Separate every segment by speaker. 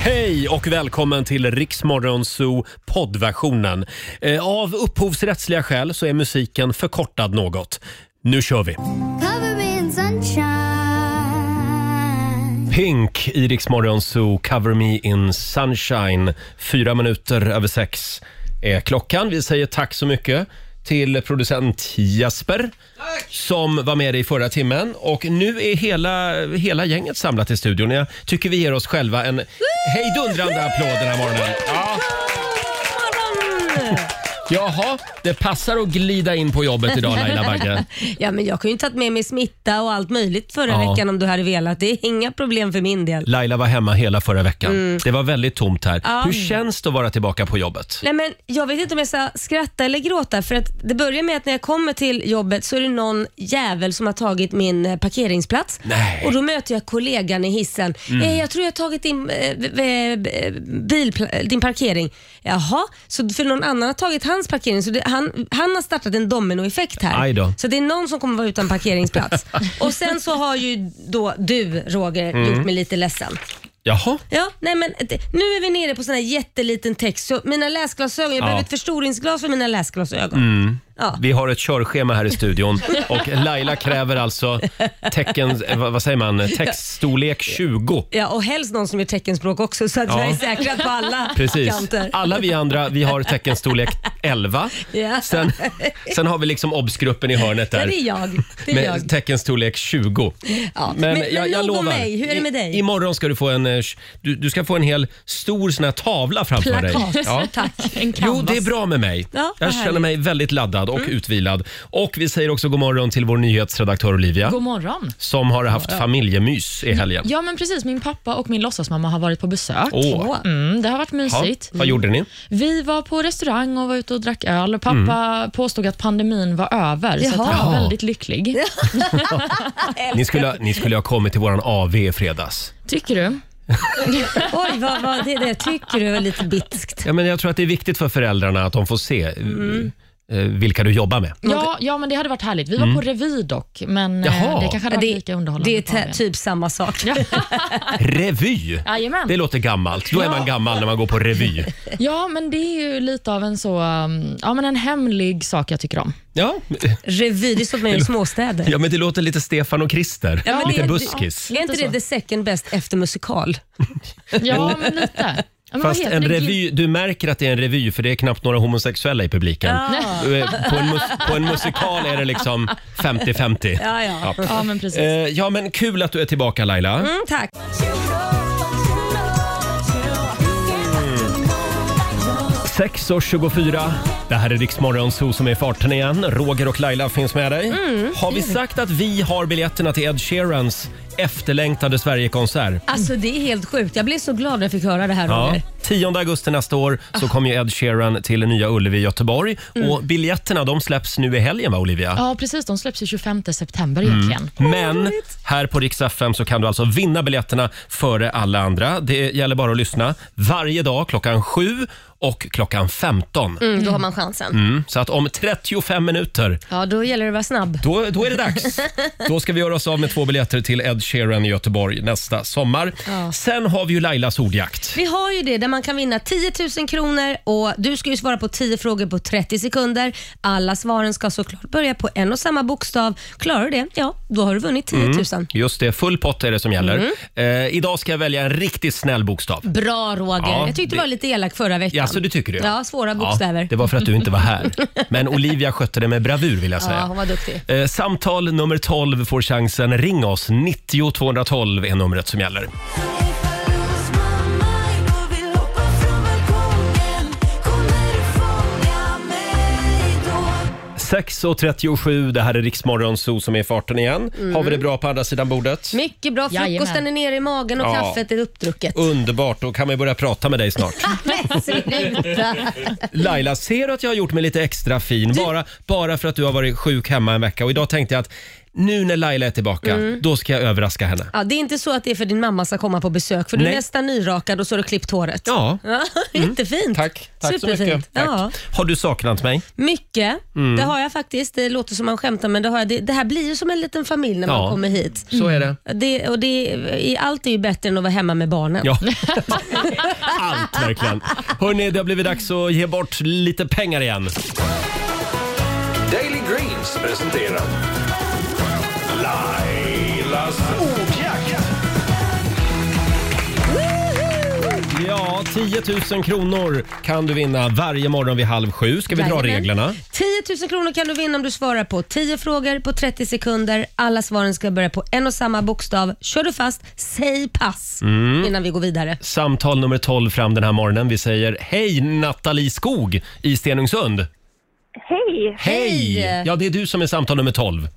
Speaker 1: Hej och välkommen till Riksmorgon Zoo poddversionen. Eh, Av upphovsrättsliga skäl så är musiken förkortad något. Nu kör vi!
Speaker 2: Cover me in sunshine.
Speaker 1: Pink i Riksmorgon Zoo, Cover Me In Sunshine. Fyra minuter över sex är klockan. Vi säger tack så mycket till producent Jasper som var med i förra timmen. Och nu är hela, hela gänget samlat i studion. Jag tycker vi ger oss själva en hejdundrande applåd den här morgonen. Ja. Jaha, det passar att glida in på jobbet idag Laila Bagge.
Speaker 3: ja, men jag kunde ju tagit med mig smitta och allt möjligt förra
Speaker 1: Ja.
Speaker 3: veckan om du hade velat. Det är inga problem för min del.
Speaker 1: Laila var hemma hela förra veckan. Det var väldigt tomt här.
Speaker 3: Ja.
Speaker 1: Hur känns det att vara tillbaka på jobbet?
Speaker 3: Nej, men jag vet inte om jag ska skratta eller gråta för att det börjar med att när jag kommer till jobbet så är det någon jävel som har tagit min eh, parkeringsplats
Speaker 1: Nej. Mm.
Speaker 3: och då möter jag kollegan i hissen. Eh, jag tror jag har tagit din, eh, v- v- eh, bilpla- din parkering. Jaha, så för någon annan har tagit hans parkering så det, han, han har startat en dominoeffekt här.
Speaker 1: Aj då.
Speaker 3: Så det är någon som kommer vara utan parkeringsplats. och sen så har ju då du Roger
Speaker 1: Mm.
Speaker 3: gjort mig lite ledsen.
Speaker 1: Jaha.
Speaker 3: Ja, nej men det- nu är vi nere på sån här jätteliten text. Så mina läsglasögon, jag behöver ett förstoringsglas för mina läsglasögon.
Speaker 1: Mm.
Speaker 3: Ja.
Speaker 1: Vi har ett körschema här i studion och Laila kräver alltså tecken, eh, vad vad säger man, textstorlek 20.
Speaker 3: ja, och helst någon som gör teckenspråk också så att
Speaker 1: Ja.
Speaker 3: jag är säkrad på alla
Speaker 1: Precis.
Speaker 3: kanter.
Speaker 1: Alla vi andra, vi har teckenstorlek 11.
Speaker 3: Ja.
Speaker 1: Sen, sen har vi liksom obsgruppen i hörnet
Speaker 3: Ja,
Speaker 1: där.
Speaker 3: det är jag. Det är jag.
Speaker 1: Med teckenstorlek 20.
Speaker 3: Ja. Men- men nog om mig. Hur är det med dig?
Speaker 1: I, imorgon ska du få en, eh, sh- du, du ska få en hel stor sån här tavla framför
Speaker 3: Plakat.
Speaker 1: dig. Ja.
Speaker 3: Tack.
Speaker 4: En
Speaker 1: Jo,
Speaker 4: canvas.
Speaker 1: det är bra med mig.
Speaker 3: Ja, vad
Speaker 1: jag känner
Speaker 3: härligt. Mm.
Speaker 1: mig väldigt laddad och utvilad. Och vi säger också god morgon till vår nyhetsredaktör Olivia.
Speaker 4: God morgon.
Speaker 1: som har haft familjemys i helgen.
Speaker 4: Ja, men precis. Min pappa och min låtsasmamma har varit på besök.
Speaker 1: Åh.
Speaker 3: Åh.
Speaker 4: Mm, det har varit
Speaker 1: Ja,
Speaker 4: mysigt.
Speaker 1: Vad gjorde
Speaker 3: Mm.
Speaker 1: ni?
Speaker 4: Vi var på restaurang och var ute och drack öl. Pappa
Speaker 1: Mm.
Speaker 4: påstod att pandemin var över, så
Speaker 3: Jaha.
Speaker 4: att han var
Speaker 1: Ja.
Speaker 4: väldigt lycklig.
Speaker 1: Ni skulle, ha- ni skulle ha kommit till våran AV i fredags.
Speaker 4: Tycker du?
Speaker 3: Oj, vad, vad det, det tycker du är lite bitskt.
Speaker 1: Ja, men jag tror att det är viktigt för föräldrarna att de får se eh,
Speaker 3: Mm.
Speaker 1: eh, vilka du jobbar med.
Speaker 4: Ja, ja, men det hade varit härligt. Vi var på revy dock, men eh,
Speaker 1: Mm. Jaha.
Speaker 4: det kanske hade varit lika underhållande.
Speaker 3: det är
Speaker 4: på AWn.
Speaker 3: t- typ samma sak.
Speaker 1: Revy!
Speaker 4: Jajamän.
Speaker 1: Det låter gammalt. Då är man gammal när man går på revy.
Speaker 4: Ja, men det är ju lite av en så, um, ja men en hemlig sak jag tycker om.
Speaker 1: Ja,
Speaker 3: Revy, det är sånt man gör i småstäder.
Speaker 1: ja men det låter lite Stefan och Krister.
Speaker 3: Ja, men
Speaker 1: lite
Speaker 3: det-
Speaker 1: buskis.
Speaker 3: Är inte
Speaker 4: Lite
Speaker 3: det the
Speaker 4: så.
Speaker 3: second best efter musikal?
Speaker 4: Ja, men lite. Ja, men vad
Speaker 1: Fast
Speaker 4: heter
Speaker 1: en
Speaker 4: det?
Speaker 1: revy, du märker att det är en revy för det är knappt några homosexuella i publiken.
Speaker 3: Ah.
Speaker 1: Eh, På, en mus- på en musikal är det liksom 50-50.
Speaker 3: Ja, ja.
Speaker 4: Ja, men precis.
Speaker 1: Eh, ja, men kul att du är tillbaka Laila.
Speaker 3: Mm, tack.
Speaker 1: Sex och 24. Det här är Rix Morgon Zoo som är i farten igen. Roger och Laila finns med dig.
Speaker 3: Mm.
Speaker 1: Har vi sagt att vi har biljetterna till Ed Sheerans efterlängtade Sverigekonsert?
Speaker 3: Alltså det är helt sjukt. Jag blev så glad när jag fick höra det här
Speaker 1: Ja.
Speaker 3: Roger.
Speaker 1: 10 augusti nästa år så kommer ju Ed Sheeran till Nya Ullevi i Göteborg. Och biljetterna de släpps nu i helgen va Olivia?
Speaker 4: Ja, precis. De släpps ju 25 september
Speaker 1: Mm.
Speaker 4: egentligen.
Speaker 1: Men här på Rix FM så kan du alltså vinna biljetterna före alla andra. Det gäller bara att lyssna varje dag klockan 7 och klockan 15.
Speaker 3: Mm, då har man chansen.
Speaker 1: Mm, så att om 35 minuter
Speaker 3: Ja, då gäller det att vara snabb.
Speaker 1: Då, då är det dags. Då ska vi göra oss av med två biljetter till Ed Sheeran i Göteborg nästa sommar. Sen har vi ju Lailas ordjakt.
Speaker 3: Vi har ju det där man kan vinna 10 000 kronor och du ska ju svara på 10 frågor på 30 sekunder. Alla svaren ska såklart börja på en och samma bokstav. Klarar du det, ja, då har du vunnit
Speaker 1: Mm.
Speaker 3: 10 000.
Speaker 1: Just det, full pott är det som gäller.
Speaker 3: Mm.
Speaker 1: Eh, idag ska jag välja en riktigt snäll bokstav.
Speaker 3: Bra Roger.
Speaker 1: Ja,
Speaker 3: jag tyckte du
Speaker 1: det-
Speaker 3: var lite elak förra veckan.
Speaker 1: Ja, så det tycker du?
Speaker 3: Ja, svåra bokstäver.
Speaker 1: Ja, det var för att du inte var här. Men Olivia skötte det med bravur vill jag säga.
Speaker 3: Ja, hon var duktig.
Speaker 1: Eh, samtal nummer 12 får chansen. Ring oss. 90 212 är numret som gäller.
Speaker 5: Kommer
Speaker 1: 6.37, det här är Riksmorgon Zoo som är i farten igen. Har
Speaker 3: Mm.
Speaker 1: vi det bra på andra sidan bordet?
Speaker 3: Mycket bra. Frukosten
Speaker 4: Jajamän.
Speaker 3: är nere i magen och
Speaker 1: Ja.
Speaker 3: kaffet är uppdrucket.
Speaker 1: Underbart, då kan man ju börja prata med dig snart.
Speaker 3: Men sluta.
Speaker 1: Laila, ser du att jag har gjort mig lite extra fin bara, bara för att du har varit sjuk hemma en vecka? Och idag tänkte jag att nu när Laila är tillbaka,
Speaker 3: Mm.
Speaker 1: då ska jag överraska henne.
Speaker 3: Ja, det är inte så att det är för din mamma ska komma på besök, för du
Speaker 1: Nej.
Speaker 3: är nästan nyrakad och så har du klippt håret.
Speaker 1: Ja. Mm.
Speaker 3: Jättefint.
Speaker 1: Tack, tack så
Speaker 3: Superfint.
Speaker 1: mycket. Tack.
Speaker 3: Ja.
Speaker 1: Har du saknat mig?
Speaker 3: Mycket.
Speaker 1: Mm.
Speaker 3: Det har jag faktiskt. Det låter som man skämtar, men det, har jag. Det, det här blir ju som en liten familj när
Speaker 1: Ja.
Speaker 3: man kommer hit.
Speaker 1: Så är det.
Speaker 3: Det, och det, i- allt är ju bättre än att vara hemma med barnen.
Speaker 1: Ja. Allt verkligen. Hörni, det har blivit dags att ge bort lite pengar igen.
Speaker 2: Daily Greens presenterar Lailas ordjakt.
Speaker 1: Ja, 10 000 kronor kan du vinna varje morgon vid halv sju. Ska vi dra
Speaker 3: Jajamän.
Speaker 1: reglerna?
Speaker 3: 10 000 kronor kan du vinna om du svarar på 10 frågor på 30 sekunder. Alla svaren ska börja på en och samma bokstav. Kör du fast, säg pass
Speaker 1: Mm.
Speaker 3: innan vi går vidare.
Speaker 1: Samtal nummer 12 fram den här morgonen. Vi säger hej Nathalie Skog i Stenungsund.
Speaker 5: Hej!
Speaker 1: Hej!
Speaker 3: Hej!
Speaker 1: Ja, det är du som är samtal nummer 12.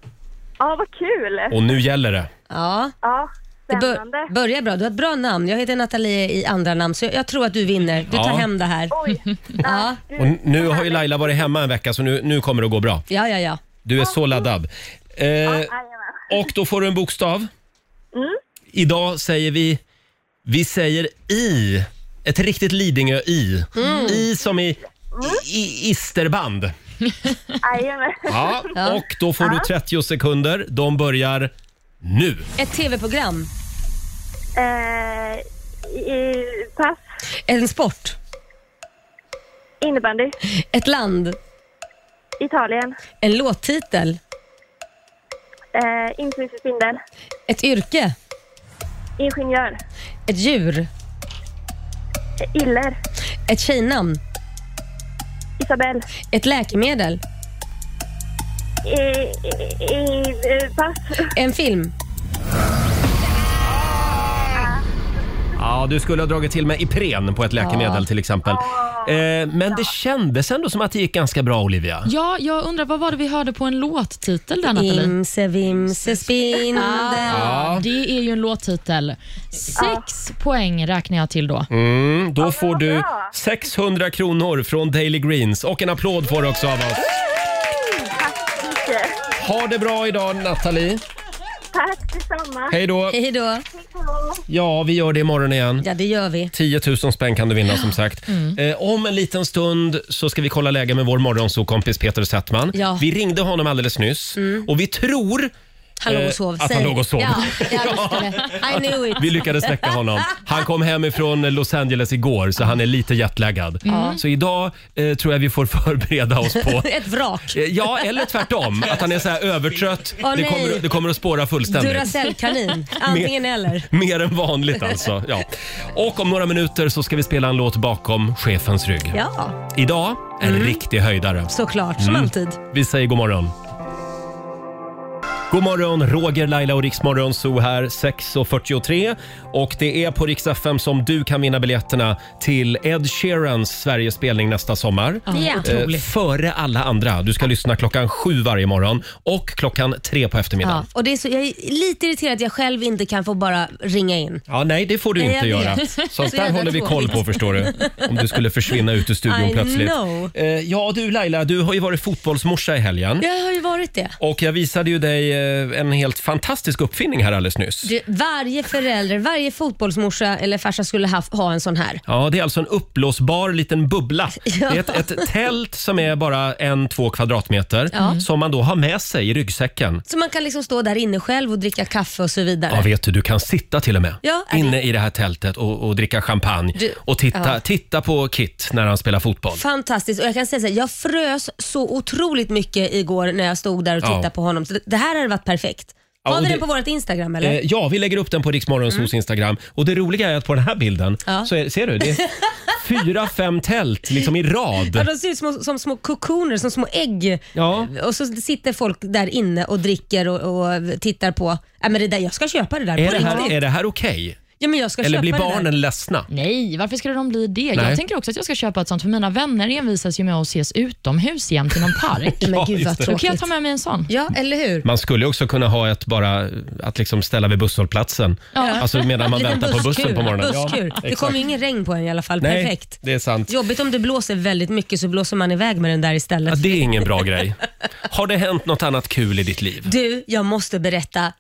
Speaker 5: Ja, vad kul!
Speaker 1: Och nu gäller det.
Speaker 3: Ja,
Speaker 5: Ja,
Speaker 3: det
Speaker 5: spännande.
Speaker 3: bör, börjar bra. Du har ett bra namn. Jag heter Nathalie i andra namn, så jag, jag tror att du vinner. Du tar
Speaker 1: Ja.
Speaker 3: hem det här.
Speaker 5: Oj!
Speaker 3: Ja,
Speaker 1: Och nu har ju Laila varit hemma en vecka, så nu, nu kommer det att gå bra.
Speaker 3: ja, ja. ja.
Speaker 1: Du är så laddad. Eh,
Speaker 5: jajamän.
Speaker 1: och då får du en bokstav. Mm. Idag säger vi, vi säger I. Ett riktigt Lidingö-I. I som i, i isterband.
Speaker 5: Jajamän.
Speaker 1: Ja, och då får du 30 sekunder. De börjar nu.
Speaker 3: Ett tv-program.
Speaker 5: Eh, i- pass.
Speaker 3: En sport.
Speaker 5: Innebandy.
Speaker 3: Ett land.
Speaker 5: Italien.
Speaker 3: En låttitel.
Speaker 5: Eh, Influtit spindel.
Speaker 3: Ett yrke.
Speaker 5: Ingenjör.
Speaker 3: Ett djur.
Speaker 5: Eh, Iller.
Speaker 3: Ett tjejnamn.
Speaker 5: Isabel.
Speaker 3: Ett läkemedel.
Speaker 5: I, i, i, eh, pass.
Speaker 3: En film.
Speaker 1: Ja, du skulle ha dragit till med Ipren på ett läkemedel till exempel. Eh, men det kändes ändå som att det gick ganska bra, Olivia.
Speaker 4: Ja, jag undrar, vad var det vi hörde på en låttitel där, Nathalie?
Speaker 3: Imse vimse spindel.
Speaker 1: Ja.
Speaker 4: Det är ju en låttitel. Sex poäng räknar jag till då.
Speaker 1: Mm, då får
Speaker 5: vad
Speaker 1: du
Speaker 5: bra.
Speaker 1: 600 kronor från Daily Greens och en applåd får du också av oss.
Speaker 5: Tack så mycket.
Speaker 1: Ha det bra idag Nathalie.
Speaker 5: Tack detsamma.
Speaker 1: Hej då.
Speaker 3: Hej då.
Speaker 1: Ja, vi gör det imorgon igen.
Speaker 3: Ja, det gör vi.
Speaker 1: 10 000 spänn kan du vinna som sagt.
Speaker 3: Mm.
Speaker 1: Eh, om en liten stund så ska vi kolla läget med vår morgonsokompis Peter Settman.
Speaker 3: Ja. Mm.
Speaker 1: Vi ringde honom alldeles nyss och vi tror
Speaker 3: Han låg
Speaker 1: Eh,
Speaker 3: och sov.
Speaker 1: att han
Speaker 3: Säg.
Speaker 1: låg och sov.
Speaker 3: Ja, jag visste det. I knew it.
Speaker 1: vi lyckades väcka honom. Han kom hem ifrån Los Angeles igår så han är lite jetlaggad.
Speaker 3: Mm.
Speaker 1: Så idag eh, tror jag vi får förbereda oss på
Speaker 3: Ett vrak.
Speaker 1: Eh, Ja, eller tvärtom. Att han är så här övertrött.
Speaker 3: Åh,
Speaker 1: det,
Speaker 3: nej.
Speaker 1: kommer, det kommer att spåra fullständigt.
Speaker 3: Duracellkanin. Antingen eller.
Speaker 1: Mer än vanligt alltså. Ja. Och om några minuter så ska vi spela en låt bakom chefens rygg.
Speaker 3: Ja, Mm.
Speaker 1: Idag, en riktig höjdare.
Speaker 3: såklart. Som alltid.
Speaker 1: Vi säger god morgon. God morgon, Roger, Laila och Riksmorgon Zoo här, 6.43. Och det är på Rix FM som du kan vinna biljetterna till Ed Sheerans Sverigespelning nästa sommar.
Speaker 3: Ja.
Speaker 1: Eh, före alla andra. Du ska lyssna klockan sju varje morgon och klockan tre på eftermiddagen.
Speaker 3: Ja. Och det är så, jag är lite irriterad att jag själv inte kan få bara ringa in.
Speaker 1: Ja. nej, det får du
Speaker 3: Nej,
Speaker 1: inte
Speaker 3: jag
Speaker 1: göra.
Speaker 3: vet.
Speaker 1: Sånt
Speaker 3: Så
Speaker 1: där
Speaker 3: jävla
Speaker 1: håller vi koll på
Speaker 3: tråkigt.
Speaker 1: förstår du. Om du skulle försvinna ut ur studion
Speaker 3: I
Speaker 1: plötsligt.
Speaker 3: know.
Speaker 1: Eh, ja du Laila, du har ju varit fotbollsmorsa i helgen.
Speaker 3: Jag har ju varit det.
Speaker 1: Och jag visade ju dig eh, en helt fantastisk uppfinning här alldeles nyss.
Speaker 3: det varje förälder, varje fotbollsmorsa eller farsa skulle ha, ha en sån här.
Speaker 1: Ja, det är alltså en uppblåsbar liten bubbla.
Speaker 3: Ja.
Speaker 1: Det är ett, ett tält som är bara en, två kvadratmeter som man då har med sig i ryggsäcken.
Speaker 3: Så man kan liksom stå där inne själv och dricka kaffe och så vidare.
Speaker 1: Ja, vet du, du kan sitta till och med
Speaker 3: Ja, är det-
Speaker 1: inne i det här tältet och, och dricka champagne
Speaker 3: Du-
Speaker 1: och titta,
Speaker 3: ja.
Speaker 1: titta på Kit när han spelar fotboll.
Speaker 3: Fantastiskt och jag kan säga så här, jag frös så otroligt mycket igår när jag stod där och
Speaker 1: Ja.
Speaker 3: tittade på honom. Så det- det här hade varit perfekt.
Speaker 1: Ja,
Speaker 3: Har
Speaker 1: och
Speaker 3: vi
Speaker 1: det-
Speaker 3: den på vårt Instagram eller? Mm.
Speaker 1: Eh, ja, vi lägger upp den på Riksmorgonsos Instagram. Och det roliga är att på den här bilden
Speaker 3: Ja.
Speaker 1: så är, ser du, det är fyra, fem tält liksom i
Speaker 3: Ja,
Speaker 1: rad.
Speaker 3: de ser ut som, som små kokoner, som små ägg.
Speaker 1: Ja.
Speaker 3: Och så sitter folk där inne och dricker och, och tittar på. Äh, men det där, jag ska köpa det där
Speaker 1: Är
Speaker 3: på
Speaker 1: det här,
Speaker 3: riktigt.
Speaker 1: är det här okej?
Speaker 3: Ja, men jag ska
Speaker 1: Eller
Speaker 3: köpa
Speaker 1: blir
Speaker 3: det där.
Speaker 1: barnen ledsna?
Speaker 4: Nej, varför skulle de bli det?
Speaker 1: Nej.
Speaker 4: Jag tänker också att jag ska köpa ett sånt, för mina vänner envisas ju med att ses utomhus jämt i någon park.
Speaker 1: Ja,
Speaker 3: Men gud
Speaker 1: just
Speaker 3: vad
Speaker 1: det.
Speaker 4: Då
Speaker 3: tråkigt.
Speaker 4: kan jag ta med mig en sån.
Speaker 3: Ja, eller hur?
Speaker 1: Man skulle ju också kunna ha ett bara att liksom ställa vid busshållplatsen.
Speaker 4: Ja.
Speaker 1: Alltså medan man
Speaker 3: Liten
Speaker 1: väntar på bussen
Speaker 3: busskur,
Speaker 1: på morgonen.
Speaker 3: Busskur. det
Speaker 1: exakt.
Speaker 3: kommer ju ingen regn på en i alla fall.
Speaker 1: Nej,
Speaker 3: Perfekt.
Speaker 1: det är sant.
Speaker 3: Jobbigt om det blåser väldigt mycket så blåser man iväg med den där
Speaker 1: Ja,
Speaker 3: istället.
Speaker 1: det är ingen bra grej. Har det hänt något annat kul i ditt liv?
Speaker 3: Du, jag måste berätta.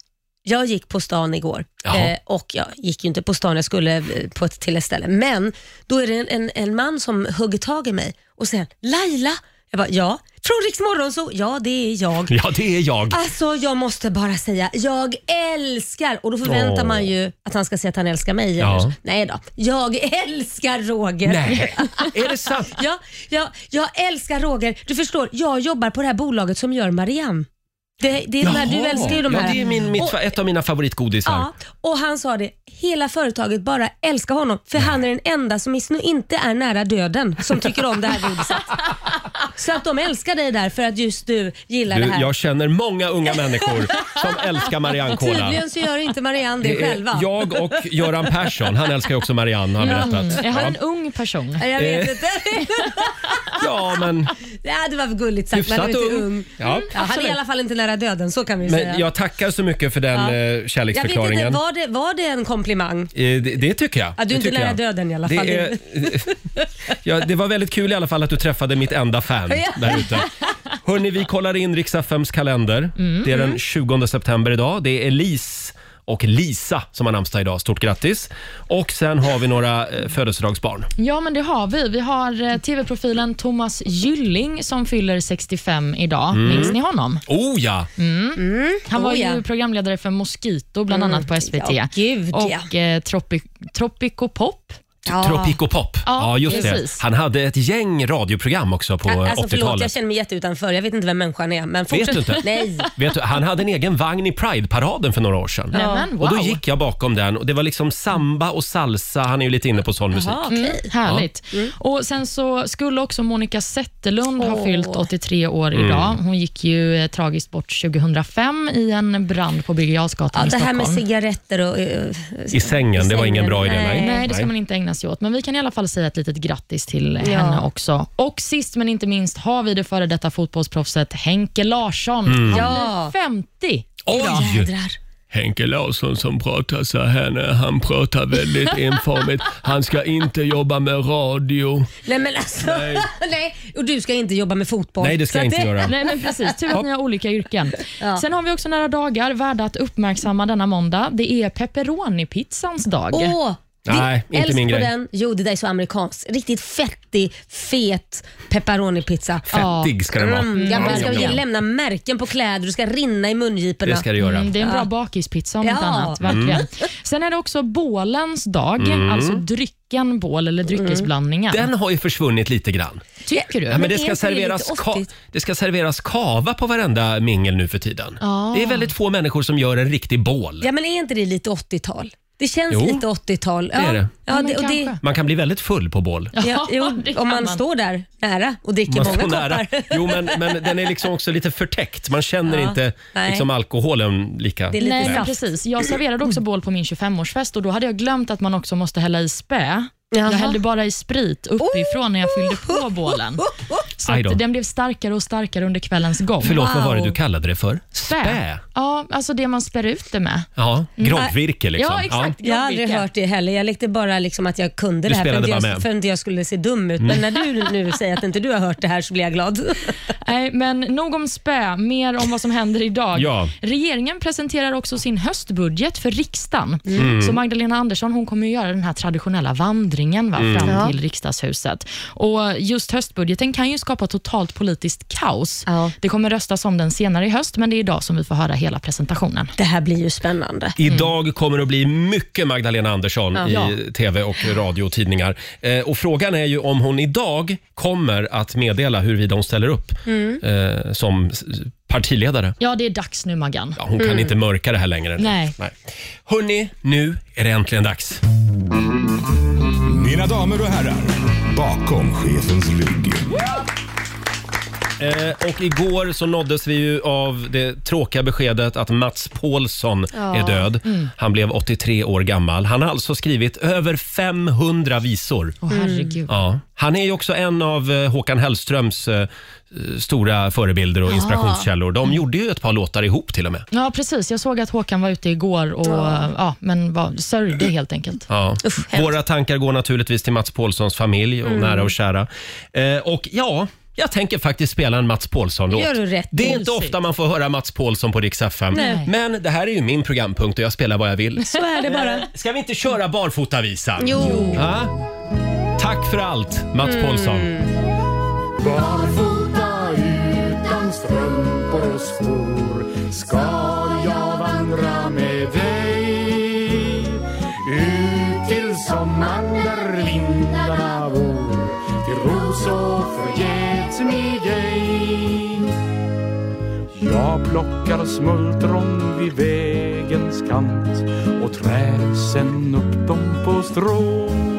Speaker 3: Jag gick på stan igår
Speaker 1: Jaha.
Speaker 3: eh, och jag gick ju inte på stan, jag skulle eh, på ett till ett ställe. Men då är det en, en, en man som hugger tag i mig och säger Laila. Jag bara, ja. Från Rix så ja det är jag.
Speaker 1: Ja, det är jag.
Speaker 3: Alltså jag måste bara säga, jag älskar och då förväntar
Speaker 1: Åh.
Speaker 3: man ju att han ska säga att han älskar mig.
Speaker 1: Ja.
Speaker 3: eller- Nej då, jag älskar Roger.
Speaker 1: Nej, är det sant?
Speaker 3: Ja, ja, jag älskar Roger. Du förstår, jag jobbar på det här bolaget som gör Marianne. Det, det är de här, du
Speaker 1: Jaha.
Speaker 3: älskar ju de här.
Speaker 1: Ja, det är min, mitt,
Speaker 3: Och-
Speaker 1: ett av mina favoritgodisar.
Speaker 3: Ja, och han sa det, hela företaget bara älskar honom för han är den enda som is- inte är nära döden som tycker om det här godiset. Så att de älskar dig där för att just du gillar det
Speaker 1: Du,
Speaker 3: här.
Speaker 1: jag känner många unga människor som älskar Marianne Cola.
Speaker 3: Tydligen så gör inte Marianne det,
Speaker 1: Det är
Speaker 3: själva. Jag,
Speaker 1: jag och Göran Persson, han älskar ju också Marianne har han
Speaker 3: Mm.
Speaker 1: berättat.
Speaker 4: Är han en
Speaker 1: Ja,
Speaker 4: ung person?
Speaker 3: vet
Speaker 1: Eh.
Speaker 3: inte.
Speaker 1: ja men
Speaker 3: ja, det var väl gulligt sagt, men han
Speaker 1: hyfsat
Speaker 3: är inte
Speaker 1: ung.
Speaker 3: ung. Mm.
Speaker 1: Ja.
Speaker 3: Ja, han är i alla fall inte nära döden, så kan vi säga.
Speaker 1: Men jag tackar så mycket för den
Speaker 3: Ja.
Speaker 1: eh,
Speaker 3: jag vet inte,
Speaker 1: kärleksförklaringen.
Speaker 3: var det, var det en komplimang?
Speaker 1: Eh, Det, det tycker jag.
Speaker 3: Ja, du är
Speaker 1: det
Speaker 3: inte
Speaker 1: tycker
Speaker 3: nära
Speaker 1: jag.
Speaker 3: döden i alla fall.
Speaker 1: Det, är, ja, det var väldigt kul i alla fall att du träffade mitt enda fan där ute. Hörni, vi kollar in Rix FMs kalender.
Speaker 3: Mm.
Speaker 1: Det är den 20 september idag. Det är Elise och Lisa som har namnsdag idag. Stort grattis! Och sen har vi några eh, födelsedagsbarn.
Speaker 4: Ja, men det har vi. Vi har eh, tv-profilen Thomas Gylling som fyller 65 idag.
Speaker 1: Mm.
Speaker 4: Minns ni honom?
Speaker 1: Oh ja!
Speaker 3: Mm.
Speaker 4: Han var
Speaker 3: Oh, ja. Mm.
Speaker 4: ju programledare för Mosquito, bland annat på SVT.
Speaker 3: Ja, gud,
Speaker 4: och
Speaker 3: ja.
Speaker 4: eh, tropi Tropico Pop.
Speaker 3: Ja.
Speaker 1: Tropico Pop.
Speaker 4: Ja,
Speaker 1: Ja, just
Speaker 4: precis.
Speaker 1: det. Han hade ett gäng radioprogram också på
Speaker 3: Ja, Alltså förlåt,
Speaker 1: 80-talet.
Speaker 3: jag känner mig jätteutanför. Jag vet inte vem människan är. Men fortsätt.
Speaker 1: du inte?
Speaker 3: Nej.
Speaker 1: Vet du, han hade en egen vagn i Pride-paraden för några år sedan.
Speaker 4: Nämen, wow.
Speaker 1: Och då gick jag bakom den och det var liksom samba och salsa. Han är ju lite inne på sån musik.
Speaker 3: Ja, Mm.
Speaker 4: Mm,
Speaker 3: okej.
Speaker 4: härligt. Och Sen så skulle också Monica Zetterlund ha fyllt 83 år idag. Hon gick ju eh, tragiskt bort 2005 i en brand på Birger Jarlsgatan
Speaker 3: Ja,
Speaker 4: i
Speaker 3: det
Speaker 4: Stockholm.
Speaker 3: här med cigaretter och... eh,
Speaker 1: I sängen, det var ingen bra idé.
Speaker 3: nej.
Speaker 1: Nej.
Speaker 4: Nej, det ska man inte ägna sig åt. Men vi kan i alla fall säga ett litet grattis till
Speaker 3: Ja.
Speaker 4: henne också. Och sist men inte minst har vi det före detta fotbollsproffset Henke Larsson. Han
Speaker 3: Ja.
Speaker 4: blir 50.
Speaker 1: Oj!
Speaker 3: Jädrar.
Speaker 1: Henke Larsson som pratar så här nu, han pratar väldigt enformigt. Han ska inte jobba med radio.
Speaker 3: Nej men alltså. Nej. Och du ska inte jobba med fotboll.
Speaker 1: Nej, det ska
Speaker 3: Så
Speaker 1: jag
Speaker 3: att
Speaker 1: inte göra.
Speaker 4: Nej, men precis. Tur att ni har olika yrken.
Speaker 3: Ja.
Speaker 4: Sen har vi också några dagar värda att uppmärksamma denna måndag. Det är pepperoni-pizzans dag.
Speaker 3: Åh! din-
Speaker 1: Nej, inte
Speaker 3: älsk
Speaker 1: min
Speaker 3: på
Speaker 1: grej.
Speaker 3: den. Jo, det där är så amerikanskt. Riktigt fettig, fet pepperoni-pizza.
Speaker 1: Fettig ska den vara.
Speaker 3: Mm, ja, men
Speaker 1: Ja,
Speaker 3: det ska
Speaker 1: ja, ja.
Speaker 3: ju lämna märken på kläder, det ska rinna i mungiporna.
Speaker 1: Det ska det göra. Mm.
Speaker 4: Mm, det är en bra bakispizza om
Speaker 3: Ja.
Speaker 4: inte annat. Verkligen. Sen är det också bålens dag, alltså drycken bål eller
Speaker 3: Mm.
Speaker 4: dryckesblandningen.
Speaker 1: Den har ju försvunnit lite grann.
Speaker 4: Tycker du?
Speaker 1: Ja, men det,
Speaker 3: är
Speaker 1: ska
Speaker 3: inte det lite
Speaker 1: serveras ka-
Speaker 3: 80?
Speaker 1: det ska serveras kava på varenda mingel nu för tiden.
Speaker 4: Ah.
Speaker 1: Det är väldigt få människor som gör en riktig bål.
Speaker 3: Ja, men är inte det lite 80-tal? Det känns
Speaker 1: Jo,
Speaker 3: lite 80-tal. Ja,
Speaker 1: det är det.
Speaker 4: Ja,
Speaker 3: Ja,
Speaker 4: men
Speaker 3: det, och det,
Speaker 4: kanske.
Speaker 1: Man kan bli väldigt full på bål.
Speaker 3: ja, jo,
Speaker 4: det kan
Speaker 3: om man,
Speaker 4: man.
Speaker 3: står där nära och dricker
Speaker 1: Man
Speaker 3: många
Speaker 1: står
Speaker 3: koppar.
Speaker 1: nära. Jo, men, men den är liksom också lite förtäckt. Man känner
Speaker 3: Ja,
Speaker 1: inte
Speaker 3: nej.
Speaker 1: liksom alkoholen lika.
Speaker 3: Det är lite
Speaker 4: Nej, men
Speaker 3: saft.
Speaker 4: precis. Jag serverade också bål på min 25-årsfest och då hade jag glömt att man också måste hälla i spä.
Speaker 3: Jaha. Oh!
Speaker 4: Jag hällde bara i sprit uppifrån när jag fyllde på bålen. Så
Speaker 1: Aj då.
Speaker 4: att den blev starkare och starkare under kvällens gång.
Speaker 1: Förlåt, vad var det
Speaker 3: Wow.
Speaker 1: du kallade det för? Spä?
Speaker 4: Ja, alltså det man spär ut det med.
Speaker 1: Ja,
Speaker 3: Mm.
Speaker 1: groggvirke liksom.
Speaker 4: Ja, exakt.
Speaker 3: Jag har aldrig
Speaker 4: Groggvirke.
Speaker 3: hört det heller. Jag lekte bara liksom att jag kunde det här för
Speaker 1: spelade bara
Speaker 3: att,
Speaker 1: med. Mm.
Speaker 3: jag, för att jag skulle se dum ut. Men när du nu säger att inte du har hört det här så blir jag glad.
Speaker 4: Nej, men nog om spä, mer om vad som händer idag.
Speaker 1: Ja.
Speaker 4: Regeringen presenterar också sin höstbudget för riksdagen.
Speaker 1: Mm.
Speaker 4: Så Magdalena Andersson hon kommer ju göra den här traditionella vandringen va,
Speaker 1: Mm.
Speaker 4: fram till riksdagshuset. Och Just höstbudgeten kan ju skapa totalt politiskt kaos.
Speaker 3: Ja.
Speaker 4: Det kommer röstas om den senare i höst, men det är idag som vi får höra hela presentationen.
Speaker 3: Det här blir ju spännande.
Speaker 1: Idag kommer det att bli mycket Magdalena Andersson
Speaker 4: Ja.
Speaker 1: i tv och radio och tidningar. Eh, och frågan är ju om hon idag kommer att meddela huruvida hon ställer upp
Speaker 4: Mm.
Speaker 1: eh, som s- partiledare.
Speaker 4: Ja, det är dags nu, Maggan.
Speaker 1: Ja, hon kan inte mörka det här längre.
Speaker 4: Mm. Nej.
Speaker 1: Nej. Hörni, nu är det äntligen dags.
Speaker 2: Mina damer och herrar, bakom chefens rygg.
Speaker 1: Eh, och igår så nåddes vi ju av det tråkiga beskedet att Mats Paulsson
Speaker 6: Ja.
Speaker 1: är död.
Speaker 4: Mm.
Speaker 1: Han blev 83 år gammal. Han har alltså skrivit över 500 visor.
Speaker 4: Åh herregud.
Speaker 1: Ja. Han är ju också en av eh, Håkan Hellströms eh, stora förebilder och inspirationskällor. De
Speaker 3: Mm.
Speaker 1: gjorde ju ett par låtar ihop till och med.
Speaker 4: Ja, precis. Jag såg att Håkan var ute igår och ja, men var, sörjde helt enkelt.
Speaker 1: Ja.
Speaker 3: Usch, hemskt. Mm.
Speaker 1: Våra tankar går naturligtvis till Mats Paulssons familj och nära och kära. Eh, och ja, jag tänker faktiskt spela en Mats Paulsson-låt.
Speaker 3: Gör du rätt
Speaker 1: det är
Speaker 3: i.
Speaker 1: inte ofta man får höra Mats Paulsson på Rix FM.
Speaker 3: Nej.
Speaker 1: Men det här är ju min programpunkt och jag spelar vad jag vill.
Speaker 3: Så är det bara.
Speaker 1: Ska vi inte köra barfotavisan?
Speaker 3: Jo.
Speaker 1: Ja. Tack för allt, Mats Paulsson.
Speaker 7: Barfota utan strumpor och skor ska jag vandra med dig ut till sommaren där vindarna bor till rosor förgätmigej jag plockar smultron vid vägens kant och trär sen upp dem på strån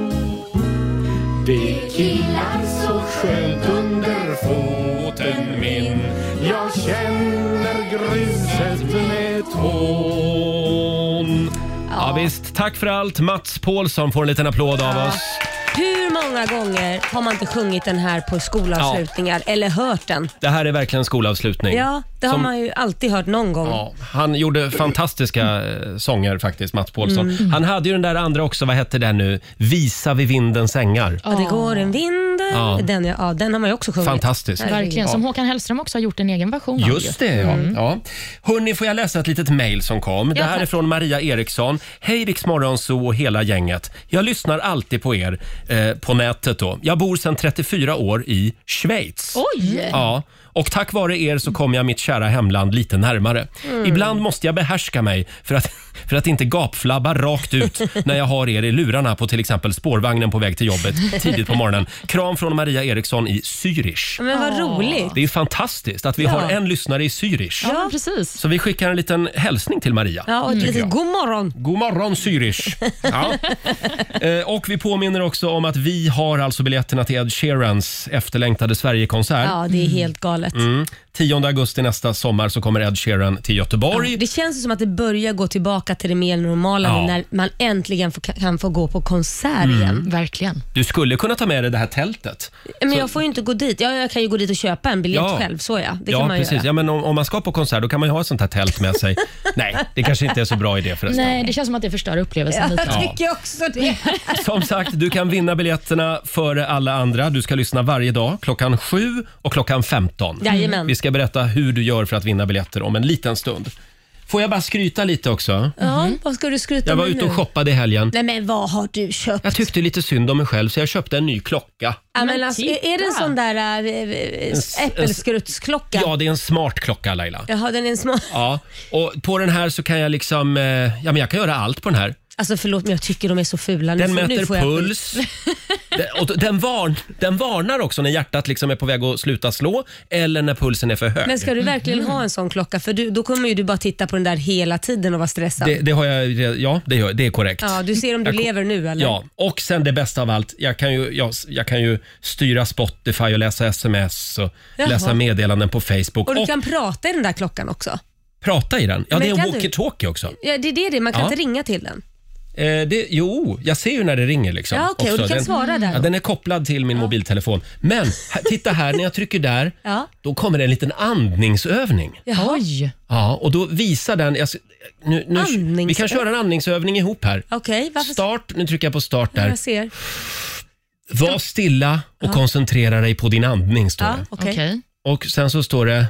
Speaker 7: det killar så skönt under foten min Jag känner gruset med
Speaker 1: Hon. Ja, visst. Tack för allt. Mats Paulsson får en liten applåd av oss.
Speaker 3: Hur många gånger har man inte sjungit den här på skolavslutningar eller hört den?
Speaker 1: Det här är verkligen skolavslutning.
Speaker 3: Ja, det har
Speaker 1: Som-
Speaker 3: man ju alltid hört någon gång.
Speaker 1: Ja, han gjorde fantastiska eh, sånger faktiskt, Mats Paulsson.
Speaker 3: Mm.
Speaker 1: Han hade ju den där andra också, vad hette den nu? Visa vid vindens ängar.
Speaker 3: Ja, det går en vind.
Speaker 1: Ja.
Speaker 3: Den, ja, den har man ju också sjungit.
Speaker 1: Fantastisk.
Speaker 4: Verkligen. Som Håkan Hellström också har gjort en egen version av. ju.
Speaker 1: Just det, ja.
Speaker 3: Mm.
Speaker 1: ja. Hörni, får jag läsa ett litet mejl som kom? det här är från Maria Eriksson. Hej Rix Morgonzoo och hela gänget. Jag lyssnar alltid på er eh, på nätet då. Jag bor sedan 34 år i Schweiz.
Speaker 6: Oj!
Speaker 1: Ja, och tack vare er så kom jag mitt kära hemland lite närmare.
Speaker 3: Mm.
Speaker 1: Ibland måste jag behärska mig för att, för att inte gapflabba rakt ut när jag har er i lurarna på till exempel spårvagnen på väg till jobbet tidigt på morgonen. Kram från Maria Eriksson i Zürich.
Speaker 3: Men vad roligt.
Speaker 1: Det är fantastiskt att vi har en lyssnare i Zürich.
Speaker 4: Ja, men precis.
Speaker 1: Så vi skickar en liten hälsning till Maria.
Speaker 3: Ja, och ett litet
Speaker 1: jag.
Speaker 3: god morgon.
Speaker 1: God morgon Zürich! Ja. Eh, och vi påminner också om att vi har alltså biljetterna till Ed Sheerans efterlängtade Sverigekonsert.
Speaker 3: Ja, det är helt galet.
Speaker 1: 10 augusti nästa sommar så kommer Ed Sheeran till Göteborg.
Speaker 3: Det känns ju som att det börjar gå tillbaka till det mer normala
Speaker 1: Ja. Mm.
Speaker 3: nu när man äntligen får, kan få gå på konsert igen.
Speaker 4: Verkligen.
Speaker 1: Du skulle kunna ta med dig det här tältet.
Speaker 3: Men jag får ju inte gå dit. Ja, jag kan ju gå dit och köpa en biljett
Speaker 1: Ja.
Speaker 3: själv. Så ja, det
Speaker 1: ja,
Speaker 3: kan man ju
Speaker 1: precis.
Speaker 3: göra.
Speaker 1: Ja, men om, om man ska på konsert då kan man ju ha ett sånt här tält med sig. Nej, det kanske inte är så bra idé förresten.
Speaker 4: Nej, det känns som att det förstör upplevelsen
Speaker 3: Ja,
Speaker 4: lite.
Speaker 3: jag tycker också det.
Speaker 1: Som sagt, du kan vinna biljetterna före alla andra. Du ska lyssna varje dag klockan 7 och klockan 15.
Speaker 3: Jajamän.
Speaker 1: Vi ska berätta hur du gör för att vinna biljetter om en liten stund. Får jag bara skryta lite också?
Speaker 3: Ja, vad ska du skryta
Speaker 1: Jag var
Speaker 3: med
Speaker 1: ute och
Speaker 3: nu?
Speaker 1: shoppade i helgen.
Speaker 3: Nej men vad har du köpt?
Speaker 1: Jag tyckte lite synd om mig själv så jag köpte en ny klocka.
Speaker 3: Ja, men alltså, är är det en sån där äh, äppelskrutsklocka?
Speaker 1: Ja, det är en smart klocka Laila.
Speaker 3: Jaha, den är en små...
Speaker 1: Ja, och på den här så kan jag liksom, eh, ja men jag kan göra allt på den här.
Speaker 3: Alltså förlåt men jag tycker de är så fula. Nu
Speaker 1: Den
Speaker 3: får- nu
Speaker 1: mäter
Speaker 3: får jag-
Speaker 1: puls. Den, och den, varn, den varnar också när hjärtat liksom är på väg att sluta slå eller när pulsen är för hög.
Speaker 3: Men ska du verkligen ha en sån klocka? För du, då kommer ju du bara titta på den där hela tiden och vara stressad.
Speaker 1: Det, det har jag, re- ja det, gör, det är korrekt.
Speaker 3: Ja, du ser om du
Speaker 1: Jag kom-
Speaker 3: lever nu eller?
Speaker 1: Ja, och sen det bästa av allt, jag kan ju, jag, jag kan ju styra Spotify och läsa sms och
Speaker 3: Jaha.
Speaker 1: läsa meddelanden på Facebook
Speaker 3: Och
Speaker 1: och,
Speaker 3: du kan prata i den där klockan också.
Speaker 1: prata i den. Ja,
Speaker 3: Men
Speaker 1: det är en
Speaker 3: kan du?
Speaker 1: walkie-talkie också.
Speaker 3: Ja, det är det, det. man kan
Speaker 1: Ja.
Speaker 3: inte ringa till den.
Speaker 1: Eh, det, jo, jag ser ju när det ringer. Liksom,
Speaker 3: Ja, okej, och
Speaker 1: också.
Speaker 3: du kan
Speaker 1: den,
Speaker 3: svara där
Speaker 1: Ja,
Speaker 3: då.
Speaker 1: den är kopplad till min mobiltelefon. Men här, titta här, när jag trycker där,
Speaker 3: Ja.
Speaker 1: då kommer det en liten andningsövning.
Speaker 4: Oj!
Speaker 1: Ja, och då visar den... Jag, s- nu, nu,
Speaker 3: Andningsöv-
Speaker 1: vi kan köra en andningsövning ihop här.
Speaker 3: Okej, varför?
Speaker 1: Start, nu trycker jag på start där.
Speaker 3: Jag ser.
Speaker 1: Var stilla och koncentrera dig på din andning, står
Speaker 3: Ja,
Speaker 1: det.
Speaker 3: okej.
Speaker 4: Okej.
Speaker 1: Och sen så står det...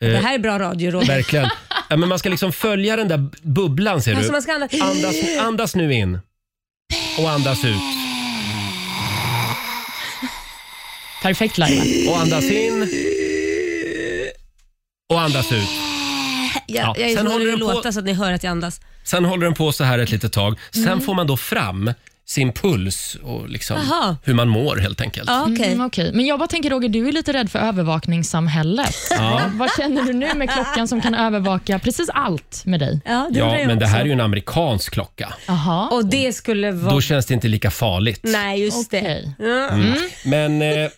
Speaker 3: Det här är bra radio Roger.
Speaker 1: Verkligen. Ja, men man ska liksom följa den där bubblan, ser
Speaker 3: Alltså
Speaker 1: du.
Speaker 3: man ska andas...
Speaker 1: Andas, andas nu in och andas ut.
Speaker 4: Perfekt Laila.
Speaker 1: Och andas in. Och andas ut.
Speaker 3: Ja,
Speaker 1: Ja,
Speaker 3: jag
Speaker 1: sen
Speaker 3: sen håller
Speaker 1: håller
Speaker 3: du
Speaker 1: den på-
Speaker 3: låta så att ni hör att jag andas.
Speaker 1: Sen håller den på så här ett litet tag. Sen
Speaker 3: Mm.
Speaker 1: får man då fram sin puls och liksom
Speaker 3: Aha.
Speaker 1: hur man mår helt enkelt.
Speaker 3: Ja, okej.
Speaker 4: Mm, okej. Men jag bara tänker Roger, du är lite rädd för övervakningssamhället.
Speaker 1: Ja.
Speaker 4: Vad känner du nu med klockan som kan övervaka precis allt med dig?
Speaker 3: Ja, det undrar
Speaker 1: Ja,
Speaker 3: jag
Speaker 1: men det här är
Speaker 3: också.
Speaker 1: ju en amerikansk klocka.
Speaker 4: Jaha.
Speaker 3: Och det skulle vara...
Speaker 1: Då känns det inte lika farligt.
Speaker 3: Nej, just det.
Speaker 4: Okej.
Speaker 3: Ja.
Speaker 1: Men eh,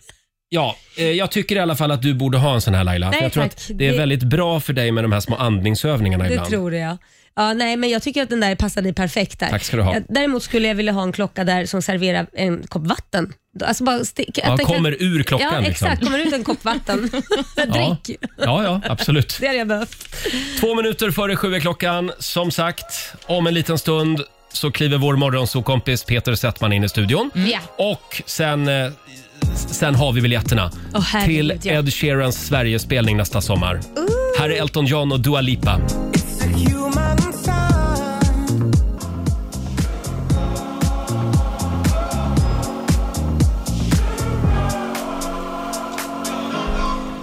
Speaker 1: Ja, eh, jag tycker i alla fall att du borde ha en sån här Laila.
Speaker 3: Nej,
Speaker 1: För jag tror
Speaker 3: tack.
Speaker 1: att det är
Speaker 3: Det-
Speaker 1: väldigt bra för dig med de här små andningsövningarna
Speaker 3: Det
Speaker 1: ibland.
Speaker 3: tror jag. Ja, nej, men jag tycker att den där passar dig perfekt där.
Speaker 1: Tack ska du ha.
Speaker 3: Ja, Däremot skulle jag vilja ha en klocka där som serverar en kopp vatten. Alltså bara sti- att
Speaker 1: Ja,
Speaker 3: den
Speaker 1: kommer ur klockan
Speaker 3: Ja,
Speaker 1: liksom.
Speaker 3: exakt. Kommer ut en kopp vatten.
Speaker 1: Ja.
Speaker 3: Drick.
Speaker 1: ja, ja, absolut.
Speaker 3: Det hade jag behövt.
Speaker 1: Två minuter före sju är klockan. Som sagt, om en liten stund så kliver vår morgonsokompis Peter Settman in i studion.
Speaker 6: Ja.
Speaker 1: Och sen, eh, sen har vi biljetterna
Speaker 3: Åh, herregud,
Speaker 1: till
Speaker 3: ja.
Speaker 1: Ed Sheerans Sverigespelning nästa sommar. Här är Elton John och Dua Lipa.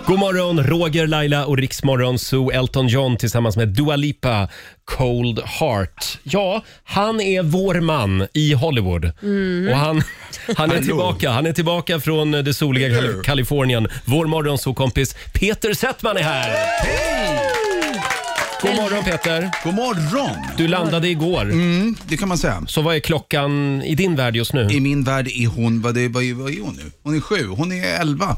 Speaker 1: God morgon, Roger, Laila och Riksmorgon Zoo, Elton John tillsammans med Dua Lipa, Cold Heart. Ja, han är vår man i Hollywood.
Speaker 3: Mm.
Speaker 1: Och han, han är tillbaka. Han är tillbaka från det soliga Kal- Kalifornien. Vår morgonzoo-kompis Peter Settman är här. God morgon Peter.
Speaker 8: God morgon!
Speaker 1: Du landade igår.
Speaker 8: Mm, det kan man säga.
Speaker 1: Så vad är klockan i din värld just nu?
Speaker 8: I min värld är hon, vad är, vad är, vad är hon nu? Hon är sju, hon är elva.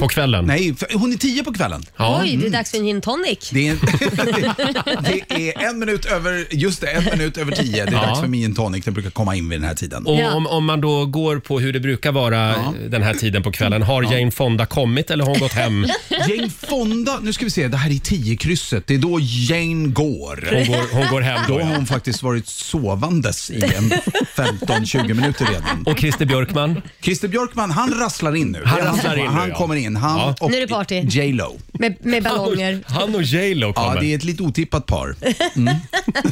Speaker 1: På kvällen?
Speaker 8: Mm. Nej, f- hon är tio på kvällen.
Speaker 1: Ja.
Speaker 3: Oj, det är dags för en gin tonic.
Speaker 8: Mm. Det är, det är en minut över, just det, en minut över tio. Det är
Speaker 1: Ja.
Speaker 8: dags för min gin tonic, den brukar komma in vid den här tiden.
Speaker 1: Och
Speaker 3: Ja.
Speaker 1: om, om man då går på hur det brukar vara eh, den här tiden på kvällen. Har Jane Fonda kommit eller har hon gått hem?
Speaker 8: Jane Fonda, nu ska vi se, det här är tiokrysset. Det är då Jane går.
Speaker 1: Hon går, hon går hem då
Speaker 8: Då har
Speaker 1: ja.
Speaker 8: hon faktiskt varit sovandes i en 15-20 minuter redan.
Speaker 1: Och Christer Björkman?
Speaker 8: Christer Björkman, han rasslar in nu.
Speaker 1: Han
Speaker 8: Det är
Speaker 1: rasslar
Speaker 8: som-
Speaker 1: in nu,
Speaker 8: Han
Speaker 1: ja.
Speaker 8: kommer in. Han
Speaker 1: Ja.
Speaker 8: och
Speaker 3: Nu är det party.
Speaker 8: J Lo.
Speaker 3: Med, med ballonger.
Speaker 1: Han och J Lo
Speaker 8: Ja,
Speaker 1: kommer.
Speaker 8: det är ett lite otippat par.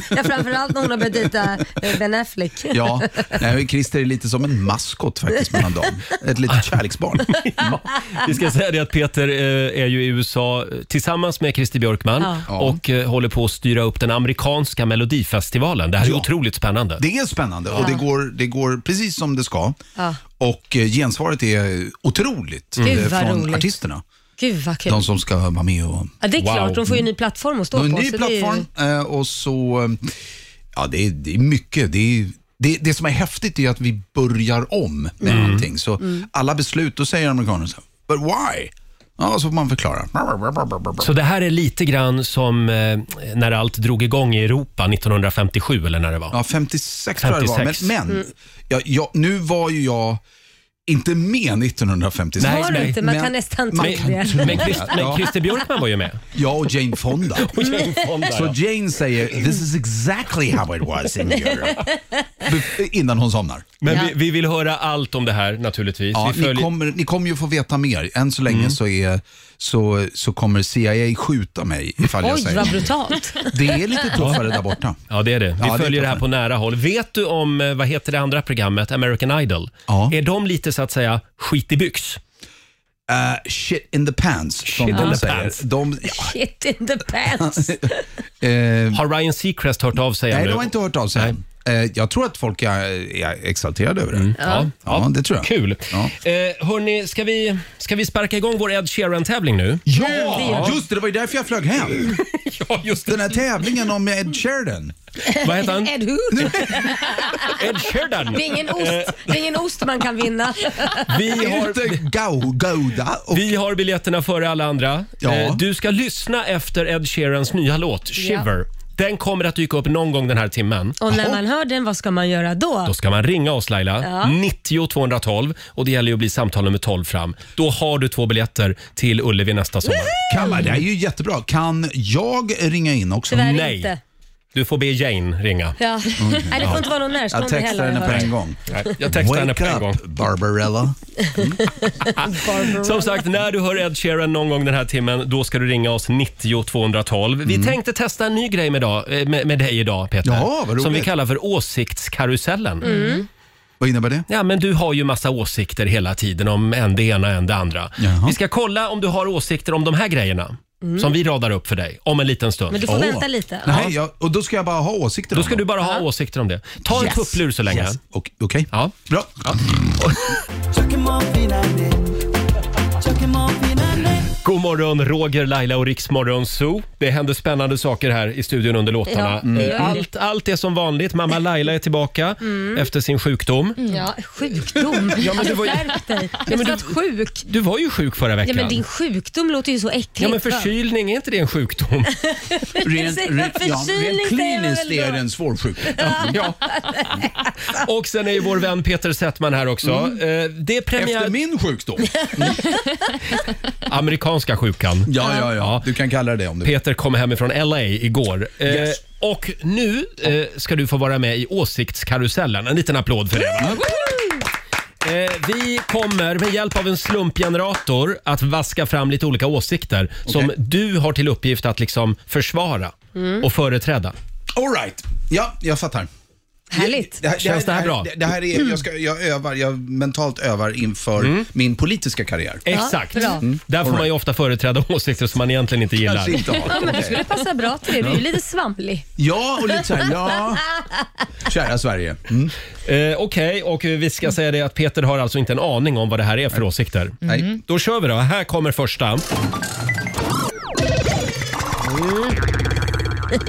Speaker 3: Ja, framförallt när hon har börjat dejta eh, Ben Affleck.
Speaker 8: Ja, nej, Christer är lite som en maskot faktiskt mellan dem. Ett litet kärleksbarn.
Speaker 1: Vi ska säga det att Peter eh, är ju i USA eh, tillsammans med Christer Björkman
Speaker 8: Ja.
Speaker 1: och eh, håller på att styra upp den amerikanska melodifestivalen. Det här är
Speaker 8: Ja.
Speaker 1: otroligt spännande.
Speaker 8: Det är spännande och det går, det går precis som det ska. Och eh, gensvaret är otroligt
Speaker 3: Gud,
Speaker 8: eh,
Speaker 3: vad
Speaker 8: från
Speaker 3: roligt.
Speaker 8: artisterna.
Speaker 3: Gud vad kul.
Speaker 8: De som ska vara med och...
Speaker 3: Ja, det är
Speaker 1: Wow.
Speaker 3: klart, de får ju en ny plattform att stå
Speaker 8: De har en
Speaker 3: på.
Speaker 8: ny
Speaker 3: så det är ju-
Speaker 8: plattform eh, och så... eh, Ja, det är, det är mycket. Det, är, det, det som är häftigt är att vi börjar om med
Speaker 1: Mm.
Speaker 8: någonting. Så alla beslut, då säger amerikanerna så här, “But why?” Ja, så får man förklara.
Speaker 1: Så det här är lite grann som eh, när allt drog igång i Europa 1957 eller när det var.
Speaker 8: Ja, 56, tror jag det var.
Speaker 1: 56.
Speaker 8: Men, men ja, ja, nu var ju jag inte med 1956.
Speaker 1: Nej,
Speaker 3: Har du
Speaker 1: nej,
Speaker 3: inte? Man
Speaker 8: men-
Speaker 3: kan nästan tro
Speaker 8: man kan
Speaker 3: det.
Speaker 8: tro-
Speaker 1: Men, Chris, men
Speaker 8: Ja.
Speaker 1: Christer Björkman var ju med.
Speaker 8: Jag och Jane Fonda.
Speaker 1: Och Jane Fonda,
Speaker 8: Så
Speaker 1: ja.
Speaker 8: Jane säger “This is exactly how it was in Europe” Bef- innan hon somnar.
Speaker 1: Men vi, vi vill höra allt om det här naturligtvis.
Speaker 8: Ja,
Speaker 1: vi följer... Mm.
Speaker 8: ni, kommer, ni kommer ju få veta mer. Än så länge så, är, så, så kommer CIA skjuta mig ifall jag
Speaker 3: Oj,
Speaker 8: säger
Speaker 3: vad
Speaker 8: något.
Speaker 3: brutalt.
Speaker 8: Det är lite tuffare där borta.
Speaker 1: Ja, det är det. Vi
Speaker 8: Ja, det är
Speaker 1: följer det här
Speaker 8: klart.
Speaker 1: på nära håll. Vet du om, eh, vad heter det andra programmet, American Idol?
Speaker 8: Ja.
Speaker 1: Är de lite så att säga skit i byx?
Speaker 8: Eh, shit in the pants, som
Speaker 1: Shit in
Speaker 8: de
Speaker 1: the
Speaker 8: säger.
Speaker 1: pants.
Speaker 8: De,
Speaker 3: Shit in the pants.
Speaker 8: ja, eh,
Speaker 1: Har Ryan Seacrest hört av sig
Speaker 8: Nej,
Speaker 1: ännu?
Speaker 8: de har inte hört av sig. Eh, Jag tror att folk är, är exalterade över det.
Speaker 1: Mm. Ja.
Speaker 8: Ja, det tror jag.
Speaker 1: Kul.
Speaker 8: Ja.
Speaker 1: Eh, hörni, ska vi, ska vi sparka igång vår Ed Sheeran-tävling nu?
Speaker 8: Ja, just det. Det var ju därför jag flög hem.
Speaker 1: Ja, just
Speaker 8: Den här tävlingen om Ed Sheridan.
Speaker 1: Vad heter han?
Speaker 3: Ed Hood.
Speaker 1: Ed Sheeran!
Speaker 3: Det är ingen ost, det är ingen ost man kan vinna.
Speaker 1: Vi har,
Speaker 8: Inte Gau- Gouda och
Speaker 1: vi har biljetterna före alla andra. Eh,
Speaker 8: Ja.
Speaker 1: du ska lyssna efter Ed Sheerans nya låt, Shiver. Den kommer att dyka upp någon gång den här timmen.
Speaker 3: Och när man hör den, vad ska man göra då?
Speaker 1: Då ska man ringa oss Laila, 90 212 och det gäller ju att bli samtal nummer 12 fram. Då har du två biljetter till Ullevi nästa sommar.
Speaker 8: Kammar. Det här är ju jättebra. Kan jag ringa in också?
Speaker 3: Tyvärr
Speaker 1: nej.
Speaker 3: inte.
Speaker 1: Du får be Jane ringa.
Speaker 8: Mm.
Speaker 3: Ja. Nej, det får inte vara någon
Speaker 8: Jag
Speaker 3: närstående
Speaker 8: textar
Speaker 3: heller.
Speaker 8: henne på
Speaker 3: hör
Speaker 8: en
Speaker 3: jag.
Speaker 8: gång.
Speaker 1: Jag textar henne på
Speaker 8: Wake
Speaker 1: en
Speaker 8: up,
Speaker 1: gång. Ah.
Speaker 8: Barbarella.
Speaker 1: Som sagt, när du hör Ed Sheeran någon gång den här timmen, då ska du ringa oss 90 212. Vi tänkte testa en ny grej med, dag, eh, med, med dig idag Peter.
Speaker 8: Mm. Ja, vad roligt.
Speaker 1: som vi kallar för åsiktskarusellen.
Speaker 8: Vad innebär det?
Speaker 1: Ja, men du har ju massa åsikter hela tiden om en det ena en det andra.
Speaker 8: Jaha.
Speaker 1: Vi ska kolla om du har åsikter om de här grejerna som vi radar upp för dig om en liten stund.
Speaker 3: Mm. Men du får
Speaker 8: Åh.
Speaker 3: vänta lite.
Speaker 8: Nej, jag, och då ska jag bara ha åsikter
Speaker 1: Då
Speaker 8: om
Speaker 1: ska du
Speaker 8: dem.
Speaker 1: bara ha åsikter om det. Ta en tupplur så länge.
Speaker 8: Yes. Okej. okej.
Speaker 1: Ja.
Speaker 8: Bra.
Speaker 1: God morgon, Roger, Laila och Riksmorgon Zoo. Det händer spännande saker här i studion under låtarna.
Speaker 3: Ja, det gör
Speaker 1: Eh,
Speaker 3: det. Mm.
Speaker 1: Allt, allt är som vanligt. Mamma Laila är tillbaka efter sin sjukdom.
Speaker 3: Ja, sjukdom.
Speaker 1: Mm.
Speaker 3: Alltså,
Speaker 1: Ja, men du var ju-
Speaker 3: Skärp dig.
Speaker 1: men
Speaker 3: Jag
Speaker 1: du-
Speaker 3: sa att sjuk.
Speaker 1: Du var ju sjuk förra
Speaker 3: Ja,
Speaker 1: veckan.
Speaker 3: men din sjukdom låter ju så äckligt.
Speaker 1: Ja, men
Speaker 3: va?
Speaker 1: förkylning, är inte det en sjukdom?
Speaker 8: Rent,
Speaker 3: Säger man
Speaker 8: rent, ja,
Speaker 3: förkylning,
Speaker 8: rent
Speaker 3: säger man
Speaker 8: kliniskt
Speaker 3: väl
Speaker 8: är
Speaker 3: då?
Speaker 8: det en svår sjukdom.
Speaker 1: Ja. Och sen är ju vår vän Peter Settman här också. Eh, Det är
Speaker 8: Mm. Efter
Speaker 1: premiär...
Speaker 8: min sjukdom.
Speaker 1: Amerikanska sjukan.
Speaker 8: Ja, ja, ja. Du kan kalla det det om du vill.
Speaker 1: Peter kom hem från LA igår. Eh,
Speaker 8: Yes.
Speaker 1: Och nu eh, ska du få vara med i Åsiktskarusellen. En liten applåd för det.
Speaker 8: Mm.
Speaker 1: Va? Eh, vi kommer med hjälp av en slumpgenerator att vaska fram lite olika åsikter som
Speaker 8: Okej. Mm.
Speaker 1: du har till uppgift att liksom försvara och företräda.
Speaker 8: All right. Ja, jag fattar.
Speaker 3: Härligt.
Speaker 8: här,
Speaker 1: Känns det här bra? Mm.
Speaker 8: Det, det här är, jag, ska, jag övar, jag mentalt övar inför min politiska karriär.
Speaker 1: Exakt.
Speaker 3: bra.
Speaker 1: Mm. Där får man ju ofta företräda åsikter som man egentligen inte gillar.
Speaker 8: Kanske inte har.
Speaker 3: Ja, men du
Speaker 8: Okej.
Speaker 3: skulle passa bra till det. Du är ju lite svamlig.
Speaker 8: Ja, och lite såhär, ja. Kära Sverige. Mm.
Speaker 1: Eh, Okej, och vi ska säga det att Peter har alltså inte en aning om vad det här är för åsikter.
Speaker 8: Nej.
Speaker 1: Då kör vi då. Här kommer första. Mm.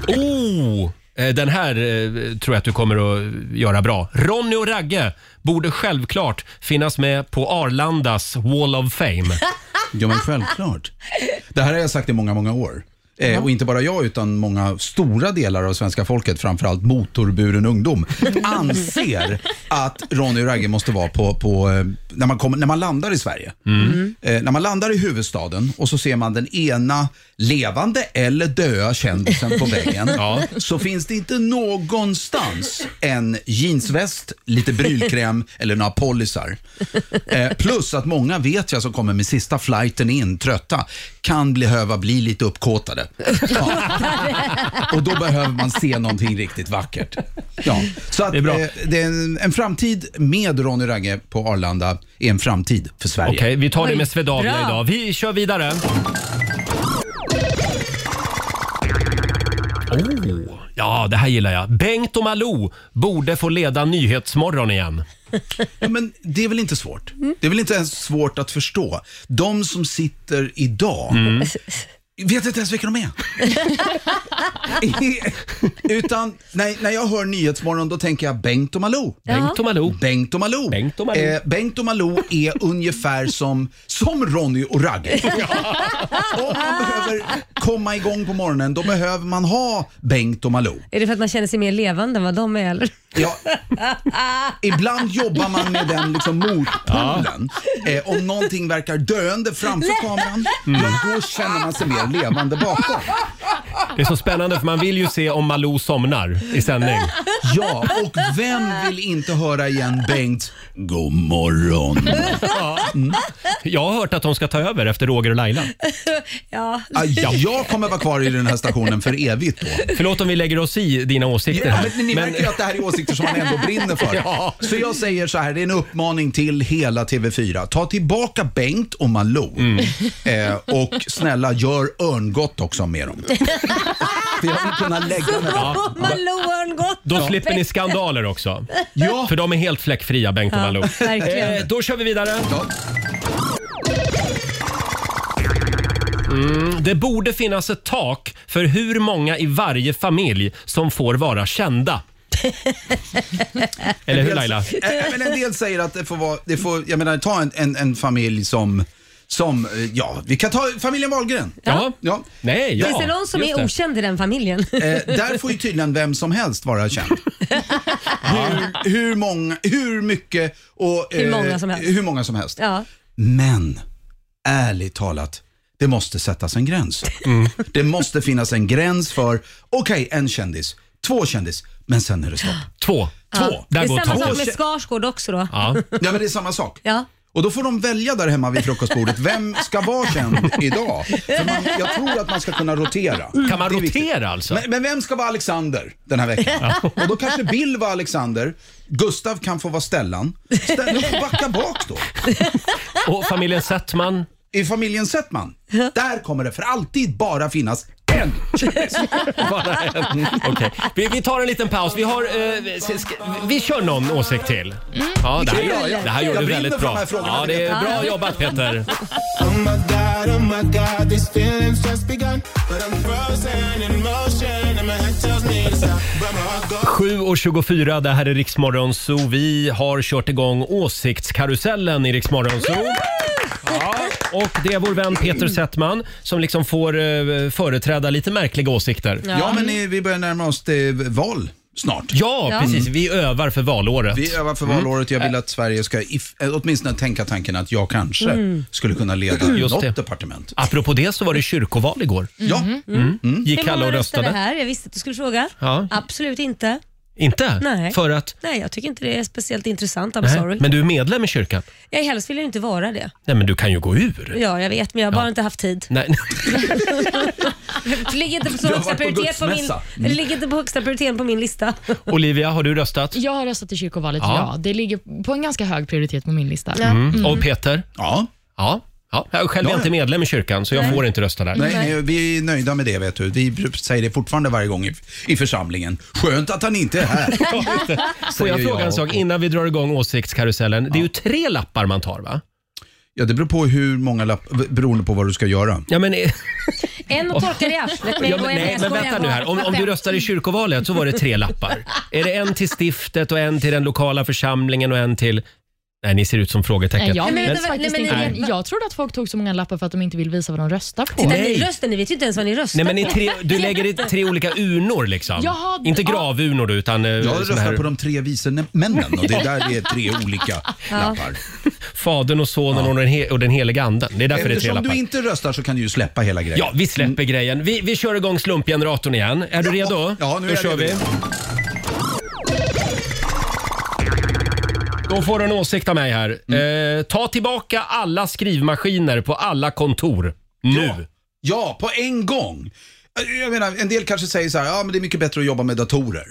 Speaker 1: Oh, eh, den här eh, tror jag att du kommer att göra bra. Ronny och Ragge borde självklart finnas med på Arlandas Wall of Fame.
Speaker 8: Ja, men självklart. Det här har jag sagt i många, många år. Eh, och inte bara jag, utan många stora delar av svenska folket, framförallt motorburen ungdom, anser att Ronny och Ragge måste vara på, på eh, när, man kommer, när man landar i Sverige. Eh, när man landar i huvudstaden och så ser man den ena levande eller döda kändisen på väggen, så finns det inte någonstans en jeansväst, lite brylkräm eller några pollisar. Eh, plus att många vet jag som kommer med sista flighten in trötta kan behöva bli lite uppkåtade. Ja. Och då behöver man se någonting riktigt vackert. Ja. Så att,
Speaker 1: Det är bra.
Speaker 8: Eh, det är en, en framtid med Ronny Ragge på Arlanda är en framtid för Sverige.
Speaker 1: Okej, vi tar det med Swedavia
Speaker 3: Bra.
Speaker 1: idag. Vi kör vidare. Oh, ja, det här gillar jag. Bengt och Malou borde få leda Nyhetsmorgon igen.
Speaker 8: Ja, men det är väl inte svårt? Det är väl inte ens svårt att förstå? De som sitter idag
Speaker 1: Mm.
Speaker 8: vet inte ens vilka de är. Utan när, när jag hör Nyhetsmorgon då tänker jag Bengt och Malou.
Speaker 1: Bengt och Malou.
Speaker 8: Bengt och Malou.
Speaker 1: Bengt och Malou.
Speaker 8: Eh, Bengt och Malou är ungefär som, som Ronny och Ragge. Om man behöver komma igång på morgonen, då behöver man ha Bengt och Malou.
Speaker 3: Är det för att man känner sig mer levande än vad de är? Eller?
Speaker 8: Ja. Ibland jobbar man med den liksom motpolen. Eh, om någonting verkar döende framför kameran, ja,
Speaker 1: Mm.
Speaker 8: då känner man sig mer levande bakom.
Speaker 1: Det är så spännande för man vill ju se om Malou somnar i sändning.
Speaker 8: Ja, och vem vill inte höra igen Bengt God morgon.
Speaker 1: Jag har hört att de ska ta över efter Roger och Laila.
Speaker 3: Ja.
Speaker 8: Ah, ja, jag kommer vara kvar i den här stationen för evigt då.
Speaker 1: Förlåt om vi lägger oss i dina åsikter
Speaker 8: Ja,
Speaker 1: här.
Speaker 8: men ni märker ju att det här är åsikter som man ändå brinner för.
Speaker 1: Ja.
Speaker 8: Så jag säger så här, det är en uppmaning till hela TV4. Ta tillbaka Bengt och Malou.
Speaker 1: Mm.
Speaker 8: Eh, och snälla, gör örngott också med dem. För jag vill kunna lägga mig.
Speaker 3: Ja. Malou Örngott.
Speaker 1: Då slipper ni skandaler också.
Speaker 8: Ja.
Speaker 1: För de är helt fläckfria, Bengt och
Speaker 3: Ja,
Speaker 1: Malou.
Speaker 3: verkligen.
Speaker 1: Eh, då kör vi vidare.
Speaker 8: Ja.
Speaker 1: Mm, Det borde finnas ett tak för hur många i varje familj som får vara kända. Eller hur Laila?
Speaker 8: Eh, Men en del säger att det får vara, det får, jag menar ta en, en, en familj som, som, eh, ja, vi kan ta familjen Wahlgren.
Speaker 1: Ja.
Speaker 8: Ja.
Speaker 1: Nej, ja.
Speaker 3: Finns det någon som
Speaker 1: Just
Speaker 3: är
Speaker 1: det.
Speaker 3: okänd i den familjen?
Speaker 8: Eh, där får ju tydligen vem som helst vara känd. hur, hur, många, hur mycket och eh,
Speaker 3: Hur många som helst.
Speaker 8: Hur många som helst.
Speaker 3: Ja.
Speaker 8: Men ärligt talat, det måste sättas en gräns.
Speaker 1: Mm.
Speaker 8: Det måste finnas en gräns för, okej, en kändis, två kändis, men sen är det stopp.
Speaker 1: Två.
Speaker 8: Två.
Speaker 3: Det
Speaker 1: Där
Speaker 3: är
Speaker 1: går
Speaker 3: samma sak
Speaker 1: taket.
Speaker 3: med Skarsgård också då.
Speaker 1: Ja.
Speaker 8: Ja, men det är samma sak.
Speaker 3: Ja.
Speaker 8: Och då får de välja där hemma vid frukostbordet, vem ska vara känd idag? För man, jag tror att man ska kunna rotera.
Speaker 1: Kan man
Speaker 8: Det är viktigt.
Speaker 1: rotera alltså?
Speaker 8: Men, men vem ska vara Alexander den här veckan? Och då kanske Bill var Alexander, Gustav kan få vara Stellan. Stellan får backa bak då.
Speaker 1: Och familjen Settman?
Speaker 8: I familjen Settman, där kommer det för alltid bara finnas En!
Speaker 1: Bara en. Okej. Vi, vi tar en liten paus. Vi, har, eh, vi- ska, vi kör någon åsikt till.
Speaker 3: Mm.
Speaker 1: Ja, det, här,
Speaker 8: Kul!
Speaker 1: gör- det här gjorde
Speaker 8: Jag
Speaker 1: du
Speaker 8: brinner
Speaker 1: väldigt
Speaker 8: för de
Speaker 1: bra.
Speaker 8: här frågorna.
Speaker 1: Ja, det är bra jobbat Peter.
Speaker 6: Oh my god, oh my god, these feelings just begun. But I'm frozen in motion, and my head tells me to stop. But my heart goes.
Speaker 1: 7.24, det här är Riksmorgon Zoo. Vi har kört igång åsiktskarusellen i Riksmorgon Zoo. Ja, och det är vår vän Peter Settman som liksom får eh, företräda lite märkliga åsikter. Ja,
Speaker 8: Ja, men eh, vi börjar närma oss det val snart.
Speaker 3: Ja.
Speaker 1: precis. Vi övar för valåret.
Speaker 8: Vi övar för valåret. Jag vill
Speaker 1: Mm.
Speaker 8: att Sverige ska if, eh, åtminstone tänka tanken att jag kanske skulle kunna leda
Speaker 1: Mm. Just
Speaker 8: något
Speaker 1: det. Ah. Mm-hmm.
Speaker 8: departement.
Speaker 1: Apropå det så var det kyrkoval igår.
Speaker 8: Ja,
Speaker 1: Gick
Speaker 3: Mm. Hur
Speaker 1: alla och
Speaker 3: många röstade
Speaker 1: röstade.
Speaker 3: här? Jag visste att du skulle fråga.
Speaker 1: Ja.
Speaker 3: Absolut inte.
Speaker 1: Inte?
Speaker 3: Nej.
Speaker 1: För att?
Speaker 3: Nej, jag tycker inte det är speciellt intressant. I'm
Speaker 1: Nej.
Speaker 3: sorry.
Speaker 1: Men du är medlem i kyrkan?
Speaker 3: Jag helst vill jag inte vara det.
Speaker 1: Nej, men du kan ju gå ur.
Speaker 3: Ja, jag vet, men jag har bara inte haft tid.
Speaker 1: Nej.
Speaker 3: Det ligger inte på, så
Speaker 8: Du
Speaker 3: högsta
Speaker 8: har varit på
Speaker 3: prioritet på, min,
Speaker 8: gudsmässa.
Speaker 3: det ligger inte på högsta prioriteten på min lista.
Speaker 1: Olivia, har du röstat?
Speaker 4: Jag har röstat i kyrkovalet,
Speaker 1: Ja.
Speaker 4: ja. Det ligger på en ganska hög prioritet på min lista.
Speaker 1: Mm. Och Peter?
Speaker 8: ja.
Speaker 1: Ja. ja. Jag är själv är
Speaker 8: Ja, ja.
Speaker 1: inte medlem i kyrkan så jag får inte rösta där.
Speaker 8: Nej, nej, vi är nöjda med det. vet du. Vi säger det fortfarande varje gång i, i församlingen. Skönt att han inte är här.
Speaker 1: Får jag
Speaker 8: Säger
Speaker 1: fråga en
Speaker 8: jag.
Speaker 1: sak innan vi drar igång åsiktskarusellen? Det är ju tre lappar man tar va?
Speaker 8: Ja, det beror på hur många lappar, beroende på vad du ska göra.
Speaker 1: Ja men, ja,
Speaker 3: En och torkar i arslet. Nej,
Speaker 1: men,
Speaker 3: jag
Speaker 1: nej,
Speaker 3: skojar
Speaker 1: men
Speaker 3: bara.
Speaker 1: vänta nu här. Om, om du röstar i kyrkovalet så var det tre lappar. Är det en till stiftet och en till den lokala församlingen och en till... Nej, ni ser ut som
Speaker 4: Nej,
Speaker 1: frågetecken.
Speaker 4: Eh, jag,
Speaker 3: men
Speaker 4: vet
Speaker 3: vänta,
Speaker 4: faktiskt
Speaker 3: nej, men-
Speaker 4: inte.
Speaker 3: nej.
Speaker 4: jag trodde att folk tog så många lappar för att de inte vill visa vad de röstar på.
Speaker 3: Titta,
Speaker 1: Nej.
Speaker 3: ni röstar, ni vet ju inte ens vad ni röstar
Speaker 1: Nej, men i
Speaker 3: på.
Speaker 1: tre, du lägger i tre olika unor liksom.
Speaker 4: Jaha,
Speaker 1: inte
Speaker 4: ja.
Speaker 1: gravunor du, utan eh,
Speaker 8: Jag
Speaker 1: såna
Speaker 8: röstar
Speaker 1: här
Speaker 8: på de tre vise männen och det är där det är tre olika lappar.
Speaker 1: Fadern och sonen och, den he, och den heliga anden. Det är därför det är tre
Speaker 8: Eftersom
Speaker 1: lappar.
Speaker 8: du inte röstar så kan du ju släppa hela grejen.
Speaker 1: Ja, vi släpper grejen. Vi, vi kör igång slumpgeneratorn igen. Är du redo?
Speaker 8: Mm. Ja, nu
Speaker 1: Då
Speaker 8: är jag
Speaker 1: kör vi.
Speaker 8: redo.
Speaker 1: Då får du en åsikt av mig här.
Speaker 8: Mm.
Speaker 1: Eh, ta tillbaka alla skrivmaskiner på alla kontor. Nu.
Speaker 8: Ja, på en gång. Jag menar, en del kanske säger så här, ja men det är mycket bättre att jobba med datorer.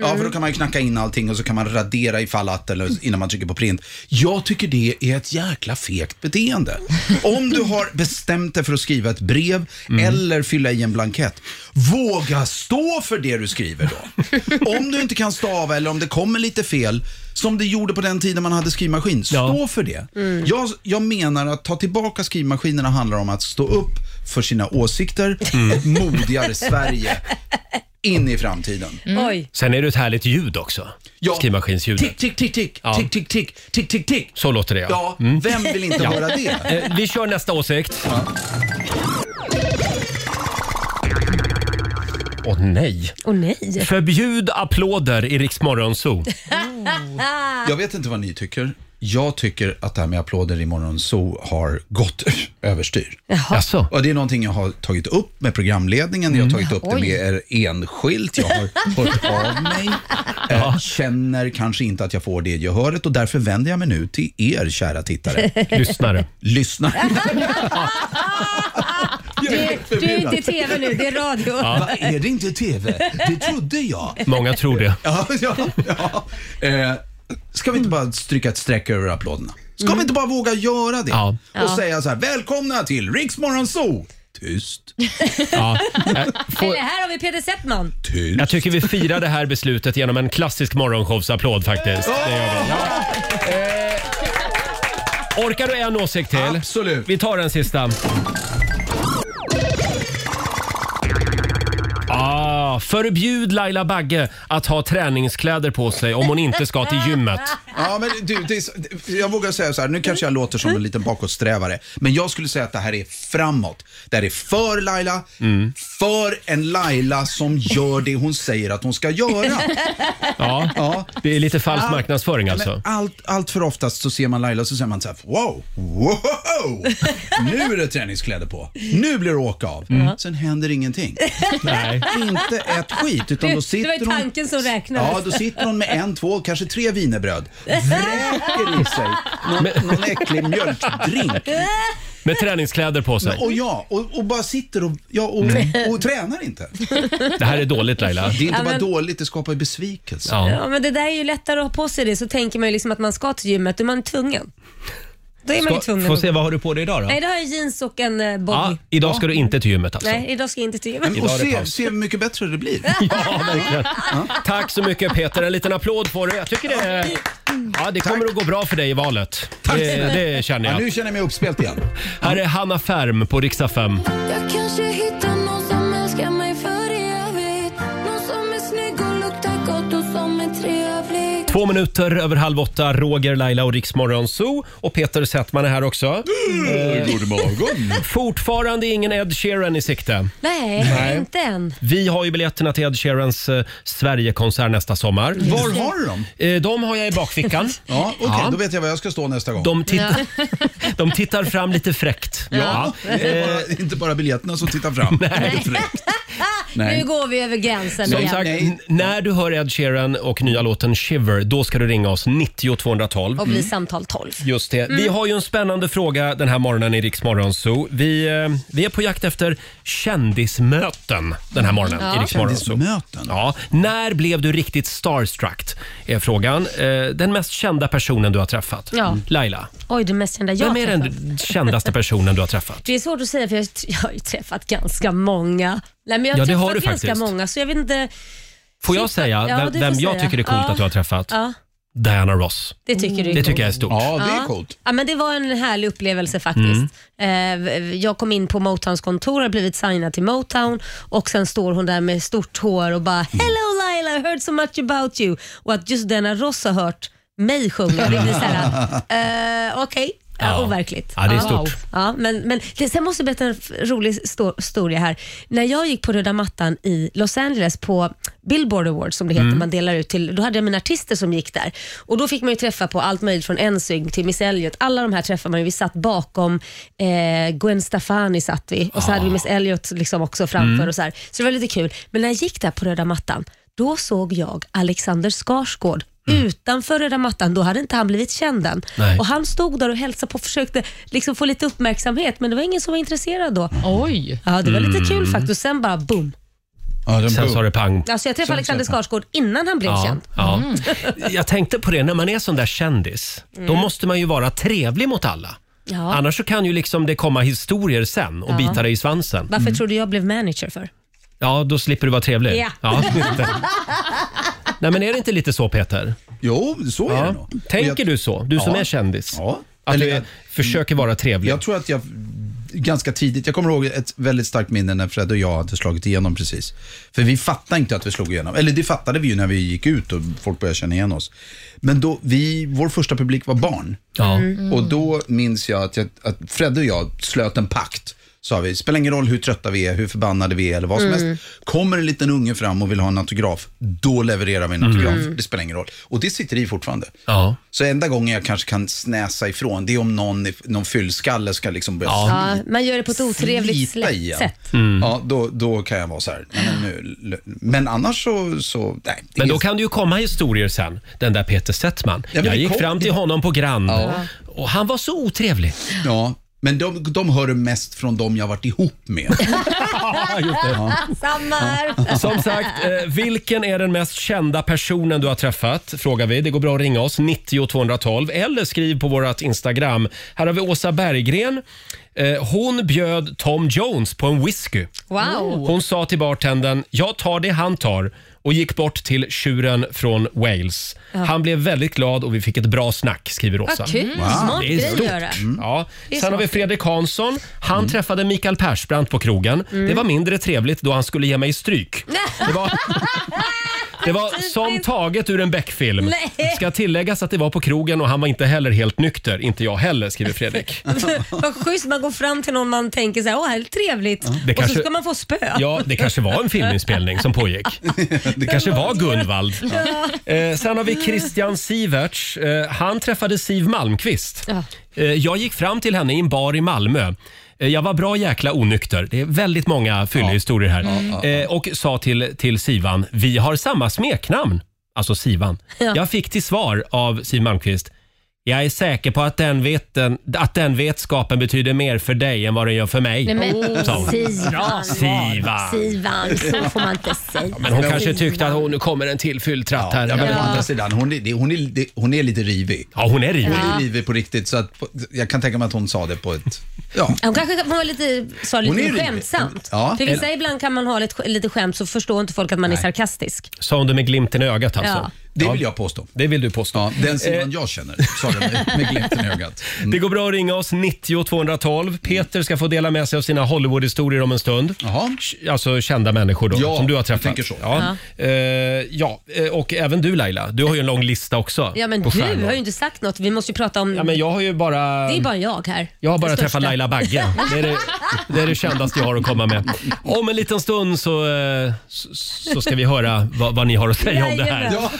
Speaker 8: Ja, för då kan man ju knacka in allting och så kan man radera ifall att eller innan man trycker på print. Jag tycker det är ett jäkla fegt beteende. Om du har bestämt dig för att skriva ett brev eller fylla i en blankett, våga stå för det du skriver då. Om du inte kan stava eller om det kommer lite fel, som det gjorde på den tiden man hade skrivmaskin, stå
Speaker 1: Ja.
Speaker 8: för det. Jag, jag menar att ta tillbaka skrivmaskinerna handlar om att stå upp för sina åsikter, ett modigare Sverige in i framtiden.
Speaker 3: Oj.
Speaker 1: Sen är det ett härligt ljud också. Skrivmaskinsljudet.
Speaker 8: Tick, tick, tick, tick,
Speaker 1: Ja.
Speaker 8: tick, tick, tick, tick, tick, tick.
Speaker 1: Så låter det ja.
Speaker 8: Ja, vem vill inte höra det?
Speaker 1: Eh, vi kör nästa åsikt. Åh nej.
Speaker 3: Åh nej.
Speaker 1: Förbjud applåder i Rix Morgonzoo.
Speaker 8: Jag vet inte vad ni tycker. Jag tycker att det här med applåder imorgon så har gått överstyr.
Speaker 1: Jaså?
Speaker 8: Och det är någonting jag har tagit upp med programledningen, jag har tagit upp det med er enskilt, jag har hört av mig, eh, känner kanske inte att jag får det gehöret och därför vänder jag mig nu till er kära tittare.
Speaker 1: Lyssnare.
Speaker 8: Lyssna. jag är
Speaker 3: Du,
Speaker 8: helt
Speaker 3: du är
Speaker 8: förvirrad.
Speaker 3: inte i TV nu, det är radio.
Speaker 8: Va, är det inte TV? Det trodde jag.
Speaker 1: Många tror det.
Speaker 8: Ja, ja, ja. Eh, ska vi inte bara stryka ett streck över applåderna? Ska vi inte bara våga göra det?
Speaker 1: Ja.
Speaker 8: Och säga så här, välkomna till Riks Zoo. Tyst,
Speaker 1: Ja. Eh, Får,
Speaker 3: Eller här har vi Peter Settman.
Speaker 8: tyst.
Speaker 1: jag tycker vi firar det här beslutet genom en klassisk morgonshowsapplåd faktiskt. Det gör vi. Eh, Orkar du en åsikt till?
Speaker 8: Absolut.
Speaker 1: Vi tar den sista. Ah, förbjud Laila Bagge att ha träningskläder på sig om hon inte ska till gymmet.
Speaker 8: Ja, men du, det är, så- jag vågar säga så här, nu kanske jag låter som en liten bakåtsträvare, men jag skulle säga att det här är framåt. Det här är för Laila,
Speaker 1: Mm.
Speaker 8: för en Laila som gör det hon säger att hon ska göra.
Speaker 1: Ja,
Speaker 8: Ja.
Speaker 1: det är lite falsk marknadsföring alltså.
Speaker 8: Men allt, allt för oftast så ser man Laila och så säger man så här, wow, wow, nu är det träningskläder på, nu blir det åka av. Sen händer ingenting.
Speaker 1: Mm. Nej.
Speaker 8: Inte ett skit, utan då
Speaker 3: Det var
Speaker 8: sitter
Speaker 3: ju
Speaker 8: hon...
Speaker 3: tanken som räknades.
Speaker 8: Ja, då sitter hon med en, två, kanske tre wienerbröd. Vräker i sig någon, någon äcklig mjölkdrink.
Speaker 1: Med träningskläder på sig.
Speaker 8: Och ja, och, och bara sitter och, ja, och, och tränar inte.
Speaker 1: Mm. Det här är dåligt Laila.
Speaker 8: Det är inte
Speaker 3: Ja,
Speaker 8: bara
Speaker 3: men-
Speaker 8: dåligt, det skapar ju besvikelse.
Speaker 1: Ja.
Speaker 3: Ja, men det där är ju lättare att ha på sig det så tänker man ju liksom att man ska till gymmet, då är man tvungen. Då är man ju tvungen
Speaker 1: Få
Speaker 3: att
Speaker 1: se, vad har du på dig idag då?
Speaker 3: Nej, idag har jag jeans och en eh, body.
Speaker 1: Ja, Ah, idag ska du inte till gymmet alltså.
Speaker 3: Nej, idag ska jag inte till gymmet.
Speaker 8: Och
Speaker 1: Idag är det
Speaker 8: se,
Speaker 1: paus.
Speaker 8: se hur mycket bättre det blir.
Speaker 1: Ja, verkligen. Tack så mycket Peter. En liten applåd får du. Jag tycker det, är- ja, det kommer att gå bra för dig i valet.
Speaker 8: Tack.
Speaker 1: Det, det känner
Speaker 8: Ja,
Speaker 1: jag.
Speaker 8: nu känner jag mig uppspelt igen.
Speaker 1: Här är Hanna Färm på riksdag 5.
Speaker 9: Jag kanske hittar någon som älskar mig för evigt Någon som är snygg och luktar gott och som är trevlig
Speaker 1: Två minuter över halv åtta, Roger, Laila och Riksmorgon Zoo. Och Peter Settman är här också. Eh,
Speaker 8: God morgon.
Speaker 1: Fortfarande ingen Ed Sheeran i sikte.
Speaker 3: Nej, inte än.
Speaker 1: Vi har ju biljetterna till Ed Sheerans eh, Sverigekonsert nästa sommar.
Speaker 8: Var har du dem?
Speaker 1: Eh, de har jag i bakfickan.
Speaker 8: Ja, okej,
Speaker 1: Ja.
Speaker 8: då vet jag var jag ska stå nästa gång.
Speaker 1: De, titt- de tittar fram lite fräckt.
Speaker 8: Ja, det är
Speaker 1: Eh.
Speaker 8: bara, det är inte bara biljetterna som tittar fram. Nej. Nej.
Speaker 3: Nu går vi över gränsen
Speaker 1: Som
Speaker 3: igen.
Speaker 1: sagt,
Speaker 8: Nej.
Speaker 1: n- när du hör Ed Sheeran och nya låten Shiver, då ska du ringa oss 90 212.
Speaker 3: Och blir samtal 12.
Speaker 1: Just det. Vi
Speaker 3: Mm.
Speaker 1: har ju en spännande fråga den här morgonen i Rix Morgon Zoo. Vi, eh, vi är på jakt efter kändismöten den här morgonen i Rix Morgon Zoo.
Speaker 8: Kändismöten?
Speaker 1: Ja. När blev du riktigt starstruck? Är frågan. Eh, Den mest kända personen du har träffat?
Speaker 3: Ja.
Speaker 1: Laila,
Speaker 3: Oj, det mest kända jag
Speaker 1: vem är
Speaker 3: träffat.
Speaker 1: den kändaste personen du har träffat?
Speaker 3: Det är svårt att säga för jag, jag har ju träffat ganska många. Nej, men jag har
Speaker 1: Ja, det
Speaker 3: träffat
Speaker 1: har du
Speaker 3: ganska
Speaker 1: faktiskt.
Speaker 3: många så jag vet inte.
Speaker 1: Får jag
Speaker 3: Shit,
Speaker 1: säga
Speaker 3: ja,
Speaker 1: vem,
Speaker 3: du får
Speaker 1: vem jag
Speaker 3: säga.
Speaker 1: tycker det är coolt
Speaker 3: Ja.
Speaker 1: att du har träffat?
Speaker 3: Ja,
Speaker 1: Diana Ross.
Speaker 3: det tycker du
Speaker 1: Det tycker jag är stort.
Speaker 8: Ja, det är coolt.
Speaker 3: Ja, men det var en härlig upplevelse faktiskt.
Speaker 1: Mm.
Speaker 3: Eh, Jag kom in på Motowns kontor och har blivit signad till Motown och sen står hon där med stort hår och
Speaker 8: Mm.
Speaker 3: bara “Hello Laila, I heard so much about you” och att just denna Ross har hört mig sjunga, det blir såhär, eh, okej.
Speaker 1: Ja.
Speaker 3: Ja, overkligt.
Speaker 1: Ja, det är stort.
Speaker 3: Ja, men, men det, sen måste jag berätta en f- rolig sto- historia här. När jag gick på röda mattan i Los Angeles på Billboard Awards som det heter, man delar ut till, då hade jag mina artister som gick där. Och då fick man ju träffa på allt möjligt från NSYNC till Miss Elliot. Alla de här träffade man ju. Vi satt bakom eh, Gwen Stefani satt vi och så hade vi Miss Elliot liksom också framför och så här. Så det var lite kul. Men när jag gick där på röda mattan, då såg jag Alexander Skarsgård utanför röda mattan. Då hade inte han blivit känd än.
Speaker 1: Nej.
Speaker 3: Och han stod där och hälsade på och försökte liksom få lite uppmärksamhet, men det var ingen som var intresserad då.
Speaker 4: Oj!
Speaker 3: Ja, det var lite kul
Speaker 1: Mm.
Speaker 3: faktiskt. Och Sen bara boom.
Speaker 8: Ja, den
Speaker 1: Sen
Speaker 8: bor-
Speaker 1: sa det pang.
Speaker 3: Alltså jag träffade Alexander Skarsgård innan han blev
Speaker 1: Ja,
Speaker 3: känd. Mm.
Speaker 1: ja. Jag tänkte på det, när man är sån där kändis, då måste man ju vara trevlig mot alla.
Speaker 3: Ja.
Speaker 1: Annars så kan ju liksom det komma historier sen och
Speaker 3: Ja.
Speaker 1: bita dig i svansen.
Speaker 3: Varför tror du jag blev manager för?
Speaker 1: Ja, då slipper du vara trevlig.
Speaker 3: Ja.
Speaker 1: just det. Nej, men är det inte lite så Peter?
Speaker 8: Jo, så är det
Speaker 1: Ja.
Speaker 8: nog. Och
Speaker 1: Tänker
Speaker 8: jag,
Speaker 1: du så? Du som
Speaker 8: Ja.
Speaker 1: är kändis.
Speaker 8: Ja.
Speaker 1: Att
Speaker 8: Eller
Speaker 1: du är,
Speaker 8: jag-
Speaker 1: försöker vara trevlig.
Speaker 8: Jag tror att jag ganska tidigt, jag kommer ihåg ett väldigt starkt minne när Fred och jag hade slagit igenom precis. För vi fattade inte att vi slog igenom. Eller det fattade vi ju när vi gick ut och folk började känna igen oss. Men då, vi, vår första publik var barn.
Speaker 1: Ja.
Speaker 3: Mm.
Speaker 8: Och då minns jag att, jag att Fred och jag slöt en pakt. Sa vi, spelar ingen roll hur trötta vi är, hur förbannade vi är eller vad som helst. Kommer en liten unge fram och vill ha en autograf, då levererar vi en autograf. Det spelar ingen roll. Och det sitter i fortfarande.
Speaker 1: Ja.
Speaker 8: Så enda gången jag kanske kan snäsa ifrån, det är om någon, någon fyllskalle ska liksom börja ja.
Speaker 3: Ja, man gör det på ett otrevligt
Speaker 8: slita
Speaker 3: slä-
Speaker 8: i en.
Speaker 3: sätt.
Speaker 1: Mm.
Speaker 8: Ja, då, då kan jag vara så här. Nej, men, nu, men annars så, så nej. det
Speaker 1: Men
Speaker 8: är-
Speaker 1: då kan det ju komma historier sen. Den där Peter Settman.
Speaker 8: men
Speaker 1: jag
Speaker 8: det
Speaker 1: gick
Speaker 8: kom-
Speaker 1: fram till honom på Grand och han var så otrevlig.
Speaker 8: Ja, men de, de hör det mest från de jag varit ihop med.
Speaker 3: Samma här.
Speaker 1: Som sagt, eh, vilken är den mest kända personen du har träffat? Frågar vi. Det går bra att ringa oss, 90 212 eller skriv på vårt Instagram. Här har vi Åsa Berggren. Eh, Hon bjöd Tom Jones på en whisky.
Speaker 3: Wow.
Speaker 1: Hon sa till bartendern, jag tar det han tar och gick bort till tjuren från Wales. Han blev väldigt glad och vi fick ett bra snack, skriver Åsa.
Speaker 3: Vad kul. Smart
Speaker 1: Det är
Speaker 3: grej att
Speaker 1: stort.
Speaker 3: göra.
Speaker 1: Ja.
Speaker 3: är
Speaker 1: Sen har vi
Speaker 3: smart.
Speaker 1: Fredrik Hansson. Han träffade Mikael Persbrandt på krogen.
Speaker 3: Mm.
Speaker 1: Det var mindre trevligt då han skulle ge mig stryk. Det var, det var som taget ur en Beck-film.
Speaker 3: Nej.
Speaker 1: Ska tilläggas att det var på krogen och han var inte heller helt nykter. Inte jag heller, skriver Fredrik.
Speaker 3: Vad schysst, man går fram till någon man tänker så här, åh, här är det trevligt.
Speaker 1: Det
Speaker 3: och
Speaker 1: kanske-
Speaker 3: så ska man få spö.
Speaker 1: Ja, det kanske var en filminspelning som pågick. Det kanske var Gunvald. Eh, sen har vi Christian Siverts. Eh, han träffade Siv Malmqvist.
Speaker 3: Ja.
Speaker 1: Eh, jag gick fram till henne i en bar i Malmö. Eh, jag var bra jäkla onykter. Det är väldigt många fyllehistorier här. Eh, och sa till, till Sivan, vi har samma smeknamn. Alltså Sivan. Jag fick till svar av Siv Malmqvist, Jag är säker på att den, veten, att den vetskapen betyder mer för dig än vad den gör för mig.
Speaker 3: Nej, men
Speaker 4: Oh,
Speaker 1: sa hon.
Speaker 3: Sivan.
Speaker 1: Oh. Sivan.
Speaker 3: Sivan, så får man inte säga.
Speaker 1: Men hon kanske tyckte att hon, nu kommer en till
Speaker 8: Ja,
Speaker 1: fylltratt här.
Speaker 8: ja, men å andra sidan, hon är, det- hon, är, det- hon är lite rivig.
Speaker 1: Ja, hon är rivig.
Speaker 8: Hon är rivig på riktigt, så att, på- jag kan tänka mig att hon sa det på ett... Ja,
Speaker 3: Hon kanske hon var lite, sa
Speaker 8: Hon är
Speaker 3: lite
Speaker 8: ju lite-
Speaker 3: skämtsamt.
Speaker 8: Ja.
Speaker 3: För vissa ibland kan man ha lite, lite skämt så förstår inte folk att man är sarkastisk.
Speaker 1: Sa hon det med glimten i ögat alltså?
Speaker 3: Ja.
Speaker 8: det vill jag påstå.
Speaker 1: Det vill du påstå.
Speaker 8: Ja, den sidan
Speaker 1: Eh.
Speaker 8: jag känner, sa det med, med glimten i ögat.
Speaker 1: Det går bra att ringa oss, 90 212. Peter ska få dela med sig av sina Hollywood-historier om en stund.
Speaker 8: Jaha.
Speaker 1: Alltså kända människor då,
Speaker 8: Ja,
Speaker 1: som du har
Speaker 8: jag
Speaker 1: träffat.
Speaker 8: tänker så.
Speaker 1: Ja. Eh, ja, eh, och även du Laila. Du har ju en lång lista också.
Speaker 3: Ja, men
Speaker 1: på
Speaker 3: du
Speaker 1: stjärnor.
Speaker 3: har ju inte sagt något. Vi måste ju prata om...
Speaker 1: Ja, men jag har ju bara...
Speaker 3: Det är bara jag här.
Speaker 1: Jag har bara
Speaker 3: Den
Speaker 1: träffat
Speaker 3: största.
Speaker 1: Laila Bagge. Det är det, det är det kändaste jag har att komma med. Om en liten stund så, eh, så, så ska vi höra vad, vad ni har att säga om det här.
Speaker 3: Jajamän.
Speaker 9: Oh,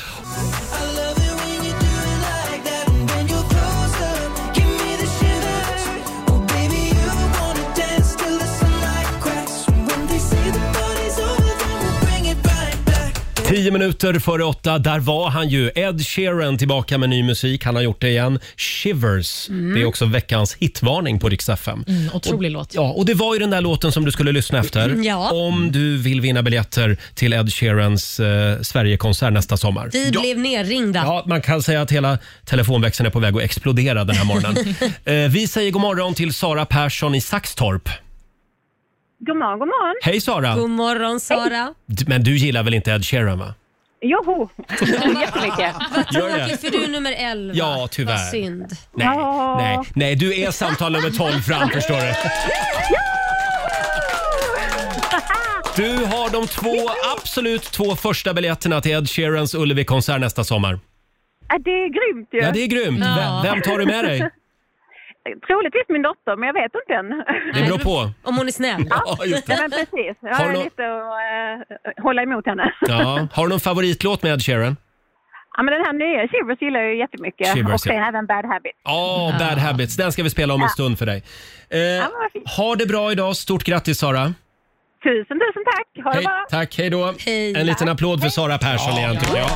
Speaker 1: Tio minuter före åtta, där var han ju. Ed Sheeran tillbaka med ny musik. Han har gjort det igen. Shivers. Det är också veckans hitvarning på Rix FM.
Speaker 4: Mm, otrolig låt.
Speaker 1: Ja, och det var ju den där låten som du skulle lyssna efter
Speaker 3: Ja.
Speaker 1: om du vill vinna biljetter till Ed Sheerans eh, Sverigekonsert nästa sommar.
Speaker 3: Vi blev nerringda.
Speaker 1: Ja, man kan säga att hela telefonväxeln är på väg att explodera den här morgonen. eh, vi säger god morgon till Sara Persson i Saxtorp.
Speaker 5: God morgon, god morgon.
Speaker 1: Hej Sara!
Speaker 3: God morgon Sara.
Speaker 1: D- Men du gillar väl inte Ed Sheeran va?
Speaker 5: Joho, jättemycket.
Speaker 1: Gör det?
Speaker 3: Tråkigt för du är nummer 11.
Speaker 1: Ja, tyvärr.
Speaker 3: Vad synd.
Speaker 1: Nej,
Speaker 5: Ja.
Speaker 1: nej, nej, du är samtal nummer 12 fram förstår du. Du har de två, absolut två första biljetterna till Ed Sheerans Ullevi-konsert nästa sommar.
Speaker 5: Ja, Det är grymt ju.
Speaker 1: Ja, det är grymt.
Speaker 3: Ja.
Speaker 1: Vem, vem tar du med dig?
Speaker 5: Troligtvis min dotter, men jag vet inte än.
Speaker 1: Det beror på.
Speaker 3: Om hon är snäll.
Speaker 1: Ja, just
Speaker 5: Ja,
Speaker 1: det.
Speaker 5: men precis. Jag
Speaker 1: Har du
Speaker 5: är
Speaker 1: nå-
Speaker 5: lite att eh, hålla emot henne.
Speaker 1: Ja. Har du någon favoritlåt med Ed Sheeran?
Speaker 5: Ja, men den här nya Shivers gillar jag ju jättemycket.
Speaker 1: Shivers,
Speaker 5: och sen
Speaker 1: ja.
Speaker 5: även Bad Habits.
Speaker 1: Ja, Bad Habits. Den ska vi spela om en stund för dig. Eh,
Speaker 5: men vad fint.
Speaker 1: ha det bra idag. Stort grattis Sara.
Speaker 5: Tusen, tusen tack! Ha det
Speaker 1: Hej,
Speaker 5: bra!
Speaker 1: tack, hej då.
Speaker 3: Hej.
Speaker 1: En liten applåd för Sara Persson igen tycker jag.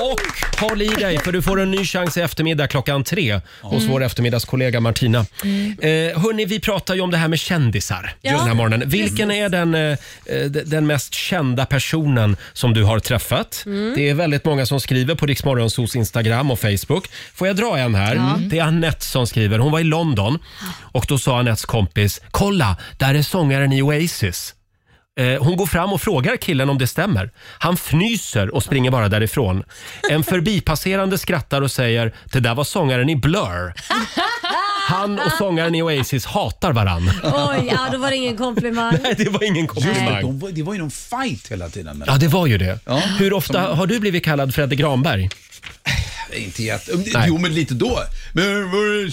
Speaker 1: Och håll i dig för du får en ny chans i eftermiddag klockan tre hos
Speaker 5: Mm.
Speaker 1: vår eftermiddagskollega Martina. Eh, hörni, vi pratar ju om det här med kändisar den här morgonen. Vilken är den, eh, eh, d- den mest kända personen som du har träffat?
Speaker 5: Mm.
Speaker 1: Det är väldigt många som skriver på Riksmorgonsos Instagram och Facebook. Får jag dra en här? Mm. Det är Annette som skriver. Hon var i London och då sa Annettes kompis, kolla, där är sångaren i Oasis. Eh, Hon går fram och frågar killen om det stämmer. Han fnyser och springer bara därifrån. En förbipasserande skrattar och säger “Det där var sångaren i Blur”. Han och sångaren i Oasis hatar varann.
Speaker 3: Oj, ja, då var det ingen komplimang.
Speaker 1: Nej, det var ingen
Speaker 8: Just det,
Speaker 1: komplimang.
Speaker 8: de var- det var ju någon fight hela tiden. Men
Speaker 1: Ja, det var ju det.
Speaker 8: Ja.
Speaker 1: Hur ofta har du blivit kallad Fredde Granberg?
Speaker 8: inte jätte...
Speaker 1: Nej.
Speaker 8: Jo, men lite då. Men var det-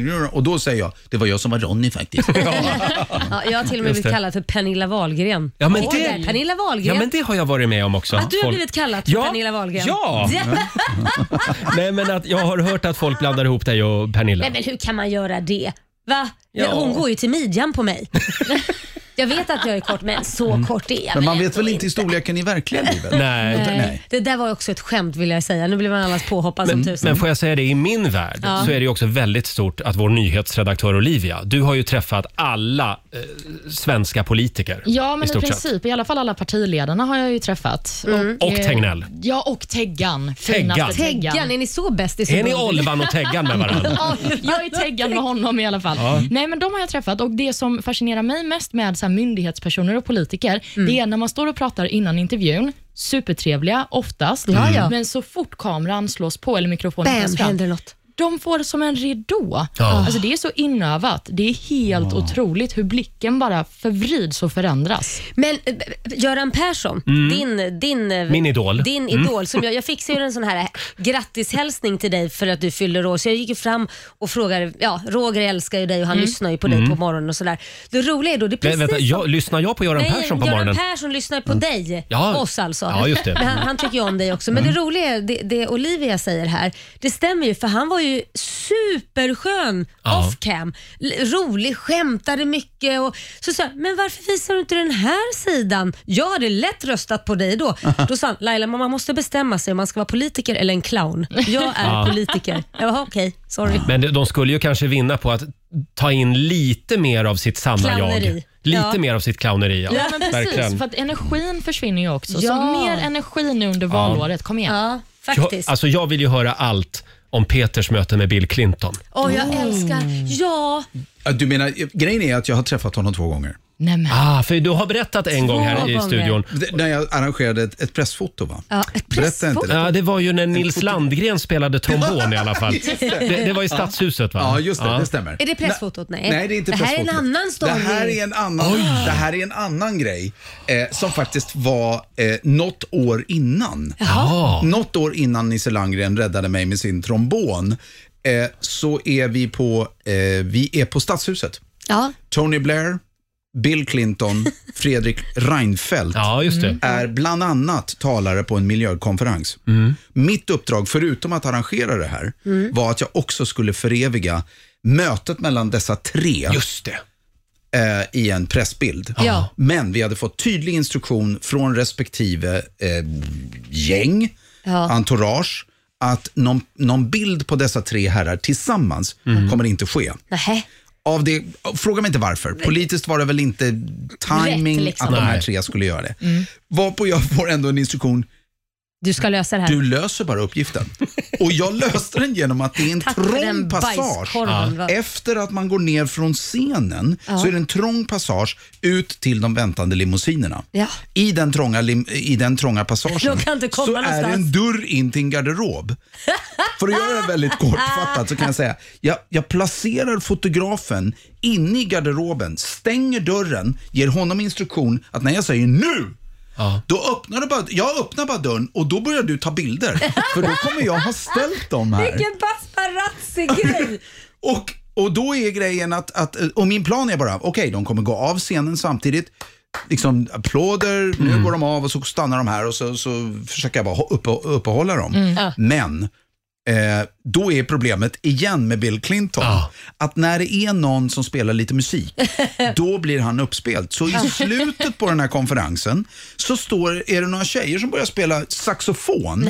Speaker 8: tjena. Och då säger jag, det var jag som var Ronny faktiskt.
Speaker 3: Ja, jag har till
Speaker 1: Just
Speaker 3: och med
Speaker 1: det.
Speaker 3: blivit kallad för Pernilla Wahlgren.
Speaker 1: Ja, men
Speaker 3: Åh,
Speaker 1: det-
Speaker 3: där, Pernilla Wahlgren.
Speaker 1: Ja, men det har jag varit med om också.
Speaker 3: Att du har
Speaker 1: Folk-
Speaker 3: blivit kallad för
Speaker 1: Ja,
Speaker 3: Pernilla Wahlgren.
Speaker 1: ja. Nej, men att jag har hört att folk blandar ihop dig och Pernilla.
Speaker 3: Nej, men hur kan man göra det? Va?
Speaker 1: Ja.
Speaker 3: Hon går ju till midjan på mig. jag vet att jag är kort, men så
Speaker 1: Mm.
Speaker 3: kort är jag
Speaker 8: Men man
Speaker 3: väl
Speaker 8: vet väl inte i storleken i verkliga livet?
Speaker 1: Nej.
Speaker 3: ändå inte.
Speaker 8: Nej.
Speaker 3: Det där var ju också ett skämt vill jag säga. Nu blir man annars påhoppad som tusan.
Speaker 1: Men får jag säga det, i min värld så är det ju också väldigt stort att vår nyhetsredaktör Olivia, du har ju träffat alla eh, svenska politiker
Speaker 4: Ja,
Speaker 1: i
Speaker 4: men i,
Speaker 1: stort sett.
Speaker 4: princip. I alla fall alla partiledarna har jag ju träffat.
Speaker 1: Och
Speaker 4: eh,
Speaker 1: Tegnell.
Speaker 4: Ja, och
Speaker 1: Teggan.
Speaker 4: Teggan. Finaste
Speaker 3: Teggan, är ni så bäst i
Speaker 1: Är ni
Speaker 3: förbundet?
Speaker 1: Olvan och Teggan med varandra?
Speaker 4: Ja, jag är taggad med honom i alla fall.
Speaker 1: Mm.
Speaker 4: Nej, men De har jag träffat och det som fascinerar mig mest med så här myndighetspersoner och politiker,
Speaker 3: Mm.
Speaker 4: det är när man står och pratar innan intervjun, supertrevliga oftast,
Speaker 3: Ja, ja.
Speaker 4: men så fort kameran slås på eller mikrofonen
Speaker 3: Bam,
Speaker 4: slås fram,
Speaker 3: händer något.
Speaker 4: de får som en ridå.
Speaker 1: Ja.
Speaker 4: Alltså, det är så inövat. Det är helt otroligt hur blicken bara förvrids och förändras.
Speaker 3: Men eh, Göran Persson, din, din, eh,
Speaker 1: Mm. Min idol. Mm.
Speaker 3: Din idol som jag, jag fixade ju en sån här grattishälsning till dig för att du fyller år. Så jag gick ju fram och frågade, ja Roger älskar ju dig och han lyssnar ju på dig på morgonen och sådär. Det roliga är då, det är
Speaker 1: Men
Speaker 3: precis
Speaker 1: Mm. vänta,
Speaker 3: som-
Speaker 1: jag, lyssnar jag på Göran
Speaker 3: Nej,
Speaker 1: Persson på morgonen? Mm.
Speaker 3: Göran Persson lyssnar på dig.
Speaker 1: Ja.
Speaker 3: Oss alltså.
Speaker 1: Ja, just det. Mm.
Speaker 3: Men han, han tycker ju om dig också. Men det roliga är det, det Olivia säger här, det stämmer ju för han var ju ju superskön
Speaker 1: Ja.
Speaker 3: off cam. L- Rolig, skämtade mycket. Och så sa jag, men varför visar du inte den här sidan? Jag hade lätt röstat på dig då. Då sa han, Laila man måste bestämma sig om man ska vara politiker eller en clown. Jag
Speaker 1: Ja.
Speaker 3: är politiker. Jag var okej, sorry.
Speaker 1: Men de- de skulle ju kanske vinna på att ta in lite mer av sitt sanna jag.
Speaker 3: Clowneri.
Speaker 1: Lite
Speaker 3: Ja.
Speaker 1: mer av sitt clowneri. Ja,
Speaker 4: Ja, men precis,
Speaker 1: Verkligen.
Speaker 4: för att energin försvinner ju också.
Speaker 3: Ja.
Speaker 4: Så mer energi nu under valåret. Kom igen.
Speaker 3: Ja,
Speaker 1: Jag,
Speaker 3: faktiskt.
Speaker 1: alltså jag vill ju höra allt om Peters möte med Bill Clinton.
Speaker 3: Åh, jag älskar.
Speaker 1: Mm.
Speaker 3: Ja,
Speaker 8: Ja, Du menar, grejen är att jag har träffat honom två gånger.
Speaker 4: Nej, men.
Speaker 1: Ah, för du har berättat en gång här i
Speaker 3: gånger.
Speaker 1: studion.
Speaker 8: Det- När jag arrangerade ett, ett pressfoto va?
Speaker 3: Ja, ett
Speaker 8: Berätta inte
Speaker 3: pressfoto.
Speaker 8: det.
Speaker 1: Ja, det var ju när Nils Landgren spelade trombon i alla fall. Det, det var i Stadshuset va?
Speaker 8: Ja, just det.
Speaker 1: Ja.
Speaker 8: Det stämmer.
Speaker 3: Är det pressfotot? Nej.
Speaker 8: Nej, det är inte
Speaker 3: Det här är en
Speaker 8: pressfotot.
Speaker 3: annan story.
Speaker 8: Det här är en annan, det här är en annan grej eh, som faktiskt var eh, något år innan.
Speaker 1: Jaha.
Speaker 8: Något år innan Nisse Landgren räddade mig med sin trombon eh, så är vi på, eh, vi är på Stadshuset.
Speaker 3: Ja.
Speaker 8: Tony Blair, Bill Clinton, Fredrik Reinfeldt
Speaker 1: Ja, just det.
Speaker 8: är bland annat talare på en miljökonferens.
Speaker 1: Mm.
Speaker 8: Mitt uppdrag, förutom att arrangera det här,
Speaker 3: Mm.
Speaker 8: var att jag också skulle föreviga mötet mellan dessa tre
Speaker 1: Just det.
Speaker 8: eh, i en pressbild.
Speaker 3: Ja.
Speaker 8: Men vi hade fått tydlig instruktion från respektive eh, gäng, entourage, att någon, någon bild på dessa tre herrar tillsammans
Speaker 1: Mm.
Speaker 8: kommer inte ske.
Speaker 3: Nähä.
Speaker 8: Av det, fråga mig inte varför. Politiskt var det väl inte timing
Speaker 3: Rätt, liksom. Mm.
Speaker 8: att de här
Speaker 1: Nej.
Speaker 8: tre skulle göra det. Varpå jag får ändå en instruktion,
Speaker 3: Du ska lösa det här.
Speaker 8: du löser bara uppgiften. Och jag löste den genom att det är en trång passage.
Speaker 3: bajskorven. va?
Speaker 8: Efter att man går ner från scenen så är det en trång passage ut till de väntande limousinerna.
Speaker 3: Ja.
Speaker 8: I, den trånga lim- I den trånga passagen
Speaker 3: De kan inte komma
Speaker 8: så är det
Speaker 3: någonstans.
Speaker 8: en dörr in till en garderob. För att göra det väldigt kortfattat så kan jag säga, jag, jag placerar fotografen inne i garderoben, stänger dörren, ger honom instruktion att när jag säger nu
Speaker 1: Ja.
Speaker 8: då öppnar du bara, jag öppnar bara dörren och då börjar du ta bilder. För då kommer jag ha ställt dem här.
Speaker 3: Vilken paparazzi-grej!
Speaker 8: Och, och då är grejen att, att, och min plan är bara, okej, de kommer gå av scenen samtidigt. Liksom applåder, nu går de av och så stannar de här och så, så försöker jag bara ho- upp, uppehålla dem. Men eh, då är problemet igen med Bill Clinton,
Speaker 1: Ja.
Speaker 8: att när det är någon som spelar lite musik, då blir han uppspelt. Så i slutet på den här konferensen så står, är det några tjejer som börjar spela saxofon,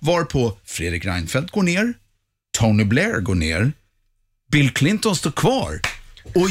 Speaker 8: varpå Fredrik Reinfeldt går ner, Tony Blair går ner, Bill Clinton står kvar och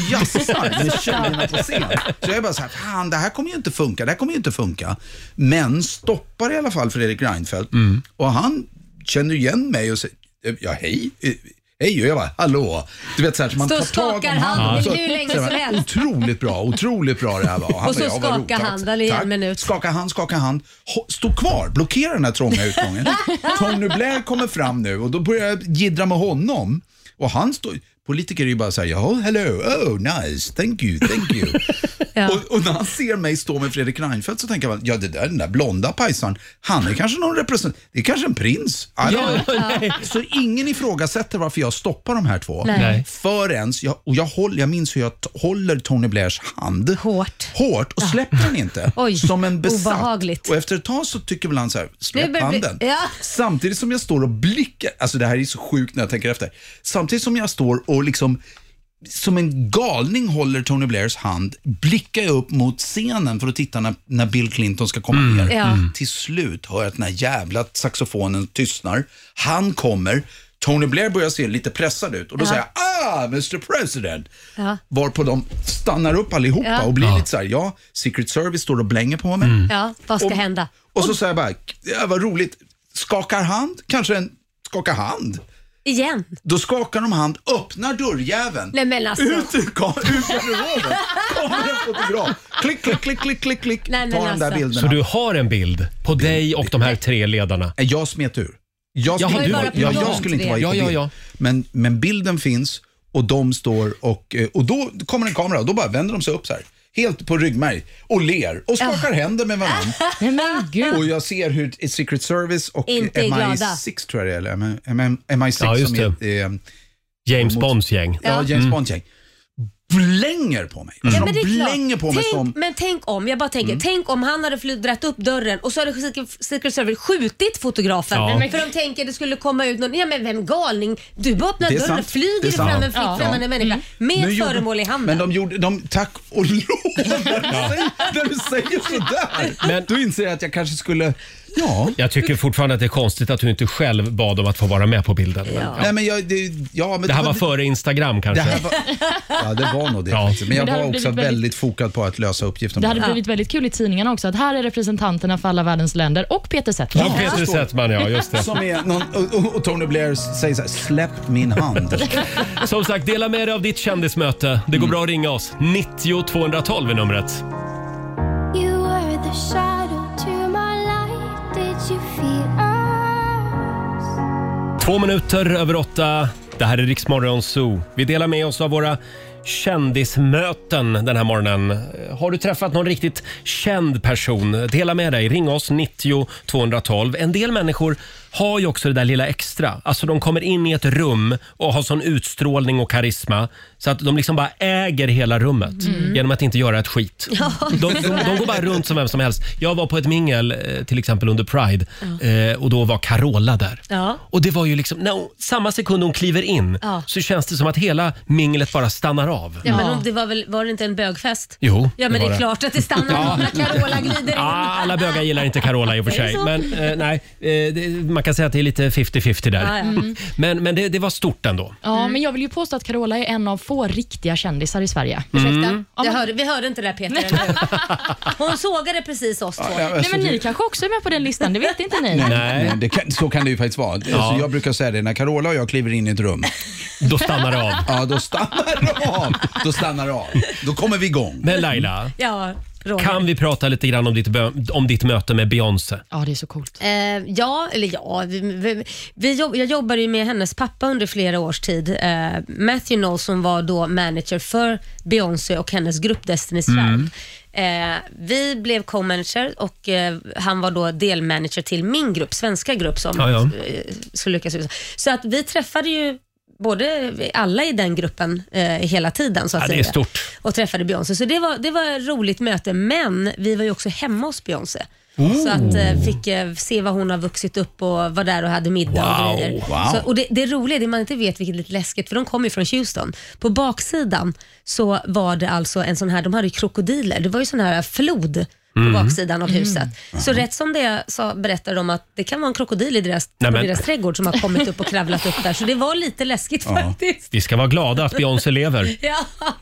Speaker 8: jazzar med tjejerna på scen. Så jag är bara så här, fan det här kommer ju inte funka, det här kommer ju inte funka. Men stoppar i alla fall Fredrik Reinfeldt och han känner ju igen mig och säger, ja hej, eh, hej och jag bara, hallå. Du vet så här, så man
Speaker 3: Så
Speaker 8: tar tag
Speaker 3: skakar
Speaker 8: om handen.
Speaker 3: handen
Speaker 8: Så-
Speaker 3: hur länge
Speaker 8: så
Speaker 3: som
Speaker 8: här,
Speaker 3: helst.
Speaker 8: Otroligt bra, otroligt bra det här var. Han
Speaker 3: Och så
Speaker 8: bara, "Ja, vad roligt,
Speaker 3: skakar
Speaker 8: tack,
Speaker 3: handen i en
Speaker 8: tack."
Speaker 3: minut.
Speaker 8: Skaka hand, skaka hand. Ho- Stå kvar, blockera den här trånga utgången. Tony Blair kommer fram nu och då börjar jag jiddra med honom. Och han står... Politiker är ju bara såhär, ja, hello, oh nice, thank you, thank you. och, och när han ser mig stå med Fredrik Reinfeldt så tänker jag, ja det där, den där blonda pajsaren, han är kanske någon representant, det är kanske en prins. I don't
Speaker 1: Ja,
Speaker 8: know." Så ingen ifrågasätter varför jag stoppar de här två.
Speaker 1: Nej.
Speaker 8: Förrän, jag, och jag, håller, jag minns hur jag t- håller Tony Blairs hand.
Speaker 3: Hårt.
Speaker 8: Hårt och släpper den inte.
Speaker 3: Oj,
Speaker 8: som en besatt.
Speaker 3: obehagligt.
Speaker 8: Och efter ett tag så tycker väl han så här,
Speaker 3: Nu
Speaker 8: släpp
Speaker 3: börjar det bli-
Speaker 8: handen.
Speaker 3: ja.
Speaker 8: Samtidigt som jag står och blickar, alltså det här är så sjukt när jag tänker efter. Samtidigt som jag står och liksom som en galning håller Tony Blairs hand, blickar jag upp mot scenen för att titta när, när Bill Clinton ska komma ner.
Speaker 3: Ja. Mm.
Speaker 8: Till slut hör jag att den här jävla saxofonen tystnar. Han kommer. Tony Blair börjar se lite pressad ut och då säger jag ah, Mr President.
Speaker 3: Ja.
Speaker 8: Varpå de stannar upp allihopa
Speaker 3: Ja. Mm.
Speaker 8: och blir lite så här, ja, Secret Service står och blänger på mig.
Speaker 3: Ja, vad ska
Speaker 8: Och-
Speaker 3: hända?
Speaker 8: Och så säger jag bara, ja, vad roligt, skakar hand, kanske en skakar hand.
Speaker 3: Igen?
Speaker 8: Då skakar de hand, öppnar dörrjäveln.
Speaker 3: Nej men alltså.
Speaker 8: Ut ur kom- ur garderoben kommer en fotograf. Klick, klick, klick, klick, klick, klick.
Speaker 3: Nej, men
Speaker 8: Tar de där
Speaker 3: alltså.
Speaker 8: bilderna.
Speaker 1: Så du har en bild på dig och de här tre ledarna?
Speaker 8: Nej, Jag smet ur. Jag
Speaker 1: Jaha,
Speaker 8: skulle,
Speaker 1: du
Speaker 8: inte,
Speaker 1: var
Speaker 8: vara,
Speaker 1: på
Speaker 8: jag, jag
Speaker 1: privat
Speaker 8: skulle inte vara
Speaker 1: Ja,
Speaker 8: på
Speaker 1: ja,
Speaker 8: bild.
Speaker 1: ja.
Speaker 8: Men, men bilden finns och de står och, eh, och då kommer en kamera och då bara vänder de sig upp så här. Helt på ryggmärg och ner och skakar händer med varandra.
Speaker 4: Nej, men gud.
Speaker 8: Och jag ser hur Secret Service och
Speaker 3: Inte är glada.
Speaker 8: MI6 tror jag det är, eller M- M- MI6
Speaker 1: Ja, just Mm.
Speaker 8: som är, eh,
Speaker 1: James Bonds gäng.
Speaker 8: ja, James Bond-gäng. blänger på mig. Alltså,
Speaker 3: Ja, men det
Speaker 8: de
Speaker 3: är klart.
Speaker 8: blänger på Mm. mig
Speaker 3: tänk,
Speaker 8: som...
Speaker 3: Men tänk om, jag bara tänker, tänk om han hade flytt, dragit upp dörren och så hade Secret- Secret Service skjutit fotografen.
Speaker 1: Ja.
Speaker 3: För de tänker det skulle komma ut någon, ja men vem galning, du bara öppnar
Speaker 8: Det är
Speaker 3: dörren
Speaker 8: sant.
Speaker 3: och flyger
Speaker 8: Det är
Speaker 3: det
Speaker 8: sant.
Speaker 3: fram en fritt
Speaker 8: Ja.
Speaker 3: främmande
Speaker 8: Ja. Mm.
Speaker 3: människa med
Speaker 8: Nu
Speaker 3: ett
Speaker 8: gjorde-
Speaker 3: föremål i handen.
Speaker 8: Men de gjorde, de, tack och lov när du säger, när du säger sådär.
Speaker 1: Men-
Speaker 8: Men, då inser jag att jag kanske skulle, ja.
Speaker 1: Jag tycker fortfarande att det är konstigt att du inte själv bad om att få vara med på bilden. Men, ja.
Speaker 8: Nej, men jag, det, ja men
Speaker 1: Det här var
Speaker 8: det-
Speaker 1: före Instagram kanske.
Speaker 8: Det här var, ja, det var nog det.
Speaker 1: Ja.
Speaker 8: faktiskt. Men jag
Speaker 4: Men det
Speaker 8: var
Speaker 4: hade
Speaker 8: också
Speaker 4: blivit väldigt-
Speaker 8: väldigt fokad på att lösa uppgiften.
Speaker 4: Det hade
Speaker 8: bara.
Speaker 4: blivit väldigt kul i tidningarna också att här är representanterna för alla världens länder och Peter Settman.
Speaker 1: Ja, Peter Settman, ja. Just det.
Speaker 8: Som är någon, och, och Tony Blair säger så här, släpp min hand.
Speaker 1: Som sagt, dela med dig av ditt kändismöte. Det går bra att ringa oss. 90 212 är numret.
Speaker 9: You were the shadow to my light. Did you feel us?
Speaker 1: Två minuter över åtta. Det här är Riksmorgon Zoo. Vi delar med oss av våra kändismöten den här morgonen. Eh, Har du träffat någon riktigt känd person? Dela med dig. Ring oss 90 212. En del människor har ju också det där lilla extra. Alltså de kommer in i ett rum och har sån utstrålning och karisma så att de liksom bara äger hela rummet genom att inte göra ett skit. De, de, de går bara runt som vem som helst. Jag var på ett mingel eh, till exempel under Pride eh, och då var Carola där.
Speaker 3: Ja.
Speaker 1: Och det var ju liksom, när hon, samma sekund hon kliver in
Speaker 3: Ja.
Speaker 1: så känns det som att hela minglet bara stannar av.
Speaker 3: Ja, men
Speaker 4: Ja.
Speaker 3: om det var, väl, var det inte en bögfest?
Speaker 1: Jo,
Speaker 3: Ja men det
Speaker 1: var
Speaker 3: är klart att det stannar av när Carola glider in.
Speaker 1: Ah, alla bögar gillar inte Carola i och för
Speaker 3: Är det
Speaker 1: sig.
Speaker 3: så?
Speaker 1: Men eh, nej, eh, det, man kan säga att det är lite 50-50 där.
Speaker 3: Ja, Mm. ja.
Speaker 1: Men, men det, det var stort ändå.
Speaker 4: Ja, men jag vill ju påstå att Carola är en av få riktiga kändisar i Sverige.
Speaker 3: Ursäkta, jag hörde, vi hörde inte det där Peter. eller hur? Hon sågade precis oss två.
Speaker 4: Nej, men ni kanske också är med på den listan, det vet inte ni.
Speaker 1: Nej,
Speaker 8: alltså, Det kan, så kan det ju faktiskt vara. Alltså, jag brukar säga det, när Carola och jag kliver in i ett rum,
Speaker 1: då stannar det av.
Speaker 8: ja, då stannar det av. Då stannar det av. Då kommer vi igång.
Speaker 1: Men Laila,
Speaker 3: Ja, Roger.
Speaker 1: kan vi prata lite grann om ditt, bö- om ditt möte med Beyoncé?
Speaker 4: Ja, det är så coolt.
Speaker 3: Eh, ja, eller ja. Vi, vi, vi jobb, jag jobbade ju med hennes pappa under flera års tid. Eh, Matthew Knowles som var då manager för Beyoncé och hennes grupp Destiny's
Speaker 1: Mm.
Speaker 3: Child. Eh, vi blev co-manager och eh, han var då delmanager till min grupp, svenska grupp som
Speaker 1: Ja, ja.
Speaker 3: eh, skulle lyckas. ut. Så att vi träffade ju både alla i den gruppen eh, hela tiden så att
Speaker 1: Ja, det
Speaker 3: säga
Speaker 1: är stort.
Speaker 3: och träffade Beyoncé. Så det var, det var ett roligt möte, men vi var ju också hemma hos Beyoncé. Så att eh, fick eh, se vad hon har vuxit upp och var där och hade middag
Speaker 1: Wow,
Speaker 3: och grejer.
Speaker 8: wow.
Speaker 3: Så, och det, det roliga, det man inte vet, vilket är lite läskigt, för de kommer ju från Houston. På baksidan så var det alltså en sån här, de hade ju krokodiler, det var ju sån här flod på
Speaker 1: Mm.
Speaker 3: baksidan av huset. Så rätt som det är så berättar de att det kan vara en krokodil i deras,
Speaker 1: Nej, men-
Speaker 3: i deras trädgård som har kommit upp och kravlat upp där. Så det var lite läskigt faktiskt.
Speaker 1: Vi ska vara glada att Beyoncé lever
Speaker 3: Ja.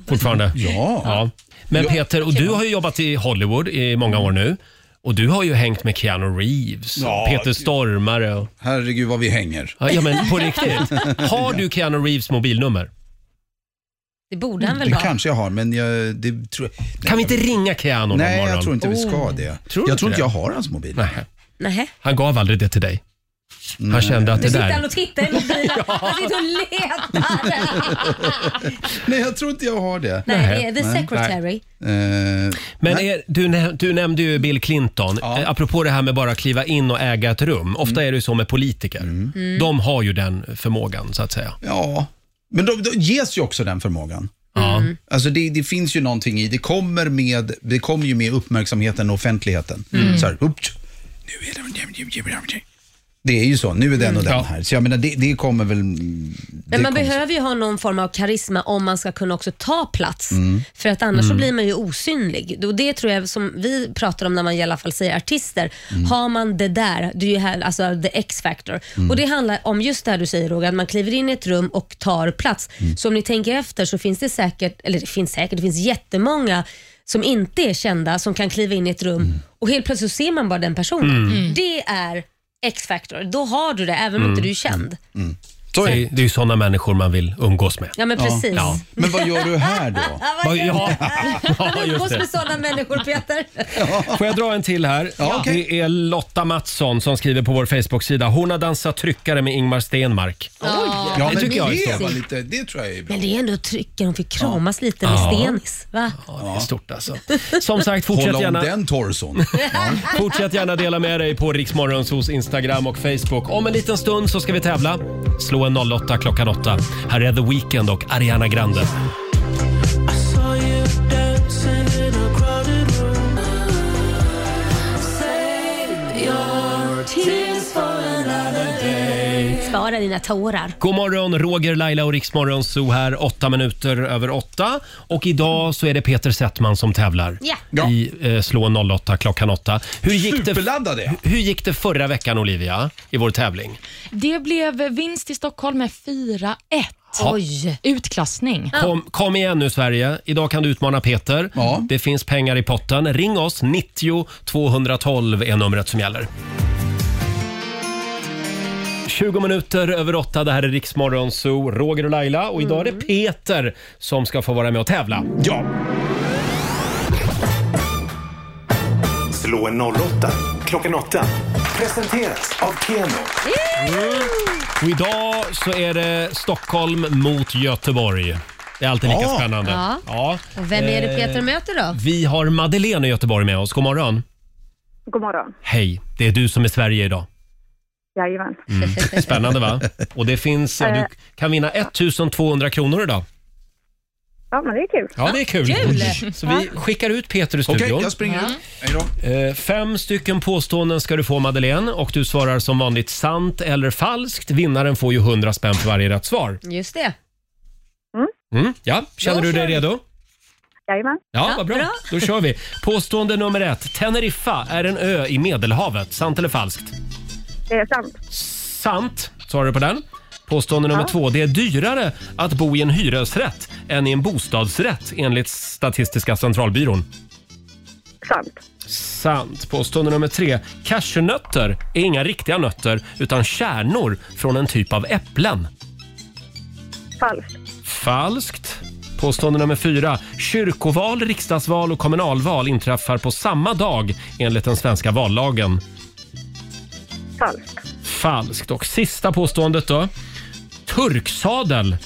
Speaker 1: fortfarande.
Speaker 8: Ja.
Speaker 1: Men Peter, och du har ju jobbat i Hollywood i många år nu. Och du har ju hängt med Keanu Reeves,
Speaker 8: Ja,
Speaker 1: Peter
Speaker 8: gud.
Speaker 1: Stormare och...
Speaker 8: Herregud vad vi hänger.
Speaker 1: Ja, Ja men på riktigt. Har du Keanu Reeves mobilnummer?
Speaker 3: Det borde han väl
Speaker 8: Det
Speaker 3: ha?
Speaker 8: kanske jag har, men jag, det tror jag... Nej,
Speaker 1: Kan vi inte ringa Keanu någon
Speaker 8: Nej,
Speaker 1: morgon?
Speaker 8: jag tror inte vi ska
Speaker 1: Oh.
Speaker 8: det.
Speaker 1: Tror du
Speaker 8: jag
Speaker 1: inte
Speaker 8: tror inte
Speaker 1: det?
Speaker 8: jag har hans mobil.
Speaker 1: Nej,
Speaker 3: Nähä.
Speaker 1: han gav aldrig det till dig. Han kände att det
Speaker 3: Nu sitter han
Speaker 1: där...
Speaker 3: och tittar i mobilen. Han sitter och letar.
Speaker 8: Nej, jag tror inte jag har det.
Speaker 3: Nej, det är The Secretary.
Speaker 8: Eh,
Speaker 1: Men är, du, nä- du nämnde ju Bill Clinton. Eh, Apropå det här med bara kliva in och äga ett rum. Ofta är det ju så med politiker. De har ju den förmågan så att säga.
Speaker 8: ja, men de, de ges ju också den förmågan.
Speaker 1: Ja.
Speaker 8: Alltså det, det finns ju någonting i, det kommer, med, det kommer ju med uppmärksamheten och offentligheten.
Speaker 1: Mm.
Speaker 8: Så här, upp, nu är det, det är ju så, nu är den och den
Speaker 1: Mm. Ja.
Speaker 8: här. Så jag menar, det, det kommer väl... det
Speaker 3: Men man
Speaker 8: kommer-
Speaker 3: behöver ju ha någon form av karisma om man ska kunna också ta plats. För att annars så blir man ju osynlig. Och det tror jag som vi pratar om när man i alla fall säger artister. Har man det där, du är ju här, alltså the X-factor. Och det handlar om just det här du säger Roger, att man kliver in i ett rum och tar plats. Så om ni tänker efter så finns det säkert, eller det finns säkert, det finns jättemånga som inte är kända som kan kliva in i ett rum och helt plötsligt så ser man bara den personen. Det är X-factor. Då har du det även om inte du är känd.
Speaker 1: Det är det är ju sådana människor man vill umgås med.
Speaker 3: Ja men precis.
Speaker 1: Ja.
Speaker 8: Men vad gör du här då?
Speaker 3: Ah,
Speaker 1: Ja,
Speaker 3: vad gör
Speaker 1: ja.
Speaker 3: du?
Speaker 1: Ja,
Speaker 3: Han
Speaker 1: just
Speaker 3: umgås
Speaker 1: det.
Speaker 3: med sådana människor Peter.
Speaker 1: Får jag dra en till här?
Speaker 8: Ja, okej.
Speaker 1: Det är Lotta Mattsson som skriver på vår Facebook-sida. Hon har dansat tryckare med Ingmar Stenmark.
Speaker 8: Ja,
Speaker 1: det
Speaker 8: men
Speaker 1: tycker jag är
Speaker 8: det,
Speaker 3: så.
Speaker 8: var lite, det tror jag är bra.
Speaker 3: Men det är ändå trycker, hon fick kramas lite med Stenis. Va?
Speaker 1: Ja, det är stort alltså. Som sagt, fortsätt
Speaker 8: Hålla om
Speaker 1: gärna,
Speaker 8: den torson.
Speaker 1: fortsätt gärna dela med dig på Riksmorgonsos Instagram och Facebook. Om en liten stund så ska vi tävla. Slå en 08 klockan 8. Här är The Weeknd och Ariana Grande.
Speaker 3: Bespara dina tårar.
Speaker 1: God morgon, Roger, Laila och Riksmorgon Zoo här, åtta minuter över åtta. Och idag så är det Peter Settman som tävlar
Speaker 3: Ja.
Speaker 8: Ja.
Speaker 1: i eh, Slå 08 klockan åtta. Hur gick, det,
Speaker 8: Superladdad är jag.
Speaker 1: hur gick det förra veckan, Olivia, i vår tävling?
Speaker 4: Det blev vinst i Stockholm med 4-1.
Speaker 3: Oj.
Speaker 4: Utklassning.
Speaker 1: Kom, kom igen nu Sverige, idag kan du utmana Peter.
Speaker 8: Ja.
Speaker 1: Det finns pengar i potten. Ring oss, 90 212 är numret som gäller. 20 minuter över åtta, det här är Riksmorgon Zoo, Roger och Laila och idag är det Peter som ska få vara med och tävla.
Speaker 8: Ja.
Speaker 2: Slå en 08 klockan 8. Presenteras av Keno.
Speaker 1: Och idag så är det Stockholm mot Göteborg. Det är alltid lika
Speaker 8: Ja.
Speaker 1: spännande.
Speaker 3: Ja.
Speaker 1: Ja.
Speaker 3: Och vem är det
Speaker 1: Eh,
Speaker 3: Peter möter då?
Speaker 1: Vi har Madeleine i Göteborg med oss. God morgon.
Speaker 5: God morgon.
Speaker 1: Hej, det är du som är Sverige idag.
Speaker 5: Jajamän.
Speaker 1: Mm. Spännande va? Och det finns, eh, du kan vinna 1200 kronor idag.
Speaker 5: Ja, men det är kul.
Speaker 1: Ja, det är kul.
Speaker 3: kul.
Speaker 1: Så vi skickar ut Peter i
Speaker 8: Okej,
Speaker 1: studion.
Speaker 8: jag springer ut. Hej då.
Speaker 1: Eh, Fem stycken påståenden ska du få Madeleine och du svarar som vanligt sant eller falskt. Vinnaren får ju 100 spänn för varje rätt svar.
Speaker 3: Just det.
Speaker 1: Mm, ja, känner
Speaker 3: Då
Speaker 1: du dig
Speaker 3: kör vi.
Speaker 1: redo?
Speaker 5: Jajamän.
Speaker 1: Ja,
Speaker 3: Ja,
Speaker 1: vad bra.
Speaker 3: bra.
Speaker 1: Då kör vi. Påstående nummer ett. Teneriffa är en ö i Medelhavet. Sant eller falskt?
Speaker 5: Det är sant.
Speaker 1: Sant. Svarar du på den? Påstående nummer två. Det är dyrare att bo i en hyresrätt än i en bostadsrätt enligt Statistiska centralbyrån.
Speaker 5: Sant.
Speaker 1: Sant. Påstående nummer tre. Cashewnötter är inga riktiga nötter utan kärnor från en typ av äpplen.
Speaker 5: Falskt.
Speaker 1: Falskt. Påstående nummer fyra. Kyrkoval, riksdagsval och kommunalval inträffar på samma dag enligt den svenska vallagen.
Speaker 5: Falskt.
Speaker 1: Falskt. Och sista påståendet då. Turksadel.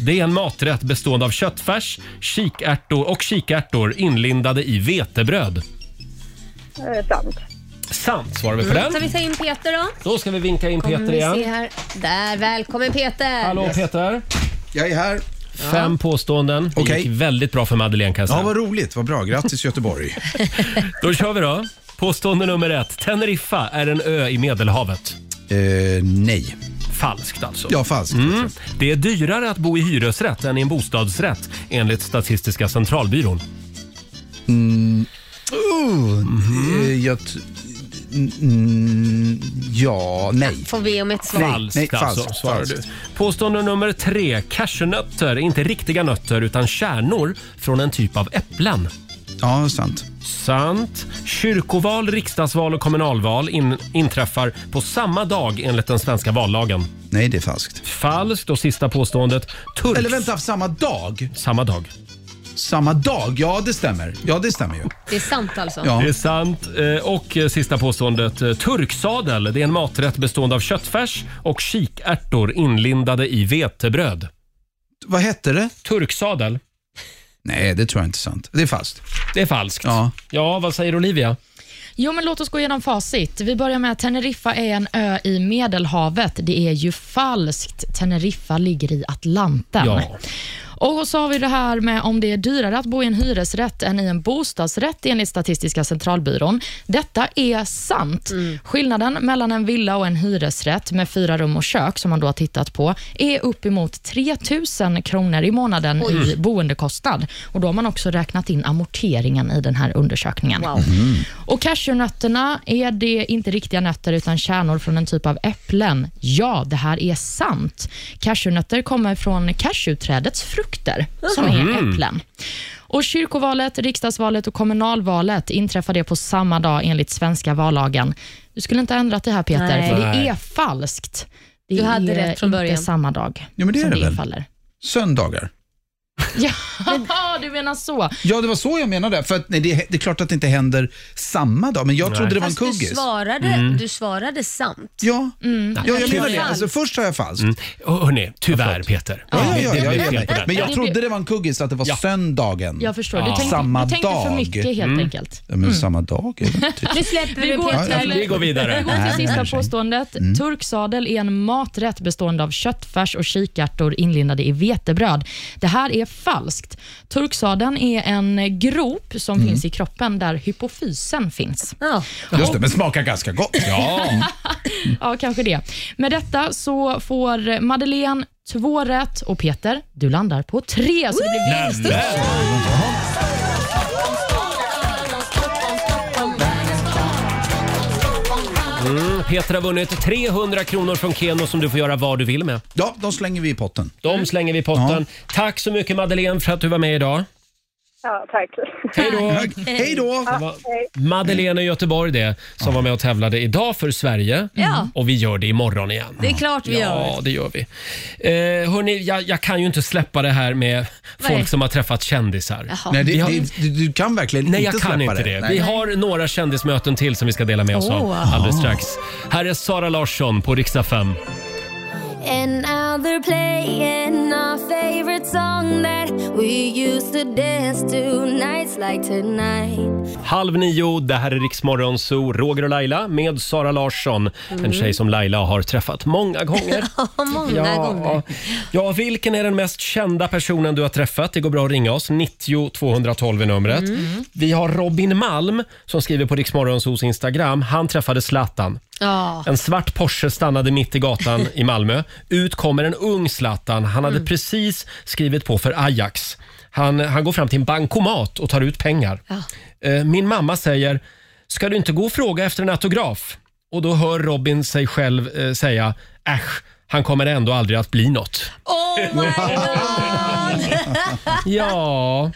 Speaker 1: Det är en maträtt bestående av köttfärs, kikärtor och kikärtor inlindade i vetebröd.
Speaker 5: Eh, sant.
Speaker 1: Sant svarar vi på
Speaker 3: Ska
Speaker 1: den.
Speaker 3: vi ta in Peter Mm. då?
Speaker 1: Då ska vi vinka in
Speaker 3: Kommer
Speaker 1: Peter
Speaker 3: vi se
Speaker 1: igen.
Speaker 3: här. Där, välkommen Peter!
Speaker 1: Hallå Peter.
Speaker 8: Jag är här.
Speaker 1: Fem påståenden. Det
Speaker 8: Okej.
Speaker 1: gick väldigt bra för Madeleine kan jag
Speaker 8: Ja,
Speaker 1: säga.
Speaker 8: vad roligt. Vad bra. Grattis Göteborg.
Speaker 1: Då kör vi då. Påstående nummer ett. Teneriffa är en ö i Medelhavet.
Speaker 8: eh, nej.
Speaker 1: Falskt alltså.
Speaker 8: Ja, falskt.
Speaker 1: Mm. Det är dyrare att bo i hyresrätt än i en bostadsrätt enligt Statistiska centralbyrån.
Speaker 8: Oh, eh, jag... t- n- n- ja, nej.
Speaker 3: Får vi om ett svar.
Speaker 1: Falskt
Speaker 8: nej,
Speaker 1: alltså,
Speaker 8: falskt,
Speaker 1: svarar
Speaker 8: falskt.
Speaker 1: du. Påstående nummer tre. Cashewnötter är inte riktiga nötter utan kärnor från en typ av äpplen.
Speaker 8: Ja, sant.
Speaker 1: Sant. Kyrkoval, riksdagsval och kommunalval in, inträffar på samma dag enligt den svenska vallagen.
Speaker 8: Nej, det är falskt.
Speaker 1: Falskt. Och sista påståendet. Turks...
Speaker 8: Eller vänta, samma dag?
Speaker 1: Samma dag.
Speaker 8: Samma dag? Ja, det stämmer. Ja, det stämmer ju.
Speaker 3: Det är sant alltså?
Speaker 8: Ja.
Speaker 1: Det är sant. Eh, Och eh, sista påståendet. eh, Turksadel det är en maträtt bestående av köttfärs och kikärtor inlindade i vetebröd.
Speaker 8: Vad hette det?
Speaker 1: Turksadel,
Speaker 8: Nej, det tror jag inte är sant. Det är falskt.
Speaker 1: det är falskt.
Speaker 8: Ja.
Speaker 1: ja, vad säger Olivia?
Speaker 4: Jo, men låt oss gå igenom facit. Vi börjar med att Teneriffa är en ö i Medelhavet. Det är ju falskt. Teneriffa ligger i Atlanten.
Speaker 1: Ja.
Speaker 4: Och så har vi det här med om det är dyrare att bo i en hyresrätt än i en bostadsrätt enligt Statistiska centralbyrån. Detta är sant. Skillnaden mellan en villa och en hyresrätt med fyra rum och kök som man då har tittat på är uppemot 3 000 kronor i månaden i boendekostnad. Och Då har man också räknat in amorteringen i den här undersökningen.
Speaker 3: Wow.
Speaker 4: Och cashewnötterna, är det inte riktiga nötter utan kärnor från en typ av äpplen? Ja, det här är sant. Cashewnötter kommer från cashewträdets frukter, som är äpplen. Och kyrkovalet, riksdagsvalet och kommunalvalet inträffar det på samma dag enligt svenska vallagen. Du skulle inte ha ändrat det här Peter,
Speaker 3: Nej.
Speaker 4: för
Speaker 1: Nej.
Speaker 4: det är falskt. Det
Speaker 3: Du hade
Speaker 4: är
Speaker 3: rätt från
Speaker 4: inte
Speaker 3: början.
Speaker 4: samma dag
Speaker 8: Ja, men det
Speaker 4: som
Speaker 8: är det väl?
Speaker 4: infaller.
Speaker 8: Söndagar.
Speaker 4: Ja, du menar så.
Speaker 8: Ja, det var så jag menade. För att, nej, det, det är klart att det inte händer samma dag, men jag trodde det var en
Speaker 3: Fast du
Speaker 8: kuggis.
Speaker 3: svarade,
Speaker 1: Mm.
Speaker 3: du svarade sant.
Speaker 8: Ja, ja jag
Speaker 3: det
Speaker 8: menar
Speaker 3: är
Speaker 8: det. Alltså, först sa jag falskt.
Speaker 1: Oh, hörni, tyvärr Peter.
Speaker 8: Ja, ja,
Speaker 1: det
Speaker 8: ja,
Speaker 1: blev
Speaker 8: jag
Speaker 1: fel
Speaker 8: vet.
Speaker 1: på den.
Speaker 8: men jag
Speaker 4: Ja.
Speaker 8: trodde det var en kuggis, att det var
Speaker 1: Ja.
Speaker 8: söndagen.
Speaker 4: Jag förstår.
Speaker 1: Ja.
Speaker 4: Du, tänkte,
Speaker 8: Samma
Speaker 4: du tänkte för
Speaker 8: dag. Mm.
Speaker 4: mycket helt enkelt.
Speaker 8: Ja, men samma dag är det typ.
Speaker 3: Nu släpper
Speaker 4: Vi
Speaker 3: vi
Speaker 4: går
Speaker 3: Peter.
Speaker 4: till,
Speaker 1: Vi går vidare.
Speaker 4: Vi går till
Speaker 8: Nej.
Speaker 4: sista påståendet. Turksadel är en maträtt bestående av köttfärs och kikärtor inlindade i vetebröd. Det här är falskt. Turksadeln är en grop som finns i kroppen där hypofysen finns.
Speaker 3: Ja.
Speaker 8: Just det, men smakar ganska gott. Ja.
Speaker 4: Ja, kanske det. Med detta så får Madeleine två rätt och Peter, du landar på tre. Så det blir vinst.
Speaker 1: Mm. Peter har vunnit 300 kronor från Keno som du får göra vad du vill med.
Speaker 8: ja, de slänger vi i potten.
Speaker 3: Mm.
Speaker 1: De slänger vi i potten. Tack så mycket Madeleine för att du var med idag.
Speaker 5: Ja, tack.
Speaker 1: Hej då!
Speaker 8: Hej då!
Speaker 1: Madeleine i Göteborg det, som var med och tävlade idag för Sverige.
Speaker 3: Ja.
Speaker 1: Och vi gör det imorgon igen.
Speaker 3: Det är klart vi
Speaker 1: Ja,
Speaker 3: gör.
Speaker 1: det gör vi. Eh, hörni, jag, jag kan ju inte släppa det här med
Speaker 3: Nej.
Speaker 1: folk som har träffat kändisar.
Speaker 8: Nej, det,
Speaker 1: Vi har-
Speaker 8: det, du, du kan verkligen
Speaker 1: Nej,
Speaker 8: inte
Speaker 1: jag kan
Speaker 8: släppa
Speaker 1: inte det.
Speaker 8: Nej.
Speaker 1: Vi har några kändismöten till som vi ska dela med oss av
Speaker 3: Åh.
Speaker 1: alldeles strax. Här är Sara Larsson på riksdag 5.
Speaker 9: And now they're playing our favorite song that we used to dance to nights like tonight.
Speaker 1: Halv nio, det här är Riksmorgon Zoo, Roger och Laila med Sara Larsson. En tjej som Laila har träffat många gånger.
Speaker 3: Ja, många gånger.
Speaker 1: ja, vilken är den mest kända personen du har träffat? Det går bra att ringa oss. 90 212 är numret. Vi har Robin Malm som skriver på Riksmorgon Zoos Instagram. Han träffade Zlatan.
Speaker 3: Ja.
Speaker 1: En svart Porsche stannade mitt i gatan i Malmö. Ut kommer en ung Zlatan. Han hade precis skrivit på för Ajax. Han, han går fram till en bankomat och tar ut pengar. Eh, Min mamma säger, ska du inte gå och fråga efter en autograf? Och då hör Robin sig själv eh, säga, äsch, han kommer ändå aldrig att bli något.
Speaker 3: Oh my god!
Speaker 1: Ja,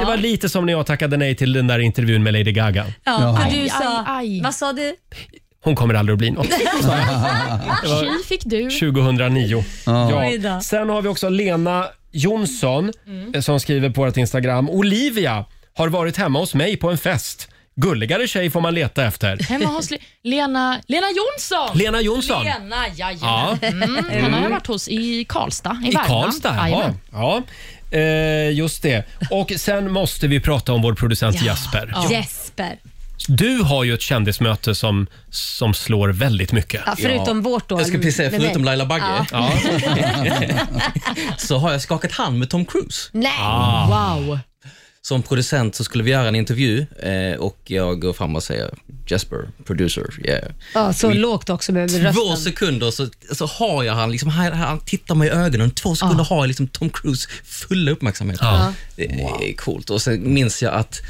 Speaker 1: det var lite som när jag tackade nej till den där intervjun med Lady Gaga.
Speaker 3: Ja, för du
Speaker 4: Aj,
Speaker 3: sa...
Speaker 4: aj, aj.
Speaker 3: Vad sa du?
Speaker 1: Hon kommer aldrig att bli något.
Speaker 4: Tji fick du.
Speaker 1: 2009.
Speaker 3: Oj
Speaker 1: Ja.
Speaker 3: då.
Speaker 1: Sen har vi också Lena Jonsson eh, som skriver på vårt Instagram. Olivia har varit hemma hos mig på en fest. Gulligare tjej får man leta efter.
Speaker 4: Hemma hos Le- Lena, Lena Jonsson.
Speaker 1: Lena Jonsson.
Speaker 4: Lena, jajamän.
Speaker 1: Ja,
Speaker 4: Mm. Han har jag varit hos i Karlstad i,
Speaker 1: i Karlstad. Ja.
Speaker 4: Jajamän.
Speaker 1: ja. Eh, just det. Och sen måste vi prata om vår producent Jasper.
Speaker 3: Jesper.
Speaker 1: Du har ju ett kändismöte som, som slår väldigt mycket.
Speaker 3: Ja, förutom vårt då.
Speaker 10: Jag ska precis säga,
Speaker 3: Med mig.
Speaker 10: förutom Laila Bagge,
Speaker 3: Ja.
Speaker 1: Ja.
Speaker 10: så har jag skakat hand med Tom Cruise.
Speaker 3: Nej. Ah.
Speaker 4: Wow.
Speaker 10: Som producent så skulle vi göra en intervju eh, och jag går fram och säger Jesper, producer, yeah.
Speaker 3: Ja, så lågt också med
Speaker 10: Två
Speaker 3: rösten.
Speaker 10: sekunder så, så har jag han, liksom, han, han tittar mig i ögonen, två sekunder har jag liksom Tom Cruise fulla uppmärksamhet.
Speaker 1: Ja.
Speaker 10: Det är coolt. Och sen minns jag att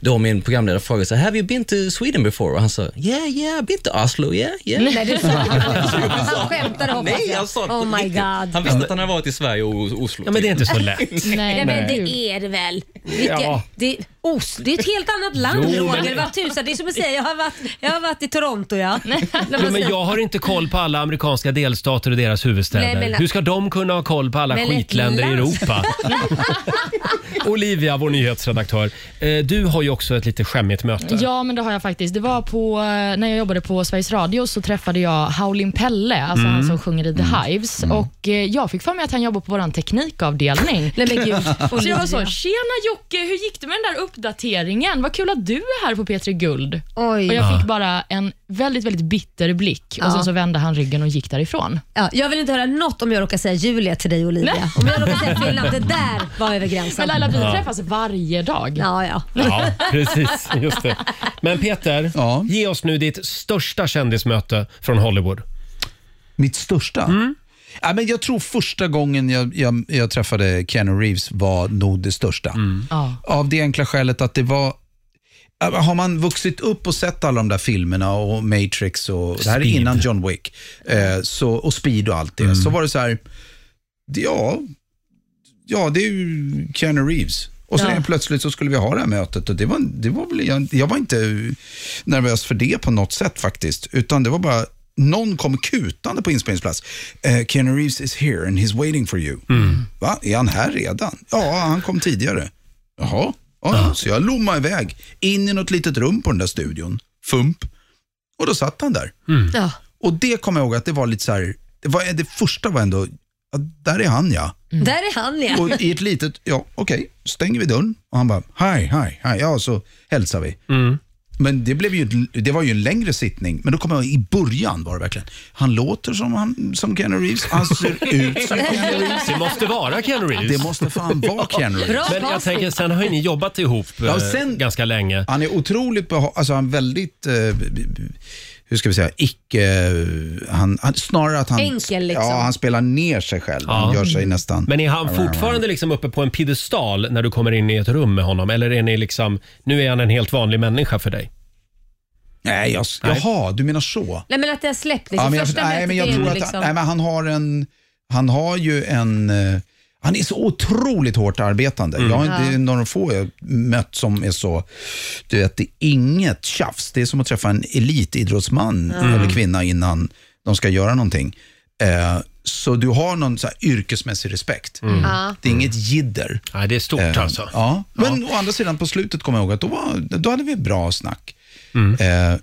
Speaker 10: då min programledare frågade så här, have you been to Sweden before? Och han sa, yeah, yeah, been to Oslo, yeah, yeah.
Speaker 3: Nej, du sa Han skämtade hoppas
Speaker 10: Nej,
Speaker 3: jag.
Speaker 10: jag sa det på
Speaker 3: Oh my
Speaker 10: riktigt.
Speaker 3: god.
Speaker 10: Han visste att han hade varit i Sverige och Oslo. typ.
Speaker 1: ja, men det är inte så lätt.
Speaker 3: Nej,
Speaker 4: Nej,
Speaker 3: men
Speaker 4: nej.
Speaker 3: det är det väl? Vilka,
Speaker 1: Ja.
Speaker 3: det, Os, det är ett helt annat land
Speaker 1: Jo,
Speaker 3: Roger.
Speaker 1: men-
Speaker 3: Vad tusan, det är som att säga jag har varit, jag har varit i Toronto ja.
Speaker 1: Jo,
Speaker 3: Alltså-
Speaker 1: men jag har inte koll på alla amerikanska delstater och deras huvudstäder.
Speaker 3: Nej, men-
Speaker 1: Hur ska de kunna ha koll på alla
Speaker 3: Men ett
Speaker 1: skitländer i
Speaker 3: land.
Speaker 1: Europa? Olivia, vår nyhetsredaktör. eh, Du har ju också ett lite skämmigt möte.
Speaker 4: Ja, men det har jag faktiskt. Det var på, eh, när jag jobbade på Sveriges Radio så träffade jag Howlin' Pelle, alltså
Speaker 3: Mm.
Speaker 4: han som sjunger i The Hives. Och eh, Jag fick för mig att han jobbar på vår teknikavdelning.
Speaker 3: Nej men gud.
Speaker 4: Så jag var så,
Speaker 3: Olivia.
Speaker 4: tjena Jocke, hur gick det med den där uppdateringen? Vad kul att du är här på P3 Guld.
Speaker 3: Oj.
Speaker 4: Och jag fick bara en väldigt, väldigt bitter blick och sen så vände han ryggen och gick därifrån.
Speaker 3: Ja, jag vill inte höra något om jag råkar säga Julia till dig Olivia.
Speaker 4: Nej.
Speaker 3: Om jag råkar säga fel namn, det där var över
Speaker 4: Men
Speaker 3: gränsen.
Speaker 4: Laila, vi träffas varje dag.
Speaker 3: Ja, ja.
Speaker 1: Ja, precis. Just det. Men Peter,
Speaker 8: Ja.
Speaker 1: ge oss nu ditt största kändismöte från Hollywood.
Speaker 8: Mitt största?
Speaker 1: Mm.
Speaker 8: Ja, men jag tror första gången jag, jag, jag träffade Keanu Reeves var nog det största.
Speaker 1: Mm.
Speaker 4: Ja.
Speaker 8: Av det enkla skälet att det var Äh, har man vuxit upp och sett alla de där filmerna och Matrix och det här är
Speaker 1: Speed.
Speaker 8: innan John Wick eh, så, och Speed och allt det, så var det så här, det- ja, ja det är ju Keanu Reeves. Och sen helt plötsligt så skulle vi ha det här mötet och det var, det var väl, jag, jag var inte nervös för det på något sätt faktiskt, utan det var bara någon kom kutande på inspelningsplats. Eh, Keanu Reeves is here and he's waiting for you. Va? Är han här redan? Ja, han kom tidigare. Jaha. Ja, Så jag lommade iväg in i något litet rum på den där studion. Fump. Och då satt han där.
Speaker 3: ja.
Speaker 8: Och det kommer jag ihåg att det var lite så här, det, var, det första var ändå, ja, där är han ja.
Speaker 3: Där är han ja.
Speaker 8: Och i ett
Speaker 1: Mm.
Speaker 8: litet, ja okej, stänger vi dörren och han bara, hej, hej, hej, ja så hälsar vi. Men det, blev ju, ett- det var ju en längre sittning, men då kommer jag i början var det verkligen. Han låter som, han, som Keanu Reeves, han ser ut som Keanu Reeves.
Speaker 1: Det måste vara Keanu Reeves.
Speaker 8: Det måste fan vara Keanu Reeves.
Speaker 1: Men jag tänker, sen har ju ni jobbat ihop
Speaker 8: Ja,
Speaker 1: eh,
Speaker 8: och sen-
Speaker 1: ganska länge.
Speaker 8: Han är otroligt beha- alltså han är väldigt, eh, b- b- hur ska vi säga, icke, han, han, snarare att han,
Speaker 3: Enkel, liksom.
Speaker 8: ja, han spelar ner sig själv. Han
Speaker 1: Ja.
Speaker 8: gör sig nästan...
Speaker 1: Men är han fortfarande liksom uppe på en piedestal när du kommer in i ett rum med honom? Eller är ni liksom, nu är han en helt vanlig människa för dig?
Speaker 8: Nej, jag, jaha, du menar så?
Speaker 3: Nej men att det har släppt liksom.
Speaker 8: Ja, men jag,
Speaker 3: Första
Speaker 8: nej,
Speaker 3: mötet
Speaker 8: men jag
Speaker 3: är
Speaker 8: tror
Speaker 3: ju
Speaker 8: att
Speaker 3: liksom...
Speaker 8: han, nej, men han har en, han har ju en, eh, han är så otroligt hårt arbetande. Jag har inte
Speaker 3: Mm. Ja.
Speaker 8: några få jag mött som är så, du vet, det är inget tjafs. Det är som att träffa en elitidrottsman
Speaker 3: Mm.
Speaker 8: eller kvinna innan de ska göra någonting. Eh, så du har någon så här yrkesmässig respekt.
Speaker 3: Ja.
Speaker 8: Det är inget jidder.
Speaker 1: Nej, det är stort
Speaker 8: Eh,
Speaker 1: alltså.
Speaker 8: Ja. Men å andra sidan på slutet kommer jag ihåg att då, var, då hade vi bra snack.
Speaker 3: Mm.
Speaker 8: Eh,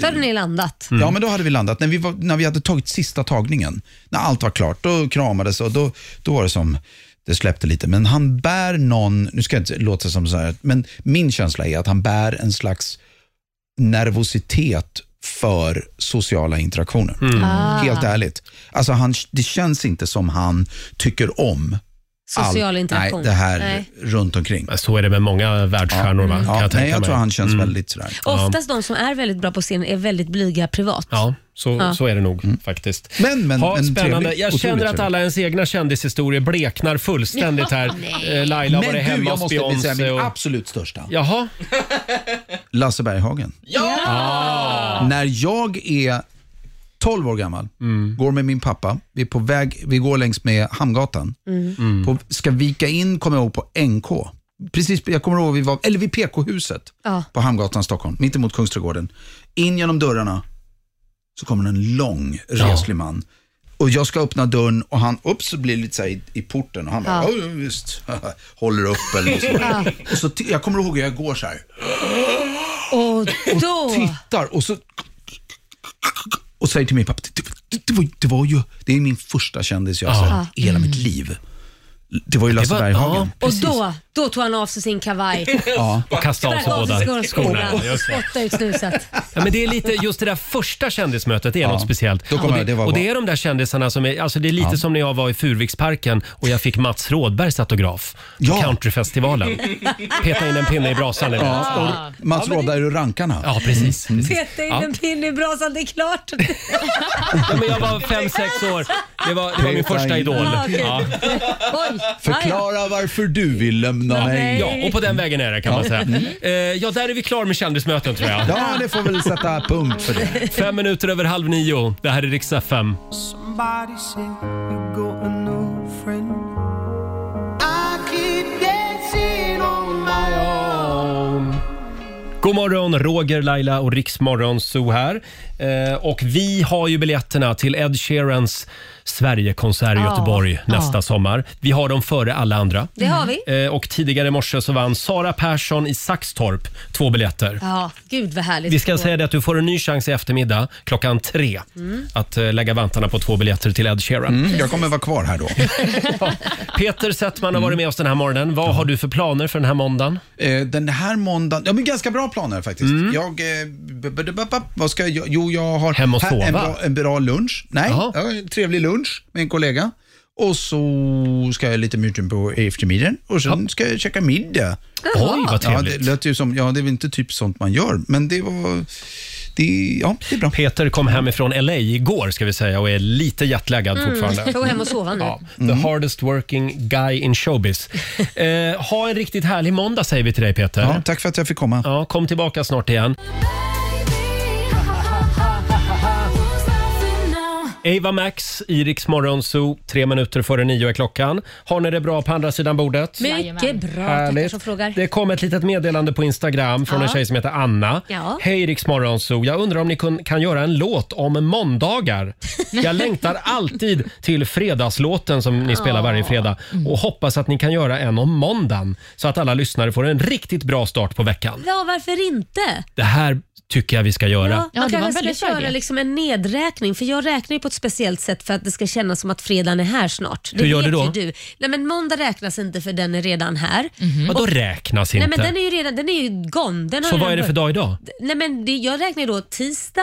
Speaker 3: Då hade ni landat.
Speaker 1: Mm.
Speaker 8: Ja, men då hade vi landat. När vi, var, när vi hade tagit sista tagningen, när allt var klart, då kramades och då, då var det som det släppte lite. Men han bär någon, nu ska jag inte låta som så här, men min känsla är att han bär en slags nervositet för sociala interaktioner.
Speaker 1: Mm.
Speaker 3: Ah.
Speaker 8: Helt ärligt. Alltså han, det känns inte som han tycker om all-
Speaker 3: Social interaktion.
Speaker 8: Nej, det här
Speaker 3: Nej.
Speaker 8: runt omkring.
Speaker 1: Men Så är det med många världsstjärnor va? Kan
Speaker 8: Ja,
Speaker 1: jag tänka
Speaker 8: nej, jag
Speaker 1: mig. Mm.
Speaker 8: tror han känns väldigt sådär.
Speaker 3: Oftast de som är väldigt bra på scenen är väldigt blyga privat.
Speaker 1: Ja, så, så är det nog faktiskt.
Speaker 8: Mm. Men, men,
Speaker 1: ha,
Speaker 8: men
Speaker 1: spännande.
Speaker 8: trevlig.
Speaker 1: jag
Speaker 8: Otroligt
Speaker 1: känner att
Speaker 8: trevlig.
Speaker 1: alla ens egna kändishistorier bleknar fullständigt här. Eh, Laila har
Speaker 8: Men
Speaker 1: varit
Speaker 8: du,
Speaker 1: hemma
Speaker 8: jag
Speaker 1: hos
Speaker 8: måste väl säga
Speaker 1: Beyoncé.
Speaker 8: min
Speaker 1: Och...
Speaker 8: absolut största.
Speaker 1: Jaha,
Speaker 8: Lasse Berghagen. När jag är 12 år gammal, går med min pappa, vi är på väg, vi går längs med Hamngatan, på, ska vika in, kommer jag ihåg, på NK. Precis, jag kommer ihåg, vi var, eller vid PK-huset
Speaker 3: Ja.
Speaker 8: på Hamngatan, Stockholm, mitt emot Kungsträdgården. In genom dörrarna så kommer en lång, reslig man. Och jag ska öppna dörren och han, upp så blir det lite så här i, i porten och han bara, ja. visst, håller upp eller något sånt. Och så, t- jag kommer ihåg hur jag går så här
Speaker 3: Och då...
Speaker 8: tittar och så och säger till min pappa, det, det, det, var, det var ju, det är min första kändis jag har sett i hela mitt liv. Det var ju Lasse
Speaker 1: var-
Speaker 8: Berghagen.
Speaker 3: Och då, då tog han av sig sin kavaj.
Speaker 1: och kasta av sig
Speaker 3: Där
Speaker 1: båda
Speaker 3: sig
Speaker 1: skorna.
Speaker 3: skorna.
Speaker 1: Ja, just det.
Speaker 3: Spotta ut snuset.
Speaker 1: Ja, men det är lite, just det där första kändismötet, det är något speciellt.
Speaker 8: Då kommer
Speaker 1: och, det,
Speaker 8: jag- det var
Speaker 1: och
Speaker 8: bra.
Speaker 1: det är de där kändisarna som är, alltså det är lite som när jag var i Furviksparken och jag fick Mats Rådbergs autograf på
Speaker 8: Ja.
Speaker 1: countryfestivalen. Peta in en pinne i brasan ni vet.
Speaker 8: Ja, Mm. och Mats Rådberg ur rankarna.
Speaker 1: Ja, precis. precis.
Speaker 3: Peta in en pinne i brasan, det är klart.
Speaker 1: Ja, men jag var fem, sex år. Det var, det var min
Speaker 8: Peta
Speaker 1: första
Speaker 8: in.
Speaker 1: idol.
Speaker 3: Ja, okej.
Speaker 1: Ja.
Speaker 3: Oj. Ja,
Speaker 8: Förklara varför du vill lämna mig.
Speaker 1: Ja, och på den vägen är det kan man säga. Eh, ja, där är vi klar med kändismöten tror jag.
Speaker 8: Mm. Ja, det får väl sätta punkt för det.
Speaker 1: Fem minuter över halv nio. Det här är riks FM.
Speaker 6: Somebody said you got a new friend. I keep dancing on my own.
Speaker 1: God morgon, Roger, Laila och Riksmorgon Zoo här. Eh, och vi har ju biljetterna till Ed Sheerans Sverigekonsert i
Speaker 3: Ja.
Speaker 1: Göteborg nästa sommar. Vi har dem före alla andra.
Speaker 3: Det har vi.
Speaker 1: Eh, och tidigare i morse så vann Sara Persson i Saxtorp två biljetter.
Speaker 3: Ja, gud vad härligt.
Speaker 1: Vi ska säga det att du får en ny chans i eftermiddag klockan tre att eh, lägga vantarna på två biljetter till Ed Sheeran.
Speaker 8: Mm, jag kommer vara kvar här då.
Speaker 1: Peter
Speaker 8: Mm.
Speaker 1: Settman har varit med oss den här morgonen. Vad har du för planer för den här måndagen?
Speaker 8: Eh, Den här måndagen, ja men ganska bra planer faktiskt. Jag, eh, b- b- b- b- vad ska jag, gö- jo jag har
Speaker 1: Mm. Hem och
Speaker 8: här-
Speaker 1: sova.
Speaker 8: En, bra, en bra lunch, nej,
Speaker 1: Jaha.
Speaker 8: ja, en trevlig lunch med en kollega. Och så ska jag lite mycket på eftermiddagen och sen ska jag käka middag.
Speaker 1: Oj, vad
Speaker 8: Ja, det
Speaker 1: trevligt.
Speaker 8: lät ju som, ja det är väl inte typ sånt man gör, men det var, det, ja det är bra.
Speaker 1: Peter kom hemifrån LA igår ska vi säga och är lite jetlaggad fortfarande.
Speaker 3: Jag går hem och sova nu.
Speaker 1: Ja, the
Speaker 8: Mm.
Speaker 1: hardest working guy in showbiz. Eh, ha en riktigt härlig måndag säger vi till dig Peter.
Speaker 8: Ja,
Speaker 1: Ja.
Speaker 8: tack för att jag fick komma.
Speaker 1: kom tillbaka snart igen. Ava Max, Iriks morgonzoo, tre minuter före nio är klockan. Har ni det bra på andra sidan bordet?
Speaker 3: Mycket bra. Tackar som frågar.
Speaker 1: Det kom ett litet meddelande på Instagram från en tjej som heter Anna.
Speaker 3: Ja.
Speaker 1: Hej Rix Morgonzoo. Jag undrar om ni kun, kan göra en låt om måndagar? Jag längtar alltid till fredagslåten som ni spelar varje fredag
Speaker 3: Mm.
Speaker 1: och hoppas att ni kan göra en om måndagen så att alla lyssnare får en riktigt bra start på veckan.
Speaker 3: Ja, varför inte?
Speaker 1: Det här tycker jag vi ska göra.
Speaker 3: Ja, man
Speaker 4: det var
Speaker 3: kanske
Speaker 4: en
Speaker 3: ska
Speaker 4: väldigt bra
Speaker 3: köra
Speaker 4: idé.
Speaker 3: liksom en nedräkning, för jag räknar ju på ett speciellt sätt för att det ska kännas som att fredagen är här snart. Det
Speaker 1: Hur gör
Speaker 3: vet
Speaker 1: du då?
Speaker 3: ju Du. Nej, men måndag räknas inte för den är redan här.
Speaker 4: Mhm.
Speaker 1: Vadå
Speaker 3: Och-
Speaker 1: räknas
Speaker 3: Nej,
Speaker 1: inte?
Speaker 3: men den är ju redan den är ju gone. Den har
Speaker 1: Så
Speaker 3: ju
Speaker 1: vad är det
Speaker 3: redan
Speaker 1: för dag
Speaker 3: börjat.
Speaker 1: idag?
Speaker 3: Nej, men det, jag räknar ju då tisdag.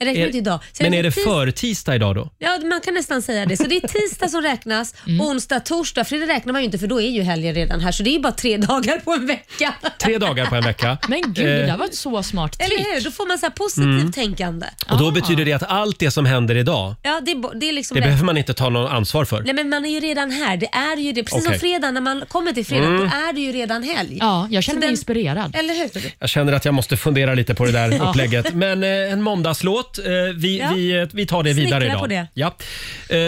Speaker 3: Jag räknar
Speaker 1: Är-
Speaker 3: inte idag. Så
Speaker 1: Men
Speaker 3: jag-
Speaker 1: är det
Speaker 3: tis-
Speaker 1: förtisdag idag då?
Speaker 3: Ja, man kan nästan säga det. Så det är tisdag som räknas,
Speaker 4: Mm.
Speaker 3: onsdag, torsdag. Fredag räknar man ju inte för då är ju helgen redan här. Så det är ju bara tre dagar på en vecka.
Speaker 1: Tre dagar på en vecka.
Speaker 4: Men gud, det
Speaker 1: Eh,
Speaker 4: där var ett så smart trick.
Speaker 3: Eller hur? Då får man så här positivt
Speaker 1: Mm.
Speaker 3: tänkande.
Speaker 1: Och då betyder det att allt det som händer idag,
Speaker 3: Ja, det, är bo- det är liksom
Speaker 1: det
Speaker 3: rätt.
Speaker 1: behöver man inte ta någon ansvar för.
Speaker 3: Nej men man är ju redan här. Det är ju det. Precis
Speaker 1: Okej.
Speaker 3: som fredag, när man kommer till fredag,
Speaker 1: Mm.
Speaker 3: då är det ju redan helg.
Speaker 4: Ja, jag känner
Speaker 3: Så
Speaker 4: mig
Speaker 3: den-
Speaker 4: inspirerad.
Speaker 3: Eller hur?
Speaker 1: Jag känner att jag måste fundera lite på det där
Speaker 4: Ja.
Speaker 1: upplägget. Men eh, en måndagslåt, eh, vi,
Speaker 3: Ja.
Speaker 1: vi, eh, vi tar det vidare
Speaker 3: Snickra
Speaker 1: idag.
Speaker 3: på det.
Speaker 1: Ja.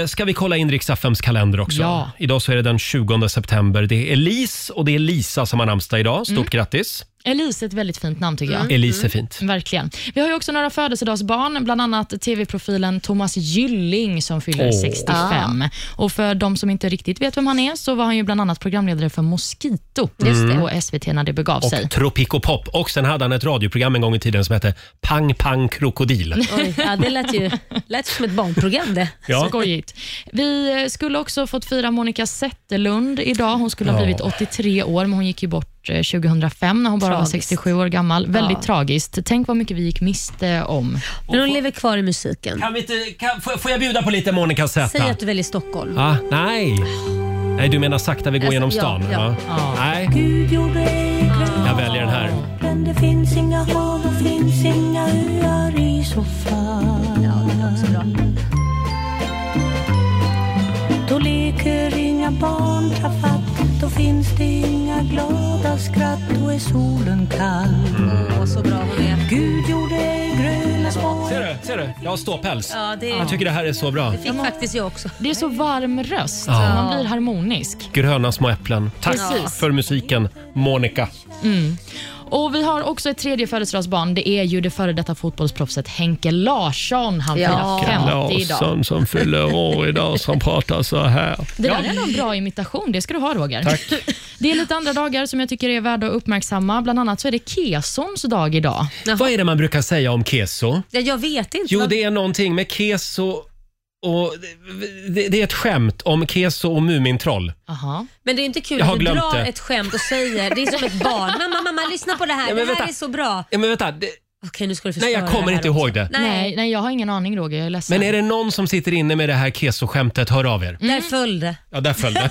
Speaker 1: Eh, ska vi kolla in Riks-FMs kalender också?
Speaker 4: Ja.
Speaker 1: Idag så är det den 20 september. Det är Elise och det är Lisa som har namnsdag idag. Stort
Speaker 4: Mm.
Speaker 1: grattis!
Speaker 4: Elise är ett väldigt fint namn
Speaker 3: Mm.
Speaker 4: tycker jag.
Speaker 1: Elise är fint.
Speaker 4: Verkligen. Vi har ju också några födelsedagsbarn, bland annat tv-profilen Thomas Gylling som fyller
Speaker 1: Åh. Ah.
Speaker 4: 65. Och För de som inte riktigt vet vem han är så var han ju bland annat programledare för Mosquito på SVT när det begav sig.
Speaker 1: Och Tropico Pop. Och sen hade han ett radioprogram en gång i tiden som hette Pang Pang Krokodil.
Speaker 3: Oj, ja, det lät ju lät som ett barnprogram det.
Speaker 1: Ja.
Speaker 4: Skojigt. Vi eh, skulle också fått fira Monica Zetterlund idag. Hon skulle ha
Speaker 1: Ja.
Speaker 4: blivit 83 år, men hon gick ju bort eh, 2005 när hon bara
Speaker 3: Tragiskt.
Speaker 4: var 67 år gammal. Väldigt tragiskt. Tänk vad mycket vi gick miste om.
Speaker 3: Men hon lever kvar i musiken.
Speaker 1: Kan vi inte, kan, får, får jag bjuda på lite Monica Zeta?
Speaker 3: Säg att du väljer Stockholm.
Speaker 1: ah, nej. nej, du menar sakta vi går
Speaker 3: Alltså,
Speaker 1: genom
Speaker 3: ja,
Speaker 1: stan?
Speaker 3: ja.
Speaker 1: va?
Speaker 4: Ja.
Speaker 1: Nej,
Speaker 6: Gud gjorde egen
Speaker 1: jag väljer den här.
Speaker 6: Men det finns inga hav och finns inga öar i så fall
Speaker 3: Ja, det är också bra.
Speaker 6: Då leker inga barn trafatt Då finns det inga glada skratt Då är solen kall
Speaker 3: Åh, så bra hon är.
Speaker 6: Gud gjorde gröna små
Speaker 1: Ser du? Ser du? Jag har ståpäls.
Speaker 3: Ja, det
Speaker 1: Jag tycker det här är så bra.
Speaker 3: fick faktiskt jag också.
Speaker 4: Det är så varm röst.
Speaker 1: Ja.
Speaker 4: Man blir harmonisk.
Speaker 1: Gröna små äpplen. Tack
Speaker 4: Precis.
Speaker 1: för musiken, Monica.
Speaker 4: Och Vi har också ett tredje födelsedagsbarn. Det är ju det före detta fotbollsproffset Henke Larsson. Han
Speaker 3: Ja.
Speaker 4: fyller 50 idag.
Speaker 1: som fyller år idag som pratar så här.
Speaker 4: Det där är nog en bra imitation. Det ska du ha, Roger. Det är lite andra dagar som jag tycker är värda att uppmärksamma. Bland annat så är det Kesons dag idag.
Speaker 1: Vad är det man brukar säga om keso?
Speaker 3: Ja, jag vet inte.
Speaker 1: Jo,
Speaker 3: vad-
Speaker 1: det är någonting med keso och... Det, det är ett skämt om keso och Mumintroll.
Speaker 4: Aha.
Speaker 3: Men det är inte kul
Speaker 1: Jag har
Speaker 3: att du
Speaker 1: glömt
Speaker 3: drar
Speaker 1: det.
Speaker 3: ett skämt och säger det är som ett barn. Mamma, mamma, lyssna på det här.
Speaker 1: Ja, men
Speaker 3: det här
Speaker 1: vänta.
Speaker 3: är så bra.
Speaker 1: Ja, men vänta. Det,
Speaker 3: Okej, nu ska du
Speaker 1: nej,
Speaker 3: förstöra
Speaker 1: jag kommer
Speaker 3: det här
Speaker 1: inte
Speaker 3: också.
Speaker 1: ihåg det.
Speaker 3: Nej,
Speaker 4: Nej, nej, jag har ingen aning, Roger. Jag är ledsen.
Speaker 1: Men är det någon som sitter inne med det här keso-skämtet, hör av er.
Speaker 3: där föll det.
Speaker 1: Ja, där föll det.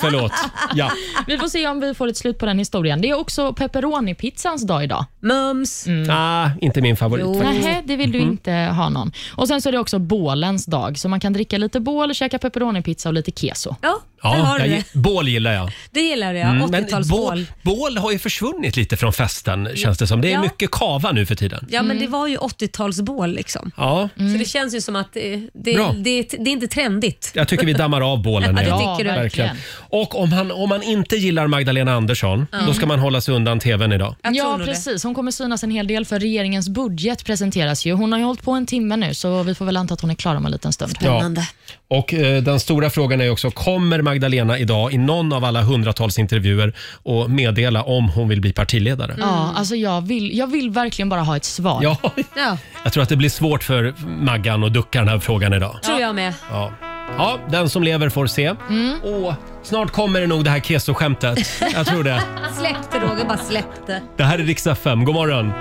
Speaker 1: Förlåt. Ja.
Speaker 4: Vi får se om vi får ett slut på den historien. Det är också pepperoni-pizzans dag idag.
Speaker 3: Mums.
Speaker 1: Ah, inte min favorit.
Speaker 3: Mm. Jo.
Speaker 1: faktiskt.
Speaker 4: Nej, det vill du
Speaker 3: Mm-hmm.
Speaker 4: inte ha någon. Och Sen så är det också bålens dag, så man kan dricka lite bål, käka pepperoni-pizza och lite keso.
Speaker 3: Ja, där
Speaker 1: Ja,
Speaker 3: har du
Speaker 1: jag,
Speaker 3: det.
Speaker 1: gi- bål gillar jag.
Speaker 3: Det gillar jag.
Speaker 1: Mm, men
Speaker 3: 80-talsbål.
Speaker 1: bål- Bål har ju försvunnit lite från festen känns det som. Det är
Speaker 3: Ja.
Speaker 1: mycket kava nu för tiden.
Speaker 3: Ja, men det var ju 80-talsbål liksom.
Speaker 1: Ja,
Speaker 3: Så det känns ju som att eh, det,
Speaker 1: Bra.
Speaker 3: det, det, är inte trendigt.
Speaker 1: jag tycker vi dammar av bålen nu.
Speaker 3: Ja,
Speaker 4: Ja,
Speaker 3: tycker du.
Speaker 1: Verkligen. Och om han, om man inte gillar Magdalena Andersson, då ska man hålla sig undan TVn idag.
Speaker 3: Jag tror
Speaker 4: Ja,
Speaker 3: nog det.
Speaker 4: precis. Hon kommer synas en hel del för regeringens budget presenteras ju. Hon har ju hållit på en timme nu så vi får väl anta att hon är klar om en liten stund.
Speaker 3: Spännande.
Speaker 1: Och eh, Den stora frågan är också, kommer Magdalena idag i någon av alla hundratals intervjuer och meddela om hon vill bli partiledare?
Speaker 4: Ja, alltså jag vill, jag vill verkligen bara ha ett svar.
Speaker 1: Ja,
Speaker 3: Ja,
Speaker 1: jag tror att det blir svårt för Maggan att ducka den här frågan idag.
Speaker 3: tror jag med.
Speaker 1: Ja, ja den som lever får se.
Speaker 3: Mm.
Speaker 1: Och snart kommer det nog det här keso-släpptet. Jag tror det.
Speaker 3: Släppte Roger, bara släppte.
Speaker 1: Det här är Rix FM. God morgon!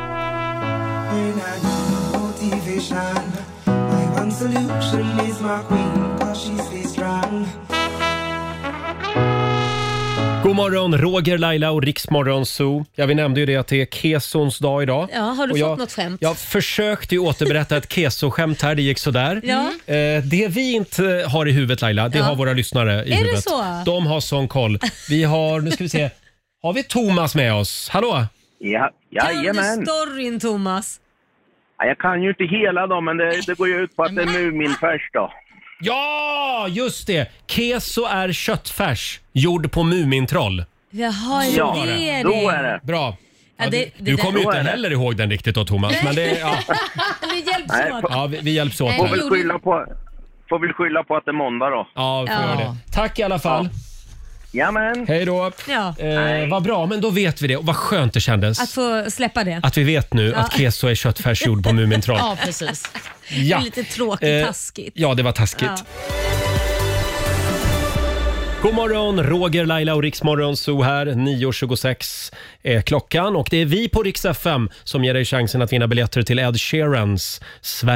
Speaker 1: God morgon, Roger, Laila och Riksmorgon Zoo. Ja, vi nämnde ju det att det är kesons dag idag.
Speaker 3: Ja, har du
Speaker 1: Och
Speaker 3: fått
Speaker 1: jag,
Speaker 3: något skämt?
Speaker 1: Jag försökte ju återberätta ett kesoskämt här, det gick sådär.
Speaker 3: Ja.
Speaker 1: Eh, det vi inte har i huvudet Laila, det
Speaker 3: Ja.
Speaker 1: har våra lyssnare i
Speaker 3: Är det
Speaker 1: huvudet.
Speaker 3: så?
Speaker 1: De har sån koll. Vi har, nu ska vi se, har vi Thomas med oss? Hallå?
Speaker 11: Ja,
Speaker 3: Kan du
Speaker 11: jajamän.
Speaker 3: storyn Thomas?
Speaker 11: Ja, jag kan ju inte hela dem, men det, det går ju ut på att det är Muminfärs då.
Speaker 1: Ja, just det! Keso är köttfärs gjord på Mumintroll.
Speaker 3: Jaha, är
Speaker 11: Ja,
Speaker 3: det det?
Speaker 11: då är det.
Speaker 1: Bra.
Speaker 3: Ja,
Speaker 1: Ja,
Speaker 3: det-
Speaker 1: du
Speaker 3: det
Speaker 1: du
Speaker 3: där-
Speaker 1: kommer ju
Speaker 11: Så
Speaker 1: inte
Speaker 11: är det.
Speaker 1: heller ihåg den riktigt då Thomas, men det, ja,
Speaker 3: Nu hjälps
Speaker 11: Nej,
Speaker 3: åt.
Speaker 11: på-
Speaker 1: ja, vi, vi hjälps åt.
Speaker 3: Nej,
Speaker 11: Får
Speaker 1: Här.
Speaker 3: vi
Speaker 11: väl skylla på, får väl skylla på att det är måndag då.
Speaker 1: Ja, vi får
Speaker 3: Ja.
Speaker 1: göra det. Tack i alla fall.
Speaker 12: Jajamän.
Speaker 1: Hej då.
Speaker 13: Ja.
Speaker 1: Eh, vad bra, men då vet vi det. Och vad skönt det kändes.
Speaker 13: Att få släppa det.
Speaker 1: Att vi vet nu
Speaker 13: Ja.
Speaker 1: att keso är köttfärs gjord på Mumintroll.
Speaker 13: Ja, precis.
Speaker 1: Ja.
Speaker 13: Det är lite tråkigt,
Speaker 1: Eh,
Speaker 13: taskigt.
Speaker 1: Ja, det var taskigt.
Speaker 13: Ja.
Speaker 1: God morgon, Roger, Laila och Riksmorgon Zoo här. 9.26 är klockan och det är vi på Rix FM som ger dig chansen att vinna biljetter till Ed Sheerans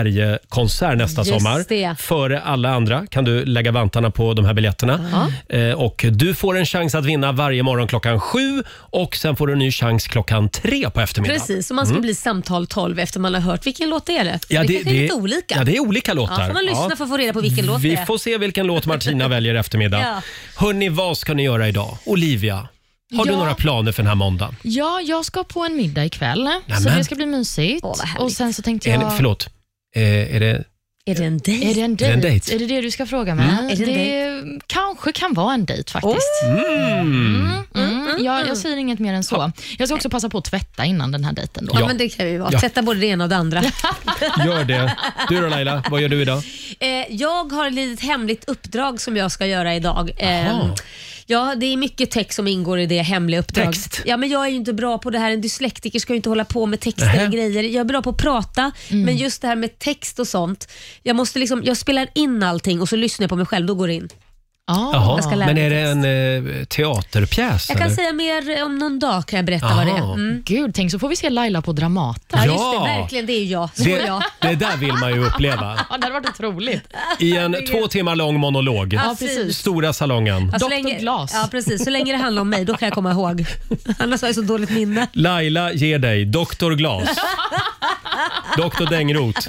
Speaker 1: Sverigekonsert nästa
Speaker 3: Just
Speaker 1: sommar.
Speaker 3: det.
Speaker 1: Före alla andra kan du lägga vantarna på de här biljetterna. Eh, och du får en chans att vinna varje morgon klockan sju och sen får du en ny chans klockan tre på eftermiddagen.
Speaker 3: Precis, och man ska
Speaker 1: Mm.
Speaker 3: bli samtal 12 efter man har hört vilken låt det är. Det,
Speaker 1: Ja,
Speaker 3: det,
Speaker 1: det-
Speaker 3: kanske är
Speaker 1: det-
Speaker 3: lite olika.
Speaker 1: ja, det är olika låtar.
Speaker 3: Ja, får man lyssna
Speaker 1: Ja.
Speaker 3: för att få reda på vilken låt
Speaker 1: Vi
Speaker 3: det är.
Speaker 1: får se vilken låt Martina väljer i eftermiddag.
Speaker 4: Ja.
Speaker 1: Hörni, vad ska ni göra idag? Olivia, har du
Speaker 4: Ja.
Speaker 1: några planer för den här måndagen?
Speaker 4: Ja, jag ska på en middag ikväll, så
Speaker 1: Nämen.
Speaker 4: det ska bli mysigt. och sen så tänkte jag...
Speaker 1: Är, förlåt, eh, är det...
Speaker 3: Är det en dejt?
Speaker 4: Är det en
Speaker 1: Är det en dejt?
Speaker 4: dejt? Är det det du ska fråga mig?
Speaker 1: Mm.
Speaker 4: Är det
Speaker 1: en
Speaker 4: kanske kan vara en dejt faktiskt.
Speaker 1: Mm.
Speaker 4: Mm. Jag, jag säger inget mer än så. Jag ska också passa på att tvätta innan den här dejten. Då.
Speaker 1: Ja, Ja. men det
Speaker 3: kan vi
Speaker 1: Ja. Tvätta
Speaker 3: både det ena och det andra.
Speaker 1: Gör det. Du då Laila, vad gör du idag?
Speaker 3: Eh, jag har ett litet hemligt uppdrag som jag ska göra idag. Eh,
Speaker 1: Jaha.
Speaker 3: ja, det är mycket text som ingår i det hemliga uppdraget.
Speaker 1: Text?
Speaker 3: Ja, men jag är ju inte bra på det här. En dyslektiker ska ju inte hålla på med texter
Speaker 13: Nähä.
Speaker 3: och grejer. Jag är bra på att prata,
Speaker 13: Mm.
Speaker 3: men just det här med text och sånt. Jag, måste liksom, jag spelar in allting och så lyssnar jag på mig själv, då går det in.
Speaker 1: Jaha,
Speaker 3: Jag ska lära
Speaker 1: men
Speaker 3: mig
Speaker 1: är det en eh, teaterpjäs?
Speaker 3: Jag kan
Speaker 1: eller?
Speaker 3: säga mer om någon dag kan jag berätta vad det är.
Speaker 1: Aha.
Speaker 3: Mm.
Speaker 4: Gud, tänk så får vi se Laila på Dramaten.
Speaker 3: Ja, just det. Verkligen, det är jag. Så är jag.
Speaker 1: det, det där vill man ju uppleva.
Speaker 4: Ja, det hade varit otroligt.
Speaker 1: I en två timmar lång monolog.
Speaker 3: Ja, precis.
Speaker 1: Stora salongen.
Speaker 3: Ja, så länge, ja, precis. Så länge det handlar om mig, då kan jag komma ihåg. Annars har jag så dåligt minne.
Speaker 1: Laila ger dig Dr. Glas. Dr. Dängrot.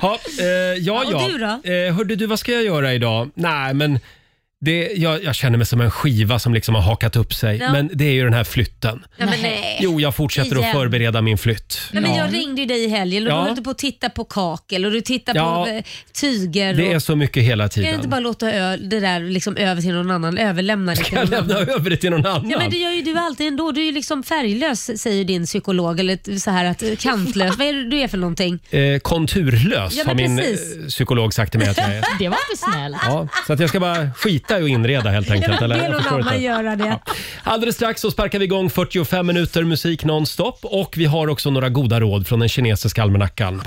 Speaker 1: Ha, eh, ja, ja.
Speaker 3: och du då?
Speaker 1: Eh, hörde du, vad ska jag göra idag? Nej, men det, jag, jag känner mig som en skiva som liksom har hakat upp sig.
Speaker 3: Ja.
Speaker 1: Men det är ju den här flytten.
Speaker 3: Ja, men nej.
Speaker 1: Jo, jag fortsätter
Speaker 3: Igen.
Speaker 1: att förbereda min flytt.
Speaker 3: Nej, men
Speaker 1: Ja.
Speaker 3: jag ringde ju dig i helgen och
Speaker 1: Ja.
Speaker 3: du höll på att titta på kakel och du tittar
Speaker 1: Ja.
Speaker 3: på eh, tyger.
Speaker 1: Det är
Speaker 3: och,
Speaker 1: så mycket hela
Speaker 3: kan du inte
Speaker 1: tiden.
Speaker 3: bara låta ö, det där liksom över till någon annan? Överlämna det till
Speaker 1: Kan jag
Speaker 3: någon
Speaker 1: lämna
Speaker 3: annan.
Speaker 1: över det till någon annan?
Speaker 3: Ja, men det gör ju du alltid ändå. Du är ju liksom färglös säger din psykolog. Eller så här att eh, kantlös. Vad är det du är för någonting?
Speaker 1: eh, konturlös
Speaker 3: Ja, men
Speaker 1: har min
Speaker 3: precis.
Speaker 1: eh, psykolog sagt till mig att jag är.
Speaker 4: Det var inte snällt.
Speaker 1: Ja, så att jag ska bara skita i att inreda helt enkelt. Eller? Jag förstår inte.
Speaker 3: göra det.
Speaker 1: Alldeles strax så sparkar vi igång 45 minuter musik nonstop och vi har också några goda råd från den kinesiska almanackan.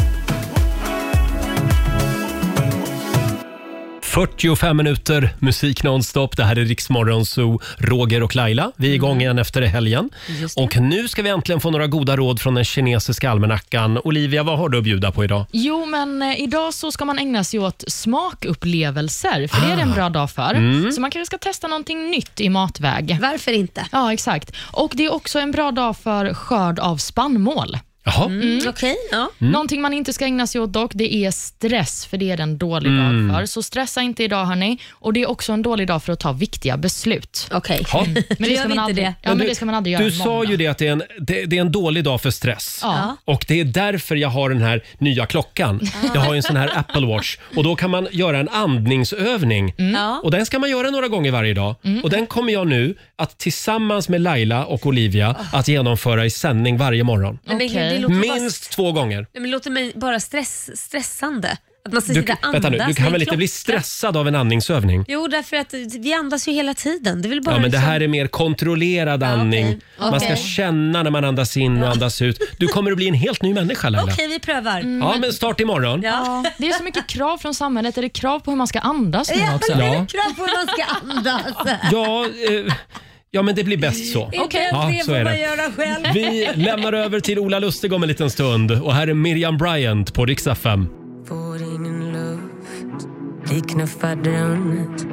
Speaker 1: 45 minuter musik nonstop. Det här är Riksmorgon Zoo, Roger och Laila. Vi är igång igen efter helgen. Och nu ska vi äntligen få några goda råd från den kinesiska almanackan. Olivia, vad har du att bjuda på idag?
Speaker 4: Jo, men eh, idag så ska man ägna sig åt smakupplevelser, för det är det en bra dag för.
Speaker 1: Ah. Mm.
Speaker 4: Så man kanske ska testa någonting nytt i matväg.
Speaker 3: Varför inte?
Speaker 4: Ja, exakt. Och Det är också en bra dag för skörd av spannmål.
Speaker 1: Jaha.
Speaker 3: Mm, Okej, ja.
Speaker 4: Någonting man inte ska ägna sig åt dock, det är stress, för det är det en dålig
Speaker 1: Mm.
Speaker 4: dag för. Så stressa inte idag hörni. Och det är också en dålig dag för att ta viktiga beslut.
Speaker 3: Okej. Mm.
Speaker 1: Ja.
Speaker 4: Men,
Speaker 3: Då
Speaker 4: det
Speaker 3: gör vi
Speaker 4: ska man
Speaker 3: inte
Speaker 4: aldrig-
Speaker 3: det.
Speaker 4: ja, men
Speaker 1: du-
Speaker 4: det ska man aldrig göra
Speaker 1: Du
Speaker 4: en
Speaker 1: sa
Speaker 4: måndag.
Speaker 1: ju det att det är, en, det, det är en dålig dag för stress.
Speaker 4: Ja.
Speaker 1: Och det är därför jag har den här nya klockan. Jag har ju en sån här Apple Watch och då kan man göra en andningsövning.
Speaker 4: Mm.
Speaker 3: Ja.
Speaker 1: Och den ska man göra några gånger varje dag. Och den kommer jag nu att tillsammans med Laila och Olivia
Speaker 3: Ah.
Speaker 1: att genomföra i sändning varje morgon.
Speaker 3: Nej, men gud, det låter bara-
Speaker 1: Minst två gånger.
Speaker 3: Nej, men det låter mig bara stress, stressande. Att man ska
Speaker 1: Du,
Speaker 3: sitta och andas.
Speaker 1: vänta nu, du
Speaker 3: med
Speaker 1: kan väl inte bli
Speaker 3: klockan.
Speaker 1: stressad av en andningsövning?
Speaker 3: Jo, därför att vi andas ju hela tiden. Det är väl bara
Speaker 1: Ja, men det
Speaker 3: liksom-
Speaker 1: här är mer kontrollerad andning. Man ska
Speaker 3: Okej.
Speaker 1: känna när man andas in och andas ut. Du kommer att bli en helt ny människa Laila.
Speaker 3: Okej, vi prövar.
Speaker 1: Ja, men start imorgon.
Speaker 3: Mm. Ja.
Speaker 4: Det är så mycket krav från samhället. Är det krav på hur man ska andas nu också?
Speaker 1: men det är Ja.
Speaker 3: Krav på hur man ska andas.
Speaker 1: Ja, eh, ja men det blir bäst så.
Speaker 3: Okej,
Speaker 1: ja,
Speaker 3: det
Speaker 1: så
Speaker 3: får
Speaker 1: är
Speaker 3: man
Speaker 1: det.
Speaker 3: göra själv.
Speaker 1: Vi lämnar över till Ola Lustig om en liten stund och här är Miriam Bryant på Rix FM.
Speaker 9: Får ingen luft, vi knuffar runt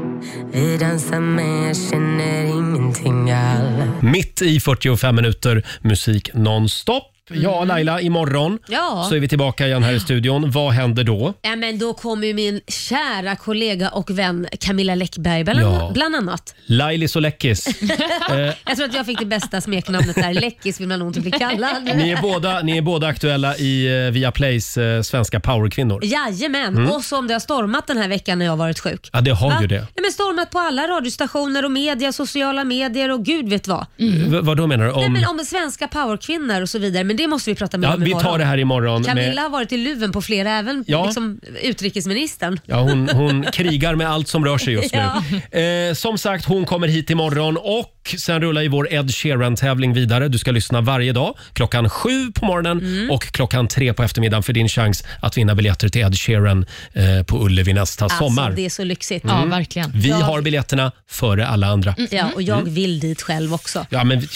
Speaker 9: Vi dansar med, jag känner ingenting alls
Speaker 1: Mitt i 45 minuter musik nonstop. Ja, Laila, imorgon
Speaker 3: Mm. Ja.
Speaker 1: så är vi tillbaka igen här i studion. Vad händer då?
Speaker 3: Ja, men då kommer ju min kära kollega och vän Camilla Läckberg bland,
Speaker 1: Ja.
Speaker 3: bland annat.
Speaker 1: Lailis och Läckis. Eh,
Speaker 3: Jag tror att jag fick det bästa smeknamnet där. Läckis vill man nog inte bli kallad.
Speaker 1: Ni är, båda, ni är båda aktuella i eh, Viaplays eh, svenska powerkvinnor.
Speaker 3: Jajamän,
Speaker 1: Mm.
Speaker 3: och som det har stormat den här veckan när jag har varit sjuk.
Speaker 1: Ja, det har ju det.
Speaker 3: Ja, men stormat på alla radiostationer och media, sociala medier och gud vet vad.
Speaker 1: V- vad då menar du?
Speaker 3: Nej,
Speaker 1: Om...
Speaker 3: men om svenska powerkvinnor och så vidare. Men men det måste vi prata mer
Speaker 1: Ja,
Speaker 3: om
Speaker 1: vi tar det här imorgon med-
Speaker 3: Camilla har varit i luven på flera, även
Speaker 1: Ja.
Speaker 3: liksom, utrikesministern.
Speaker 1: Ja, hon, hon krigar med allt som rör sig just nu.
Speaker 3: Ja.
Speaker 1: Eh, som sagt, hon kommer hit imorgon och sen rullar ju vår Ed Sheeran-tävling vidare. Du ska lyssna varje dag klockan sju på morgonen
Speaker 3: Mm.
Speaker 1: och klockan tre på eftermiddagen för din chans att vinna biljetter till Ed Sheeran eh, på Ullevi nästa
Speaker 3: Alltså,
Speaker 1: sommar.
Speaker 3: det är så lyxigt.
Speaker 1: Mm. Vi
Speaker 3: Jag-
Speaker 1: har biljetterna före alla andra.
Speaker 3: Ja, och jag
Speaker 1: Mm.
Speaker 3: vill dit själv också.
Speaker 1: Ja, men vi-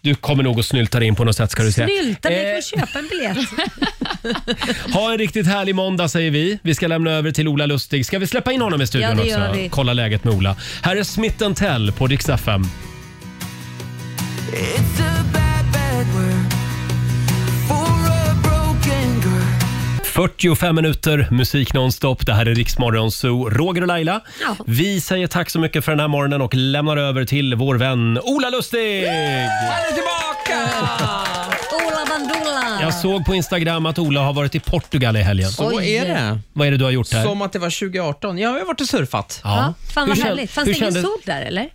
Speaker 1: du kommer nog att snylta dig in på något sätt ska du Eh, se.
Speaker 3: Snylta mig,
Speaker 12: Eh.
Speaker 3: jag får köpa en biljett.
Speaker 1: Ha en riktigt härlig måndag säger vi. Vi ska lämna över till Ola Lustig. Ska vi släppa in honom i studion
Speaker 3: Ja, det gör
Speaker 1: också?
Speaker 3: vi.
Speaker 1: Kolla läget med Ola. Här är Smith Tell på Dix FM.
Speaker 9: It's a bad, bad word for a broken girl.
Speaker 1: 45 minuter musik nonstop. Det här är Riksmorgon Zoo. Roger och Laila.
Speaker 9: Ja.
Speaker 1: Vi säger tack så mycket för den här morgonen och lämnar över till vår vän Ola Lustig!
Speaker 9: Han är tillbaka!
Speaker 3: Ola Bandula!
Speaker 1: Jag såg på Instagram att Ola har varit i Portugal i helgen.
Speaker 12: Så Oj. är det.
Speaker 1: Vad är det du har gjort där?
Speaker 12: Som att det var 2018. Ja, jag har varit och surfat.
Speaker 1: Ja.
Speaker 3: Fan vad
Speaker 12: Hur kän-
Speaker 3: härligt. Fanns
Speaker 12: hur
Speaker 3: det ingen
Speaker 12: kändes-
Speaker 3: sol där eller?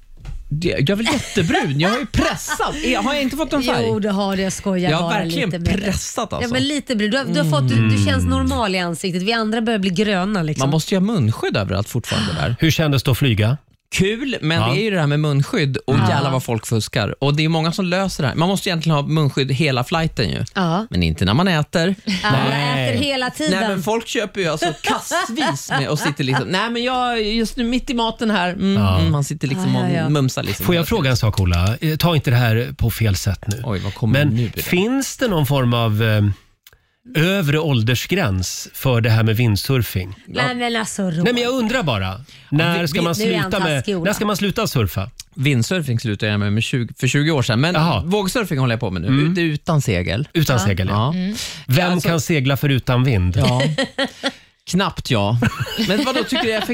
Speaker 12: Det- Jag är väl jättebrun? Jag har ju pressat. Är- Har jag inte fått någon färg?
Speaker 3: Jo, det har du. Jag skojar
Speaker 12: Jag har
Speaker 3: bara
Speaker 12: verkligen
Speaker 3: lite med dig.
Speaker 12: pressat, alltså. Mm.
Speaker 3: Ja, men lite brun. Du, har, du, har fått, du, du känns normal i ansiktet. Vi andra börjar bli gröna liksom.
Speaker 12: Man måste ju ha munskydd överallt fortfarande där.
Speaker 1: Hur kändes det att flyga?
Speaker 12: Kul, men
Speaker 1: Ja.
Speaker 12: det är ju det här med munskydd och
Speaker 3: Ja.
Speaker 12: jävlar vad folk fuskar. Och Det är många som löser det här. Man måste egentligen ha munskydd hela flighten ju.
Speaker 3: Ja.
Speaker 12: Men inte när man äter.
Speaker 3: Alla äter hela tiden.
Speaker 12: Nej, men folk köper ju alltså kassvis med och sitter liksom, nej men jag är just nu mitt i maten här. Mm,
Speaker 1: Ja.
Speaker 12: mm, man sitter liksom
Speaker 1: Ja, ja, ja.
Speaker 12: och mumsar. Liksom.
Speaker 1: Får jag fråga en sak Ola? Eh, Ta inte det här på fel sätt nu. Men finns det någon form av eh, övre åldersgräns för det här med windsurfing?
Speaker 3: Nej men alltså Roger.
Speaker 1: Nej men jag undrar bara. När
Speaker 12: vi-
Speaker 1: ska man
Speaker 12: nu är han
Speaker 1: sluta med...
Speaker 12: taskig, Ola.
Speaker 1: När ska man sluta surfa?
Speaker 12: Windsurfing slutade jag med, med 20, för 20 år sedan, men vågsurfing håller jag på med nu.
Speaker 1: Mm.
Speaker 12: Ut- Utan segel.
Speaker 1: Utan
Speaker 12: Ja.
Speaker 1: segel, ja.
Speaker 12: Ja. Alltså-
Speaker 1: Vem kan segla förutan vind?
Speaker 12: Ja. Knappt jag. Men vadå, tycker du jag är för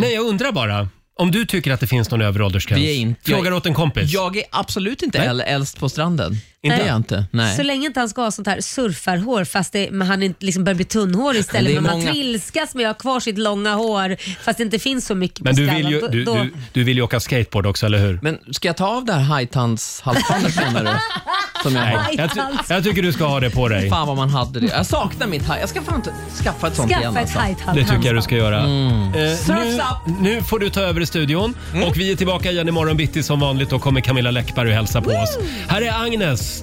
Speaker 1: Nej, jag undrar bara. Om du tycker att det finns någon övre åldersgräns?
Speaker 12: Vi är inte-
Speaker 1: Frågar åt en kompis.
Speaker 12: Jag är absolut inte
Speaker 1: Nej.
Speaker 12: äl- äldst på stranden.
Speaker 1: Inte?
Speaker 12: Det är jag inte. Nej.
Speaker 3: Så länge inte han ska ha sånt här surfarhår fast det, men han inte liksom börjar bli tunnhårig
Speaker 12: Det
Speaker 3: istället.
Speaker 12: är
Speaker 3: Men man
Speaker 12: många-
Speaker 3: trilskas med att ha kvar sitt långa hår fast det inte finns så mycket
Speaker 1: Men
Speaker 3: på
Speaker 1: du
Speaker 3: skallen.
Speaker 1: vill, ju,
Speaker 3: Då-
Speaker 1: du,
Speaker 3: då-
Speaker 1: du, du vill ju åka skateboard också, eller hur?
Speaker 12: Men ska jag ta av det här hajtandshalsbandet menar du? Som jag, har?
Speaker 1: Nej, jag, ty- jag tycker du ska ha det på dig.
Speaker 12: Fan vad man hade det. Jag saknar mitt haj. Jag ska fan inte skaffa ett sånt
Speaker 3: Skaffa
Speaker 12: igen.
Speaker 3: ett
Speaker 12: alltså.
Speaker 3: hajtand.
Speaker 1: Det tycker jag du ska göra. Eh, nu,
Speaker 12: Surfs
Speaker 1: nu får du ta över i studion. Och vi är tillbaka igen imorgon bitti som vanligt. Då kommer Camilla Läckberg och hälsa på oss. Här är Agnes,